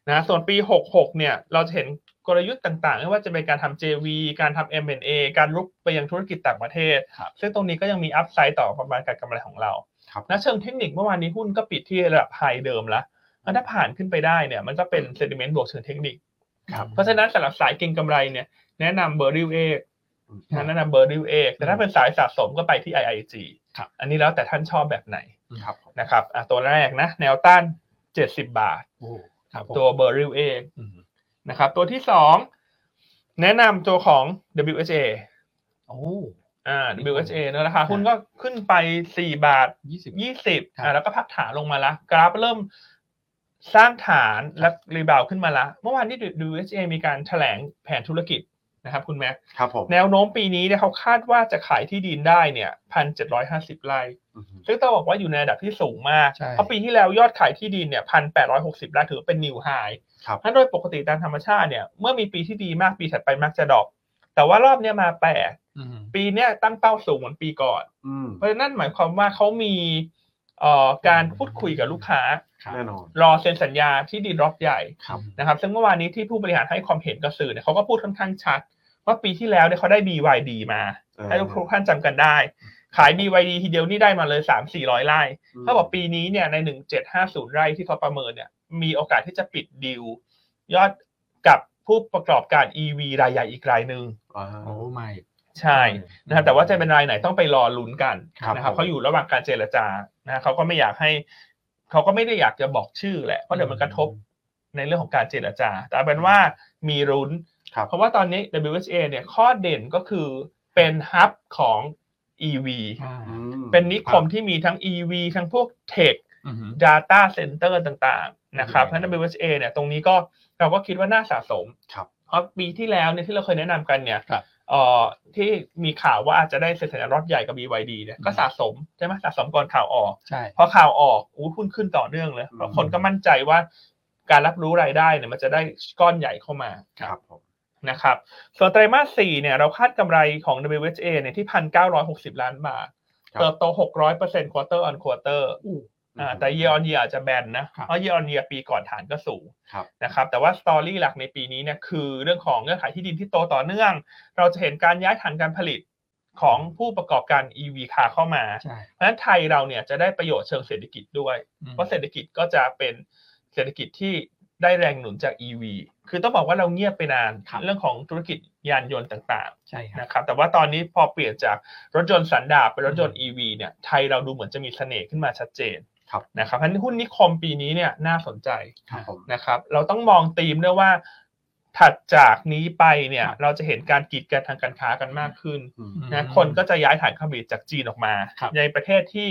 S1: นะฮะส่วนปี 66 เนี่ยเราจะเห็นกลยุทธ์ต่างๆไม่ว่าจะเป็นการทำ JV การทำ M&A การรุกไปยังธุรกิจต่างประเทศ
S2: ครับ
S1: ซึ่งตรงนี้ก็ยังมีอัพไซด์ต่อประมาณการกำไรของเรา
S3: ครับ
S1: นะเชิงเทคนิคเมื่อวานนี้หุ้นก็ปิดที่ระดับไฮเดิมละแล้วถ้าผ่านขึ้นไปได้เนี่ยมันก็เป็นเซติเมนต์บวกเชิงเทคนิค
S3: ครับ
S1: เพราะฉะนั้นสำหรับสายเก็งกำไรเนี่ยแนะนำเบอร์ริวเอก
S3: อืม
S1: แนะนำเบอร์ริวเอกแต่ถ้าเป็นสายสะสมก็ไปที่ IIG
S2: ครับ
S1: อันนี้แล้วแต่ท่านชอบแบบไหน
S3: ครับ
S1: นะครับอ่ะตัวแรกนะแนวต้าน 70 บาท
S2: โอ้โหครับ
S1: ตัวเบอร์ริวเอก
S2: อืม
S1: นะครับตัวที่สองแนะนำตัวของ WHA
S2: โอ้
S1: อ่า
S2: ครับ
S1: WHA เนอะราคาหุ้นก็ขึ้นไป 4 บาท
S2: ยี่สิบ
S1: 20
S2: ครั
S1: อ่า
S2: บ
S1: แล้วก็พักฐานลงมาละ กราฟเริ่มสร้างฐานและรีบาวด์ขึ้นมาละ เมื่อวานที่ WHA มีการแถลงแผนธุรกิจนะครับคุณแม็ก
S3: ครับผม
S1: แนวโน้มปีนี้เนี่ยเขาคาดว่าจะขายที่ดินได้เนี่ยพันเจ็ดร้อยห้าสิบไร่
S3: อืม
S1: ซึ่งต้องบอกว่าอยู่ในระดับที่สูงมาก
S2: ใช่
S1: เพราะปีที่แล้วยอดขายที่ดินเนี่ยพันแปดร้อยหกสิบไร่ถือว่าเป็นนิวไฮ
S3: ครับ
S1: นั้นโดยปกติตามธรรมชาติเนี่ยเมื่อมีปีที่ดีมากปีถัดไปมักจะดรอป แต่ แต่ว่ารอบเนี้ยมาแปด
S2: อืม
S1: ปีเนี้ยตั้งเป้าสูงเหมือนปีก่อน
S3: อืม
S1: เพราะฉะนั้นหมายความว่าเขามีเอ่อการพูดคุยกับลูกค้า
S3: แน่นอน
S1: รอเซ็นสัญญาที่ดีลรอบใหญ่
S3: ครับ
S1: นะครับ ซึ่งเมื่อวานนี้ที่ผู้บริหารให้ความเห็นกับสื่อเนี่ยเขาก็พูดค่อนข้างชัด ว่าปีที่แล้วเนี่ยเขาได้ BYD มา ให้ทุกท่านจำกันได้ ขาย BYD ทีเดียวนี่ได้มาเลย3 4 0 0ไร่เขาบอกปีนี้เนี่ยใน 1750 ไร่ที่เขาประเมินเนี่ยมีโอกาสที่จะปิดดีลยอดกับผู้ประกอบการ EV รายใหญ่อีกรายหนึ่ง
S2: โอ้ไม่
S1: ใช่ นะครับแต่ว่าจะเป็นรายไหนต้องไปรอลุ้นกัน
S3: ครับ
S1: นะครับ
S3: ผม
S1: เขาอยู่ระหว่างการเจรจานะเขาก็ไม่อยากให้เขาก็ไม่ได้อยากจะบอกชื่อแหละเพราะเดี๋ยวมันกระทบในเรื่องของการเจรจา แต่เอาเป็นว่ามีลุ้น
S3: ครับ
S1: เพราะว่าตอนนี้ WHA เนี่ยข้อเด่นก็คือเป็นฮับของ EV
S3: อืม
S1: เป็นนิคม
S3: รับ
S1: ที่มีทั้ง EV ทั้งพวกเทค
S2: อืม
S1: Data Center ต่างๆนะครับ
S2: อืม
S1: เพราะฉะนั้น WHA เนี่ยตรงนี้ก็เราก็คิดว่าน่าสะสม
S3: ครับ
S1: เพราะปีที่แล้วเนี่ยที่เราเคยแนะนำกันเนี่ย
S2: ครับ
S1: เอ่อที่มีข่าวว่าอาจจะได้เซ็นสัญญารถใหญ่กับ BYD เนี่ยก็
S2: อืม
S1: สะสมใช่ไหมสะสมก่อนข่าวออก
S2: ใช่
S1: พอข่าวออกอู้หุ้นขึ้นต่อเนื่องเลยเพราะคนก็มั่นใจว่าการรับรู้รายได้เนี่ยมันจะได้ก้อนใหญ่เข้ามา
S3: ครับผม
S1: นะครับส่วนไตรมาสสี่เนี่ยเราคาดกำไรของ WHA เนี่ยที่พันเก้าร้อยหกสิบล้านบาท
S3: ครับ
S1: เติบโตหกร้อยเปอร์เซ็นต์ quarter on quarter อ่าแต่ year on year อาจจะแบนนะครับ เพราะ year on year ปีก่อนฐานก็สูง
S3: ครับ
S1: นะครับแต่ว่าสตอรี่หลักในปีนี้เนี่ยคือเรื่องของเงื่อนไขที่ดินที่โตต่อเนื่อง เราจะเห็นการย้ายฐานการผลิตของผู้ประกอบการ EV คาเข้ามา
S2: ใช่
S1: เพราะฉะนั้นไทยเราเนี่ยจะได้ประโยชน์เชิงเศรษฐกิจด้วย เพราะเศรษฐกิจก็จะเป็นเศรษฐกิจที่ได้แรงหนุนจาก EV คือต้องบอกว่าเราเงียบไปนานเรื่องของธุรกิจยานยนต์ต่าง
S2: ใช่
S1: ๆ
S2: ครับ
S1: นะครับแต่ว่าตอนนี้พอเปลี่ยนจากรถยนต์สันดาปเป็นรถยนต์
S2: อืม
S1: EV เนี่ยไทยเราดูเหมือนจะมีเสน่ห์ขึ้นมาชัดเจน
S3: ครับ
S1: นะครับเพราะฉะนั้นหุ้นนิคมปีนี้เนี่ยน่าสนใจ
S3: ครับผม
S1: นะครับ เราต้องมองธีมด้วยว่า ถัดจากนี้ไปเนี่ย
S2: ครับ
S1: เราจะเห็นการกีดกันทางการค้ากันมากขึ้น
S3: อืม
S1: นะ
S2: อืม
S1: คนก็จะย้ายฐานคอมมิตจากจีนออกมา
S2: ครับ
S1: ในประเทศที่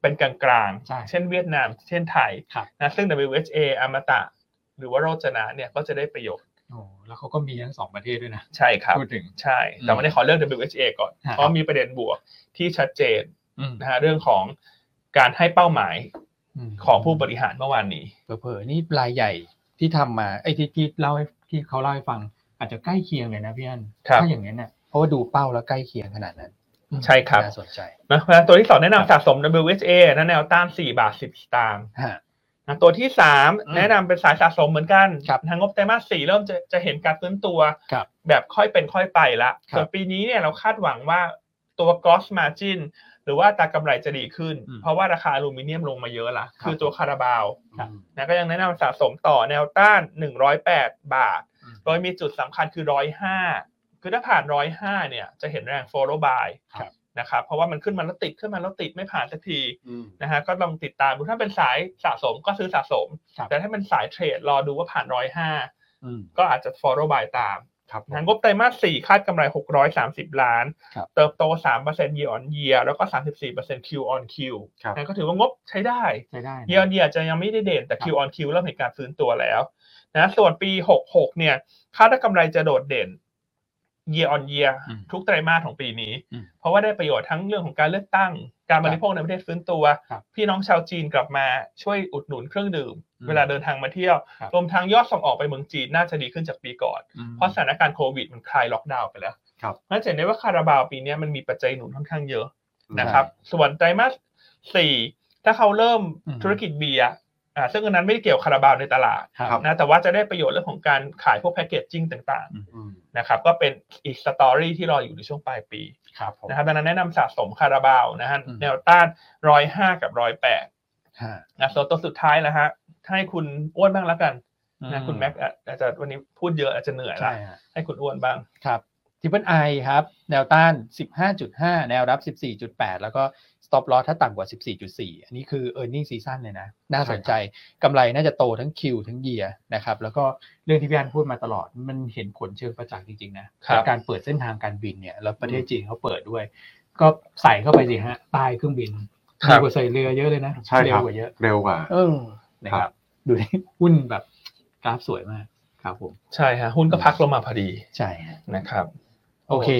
S1: เป็นกลาง
S2: ใช่
S1: ๆ เช่นเวียดนาม เช่นไทย
S2: ครับ
S1: นะซึ่ง WHA อมตะ หรือว่าโรจนะเนี่ยก็จะได้ประโยชน์
S2: โอ้แล้วเขาก็มีทั้งสองประเทศด้วยนะ
S1: ใช่ครับ
S2: พูดถึง
S1: ใช่ แต่วันนี้ขอเลือก WHA ก่อน
S2: ครับ
S1: เพราะมีประเด็นบวกที่ชัดเจน
S2: อืม
S1: นะฮะเรื่องของการให้เป้าหมาย
S2: ม
S1: ของผู้บริหารเมื่อวานนี้
S2: เผลอๆนี่รายใหญ่ที่ทำมาไอ้ยที่ที่เล่าให้ที่เขาเล่าให้ฟัง อาจจะใกล้เคียงเลยนะพี่อัน
S1: ครับ
S2: ถ้าอย่างนั้นน่ะเพราะว่าดูเป้าแล้วใกล้เคียงขนาดนั้น
S1: ใช่ครับ
S2: น่าสนใจ
S1: นะเพราะฉะนั้นตัวที่สองแนะนำสะสม WHA นะแนวต้าน 4 บาท 10 สตางค์
S2: ฮะ
S1: นะตัวที่
S2: อืม
S1: 3 แนะนำเป็นสายสะสมเหมือนกัน
S2: ครับ
S1: ทางงบไตรมาส4เริ่มจะจะเห็นการฟื้นตัว
S2: ครับ
S1: แบบค่อยเป็นค่อยไปละ
S2: ครับ
S1: ส่วนปีนี้เนี่ยเราคาดหวังว่าตัว gross margin หรือว่าอัตรากำไรจะดีขึ้น
S2: อืม
S1: เพราะว่าราคาอลูมิเนียมลงมาเยอะละ
S3: ครับ
S1: คือตัวคาราบาว
S2: ครับ
S1: นะก็ยังแนะนำสะสมต่อแนวต้าน 108 บาท
S2: อืม
S1: โดยมีจุดสำคัญคือ 105 คือถ้าผ่าน 105 เนี่ยจะเห็นแรง follow buy
S2: ครับ
S1: นะครับ เพราะว่ามันขึ้นมาแล้วติดขึ้นมาแล้วติดไม่ผ่านสักที
S3: อืม
S1: นะฮะ ก็ลองติดตามดูถ้าเป็นสายสะสมก็ซื้อสะสม
S2: ครับ
S1: แต่ถ้าเป็นสายเทรดรอดูว่าผ่าน 105
S2: อืม
S1: ก็อาจจะ follow buy ตาม
S3: ครับผม
S1: นะงบไตรมาส 4 คาดกำไร 630 ล้าน
S2: ครับ
S1: เติบโต 3% year on year แล้วก็ 34% Q on Q
S3: ครับ
S1: นะก็ถือว่างบใช้ได้
S2: ใช้ได้นะ
S1: เยียร์เดียจะยังไม่ได้เด่นแต่ Q on Q เริ่มเห็นการฟื้นตัวแล้วนะส่วนปี 66 เนี่ยคาดว่ากำไรจะโดดเด่น year on year
S2: อืม
S1: ทุกไตรมาสของปีนี้
S2: อืม
S1: เพราะว่าได้ประโยชน์ทั้งเรื่องของการเลือกตั้ง การบริโภคในประเทศฟื้นตัว
S2: ครับ
S1: พี่น้องชาวจีนกลับมาช่วยอุดหนุนเครื่องดื่ม
S2: อืม
S1: เวลาเดินทางมาเที่ยว
S2: ครับ
S1: รวมทั้งยอดส่งออกไปเมืองจีนน่าจะดีขึ้นจากปีก่อน
S2: อืม
S1: เพราะสถานการณ์โควิดมันคลายล็อกดาวน์ไปแล้ว
S3: ครับ
S1: น่าจะเห็นได้ว่าคาราบาวปีนี้มันมีปัจจัยหนุนค่อนข้างเยอะ
S2: นะ
S1: นะ
S2: ค
S1: ค
S2: รั
S1: รั
S2: บบ
S1: ส่วนไตรมาสสี่ถ้าเขาเริ่ม
S2: อืม
S1: ธุรกิจเบียร์อ่าซึ่งอันนั้นไม่ได้เกี่ยวคาราบาวในตลาด
S2: ครับ
S1: นะแต่ว่าจะได้ประโยชน์เรื่องของการขายพวกแพคเกจจิ้งต่าง
S3: อืม
S1: ๆนะครับก็เป็นอีกสตอรี่ที่รออยู่ในช่วงปลายปี
S3: ครับผม
S1: นะครับดังนั้นแนะนำสะสมคาราบาวนะฮะ
S2: อืม
S1: แนวต้านร้อยห้ากับร้อยแปด
S2: ฮะ
S1: นะส่วนตัวสุดท้ายนะฮะให้คุณอ้วนบ้างแล้วกันนะคุณแม็กซ์อ่ะอาจจะวันนี้พูดเยอะอาจจะเหนื่อยละ
S2: ใช่ฮะ
S1: ให้คุณอ้วนบ้าง
S2: ครับทริปเปิลไอครับ แนวต้าน 15.5 แนวรับ 14.8 แล้วก็ stop loss ถ้าต่ำกว่า 14.4 อันนี้คือ e a r n i n g ็ season เลยนะ น่าสนใจกำไรน่าจะโตทั้ง Q ทั้ง year นะครับ แล้วก็เรื่องที่พี่อันพูดมาตลอด มันเห็นผลเชิงประจักษ์จริง ๆ นะครับ จากการเปิดเส้นทางการบินเนี่ย แล้วประเทศจีนเขาเปิดด้วย ก็ใส่เข้าไปสิฮะใต้เครื่องบินดีกว่าใส่เรือเยอะเลยนะ
S3: ใช่
S2: เร็
S3: คว รับ
S2: กว่าเยอะ
S3: เร็วกว่า
S2: เออนะค
S3: ครั
S2: รับ
S3: บ
S2: ดูดิหุ้นแบบกราฟสวยมากครับผม
S1: ใช่ฮะหุ้นก็พักลงมาพอดี
S2: ใช่ฮะ
S1: นะครับ
S2: โอเค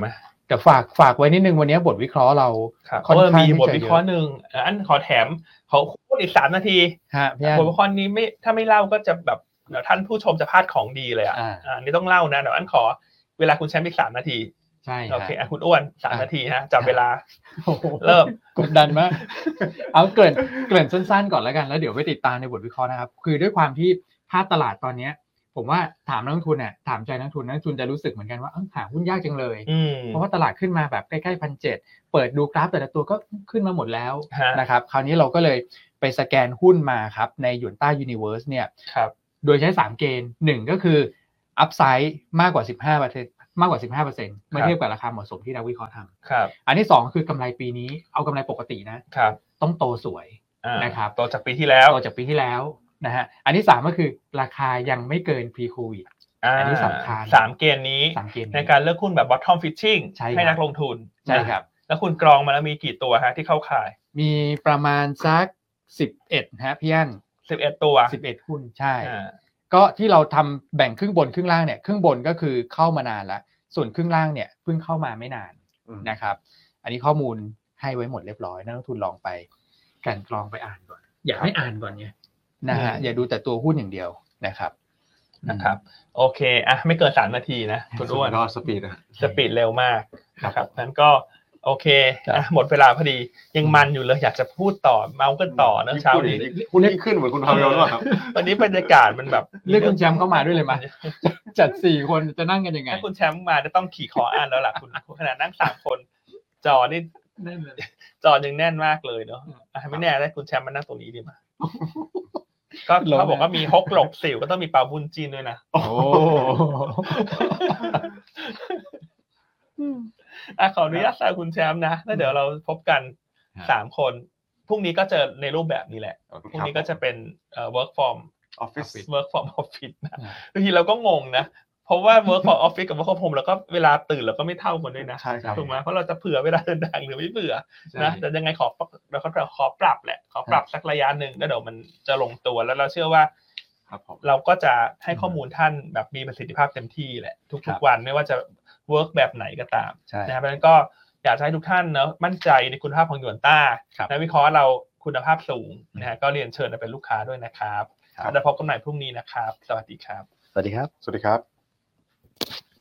S1: ไหม
S2: แต่ฝากฝากไว้นิดนึงวันนี้บทวิเคราะห์เรา
S1: ครับ
S2: ค่อน
S1: เออ
S2: ข้าง
S1: มี
S2: ที่
S1: บท
S2: จะ
S1: วิเคราะห์หนึ่งอ่ะอันขอแถมเขาพูดอีกสามนาที
S2: ฮะพี่อัน
S1: บทวิเคราะห์นี้ไม่ถ้าไม่เล่าก็จะแบบเดี๋ยวท่านผู้ชมจะพลาดของดีเลยอ่ะ
S2: อ่า
S1: อ่าอันนี่ต้องเล่านะเดี๋ยวอันขอ เวลาคุณแชมป์อีกสามนาที
S2: ใช่
S1: โอเค
S2: ครับ
S1: อ่ะคุณอ้วนสาม
S2: อ่ะ
S1: นาทีฮะจับเวลา
S2: โอ้โห
S1: เริ่ม
S2: กดดันมาก เอาเกริ่นเกริ่นสั้นๆก่อนแล้วกันแล้วเดี๋ยวไปติดตามในบทวิเคราะห์นะครับ คือด้วยความที่ภาพตลาดตอนเนี้ย ผมว่าถามนักลงทุนเนี่ยถามใจนักลงทุนนักลงทุนจะรู้สึกเหมือนกันว่าเอ้าหาหุ้นยากจังเลย
S1: อืม
S2: เพราะว่าตลาดขึ้นมาแบบใกล้ๆพันเจ็ดเปิดดูกราฟแต่ละตัวก็ขึ้นมาหมดแล้ว
S1: ฮะ
S2: นะครับ คราวนี้เราก็เลยไปสแกนหุ้นมาครับ ในหยวนต้ายูนิเวอร์สเนี่ย
S1: ครับ
S2: โดยใช้ 3 เกณฑ์ 1 ก็คืออัพไซด์มากกว่า 15%มากกว่า 15%เมื่อเทียบกับราคาเหมาะสมที่นักวิเคราะห์ท
S1: ครับ
S2: ำอันที่ 2 คือกำไรปีนี้เอากำไรปกตินะ
S1: ครับ
S2: ต้องโตสวย
S1: อ่า
S2: นะครับ
S1: โตจากปีที่แล้ว
S2: โตจากปีที่แล้วนะฮะอันที่ 3 ก็คือราคายังไม่เกิน pre covid
S1: า
S2: อันนี้สำคัญ
S1: สามเกณฑ์นี้
S2: สามเกณฑ์
S1: ในการเลือกหุ้นแบบ bottom fishing
S2: ใช่ครับ
S1: นักลงทุน
S2: ใช่ครับ
S1: แล้วคุณกรองมาแล้วมีกี่ตัวฮะที่เข้าขาย
S2: มีประมาณสัก 11ฮะพี่อัน
S1: 11 ตัว
S2: 11 หุ้นใช่
S1: อ่า
S2: ก็ที่เราทำแบ่งครึ่งบนครึ่งล่างเนี่ยครึ่งบนก็คือเข้ามานานแล้ว ส่วนครึ่งล่างเนี่ยเพิ่งเข้ามาไม่นาน
S3: อืม
S2: นะครับ อันนี้ข้อมูลให้ไว้หมดเรียบร้อยนักลงทุนลองไปกลันกรองไปอ่านก่อน อย่าไม่อ่านก่อนไงนะฮะอย่าดูแต่ตัวหุ้นอย่างเดียวนะครับ
S1: นะครับ โอเคอ่ะไม่เกิน 3 นาทีนะคุณ
S3: สุ
S1: อ้วน
S3: ดยอดสปีดนะ
S1: สปีดเร็วมากนะครับนั้นก็โอเคอ่ะหมดเวลาพอดียังมันอยู่เลยอยากจะพูดต่อเมาส์กันต่อเนอะเช้านี้
S3: คุณนี่ขึ้นเหมือนคุณพาเวลหรือเปล่าครับ
S1: วันนี้บรรยากาศมันแบบ
S2: เรียกคุณแชมป์เข้ามาด้วยเลย มั้ย จัดสี่คนจะนั่งกันยังไง
S1: ถ้าคุณแชมป์มาจะต้องขี่คออ่านแล้วล่ะคุณ คุณขนาดนั่งสามคน จอนี่
S2: นั่นเลย
S1: จอยังแน่นมากเลยเนาะอ่ะไม่แน่ได้คุณแชมป์มานั่งตรงนี้ดีไหมก็เขาบอกว่ามีฮกหลบสิวก็ต้องมีเปาบุญจีนด้วยนะ
S2: โอ้
S1: อ่ะขออนุญาตลาคุณแชมป์นะแล้วเดี๋ยวเราพบกัน
S2: ครับ
S1: สามคนพรุ่งนี้ก็เจอในรูปแบบนี้แหละ
S3: โอเค
S1: พรุ่ง
S3: ครับ
S1: นี้ก็จะเป็นเอ่อ work from
S3: ออฟฟิศ
S1: work from office นะบางทีเราก็งงนะเพราะว่า work from office กับ work from home แล้วก็เวลาตื่นเราก็ไม่เท่ากันด้วยนะ
S3: ใช่ครับ
S1: ถูกไหมเพราะเราจะเผื่อเวลาเดินทางหรือไม่เผื่อนะแต่ยังไงขอปรับเราก็ขอปรับแหละ ขอปรับสักระยะหนึ่งแล้วเดี๋ยวมันจะลงตัวแล้วเราเชื่อว่า
S3: ครับผม
S1: เราก็จะให้ข้อมูลท่านแบบมีประสิทธิภาพเต็มที่แหละ
S2: ครั
S1: ทุก
S2: บ
S1: ๆวันไม่ว่าจะ work แบบไหนก็ตาม
S2: ใช่
S1: นะครับเพราะฉะนั้นก็อยากจะให้ทุกท่านเนอะมั่นใจในคุณภาพของหยวนต้า
S2: ครับ
S1: และวิเคราะห์เราคุณภาพสูงนะฮะก็เรียนเชิญมาเป็นลูกค้าด้วยนะครับ
S2: ครับ
S1: แล้วพบกันใหม่พรุ่งนี้นะครับ สวัสดีครับ
S2: สวัสดีครับ
S3: สวัสดีครับ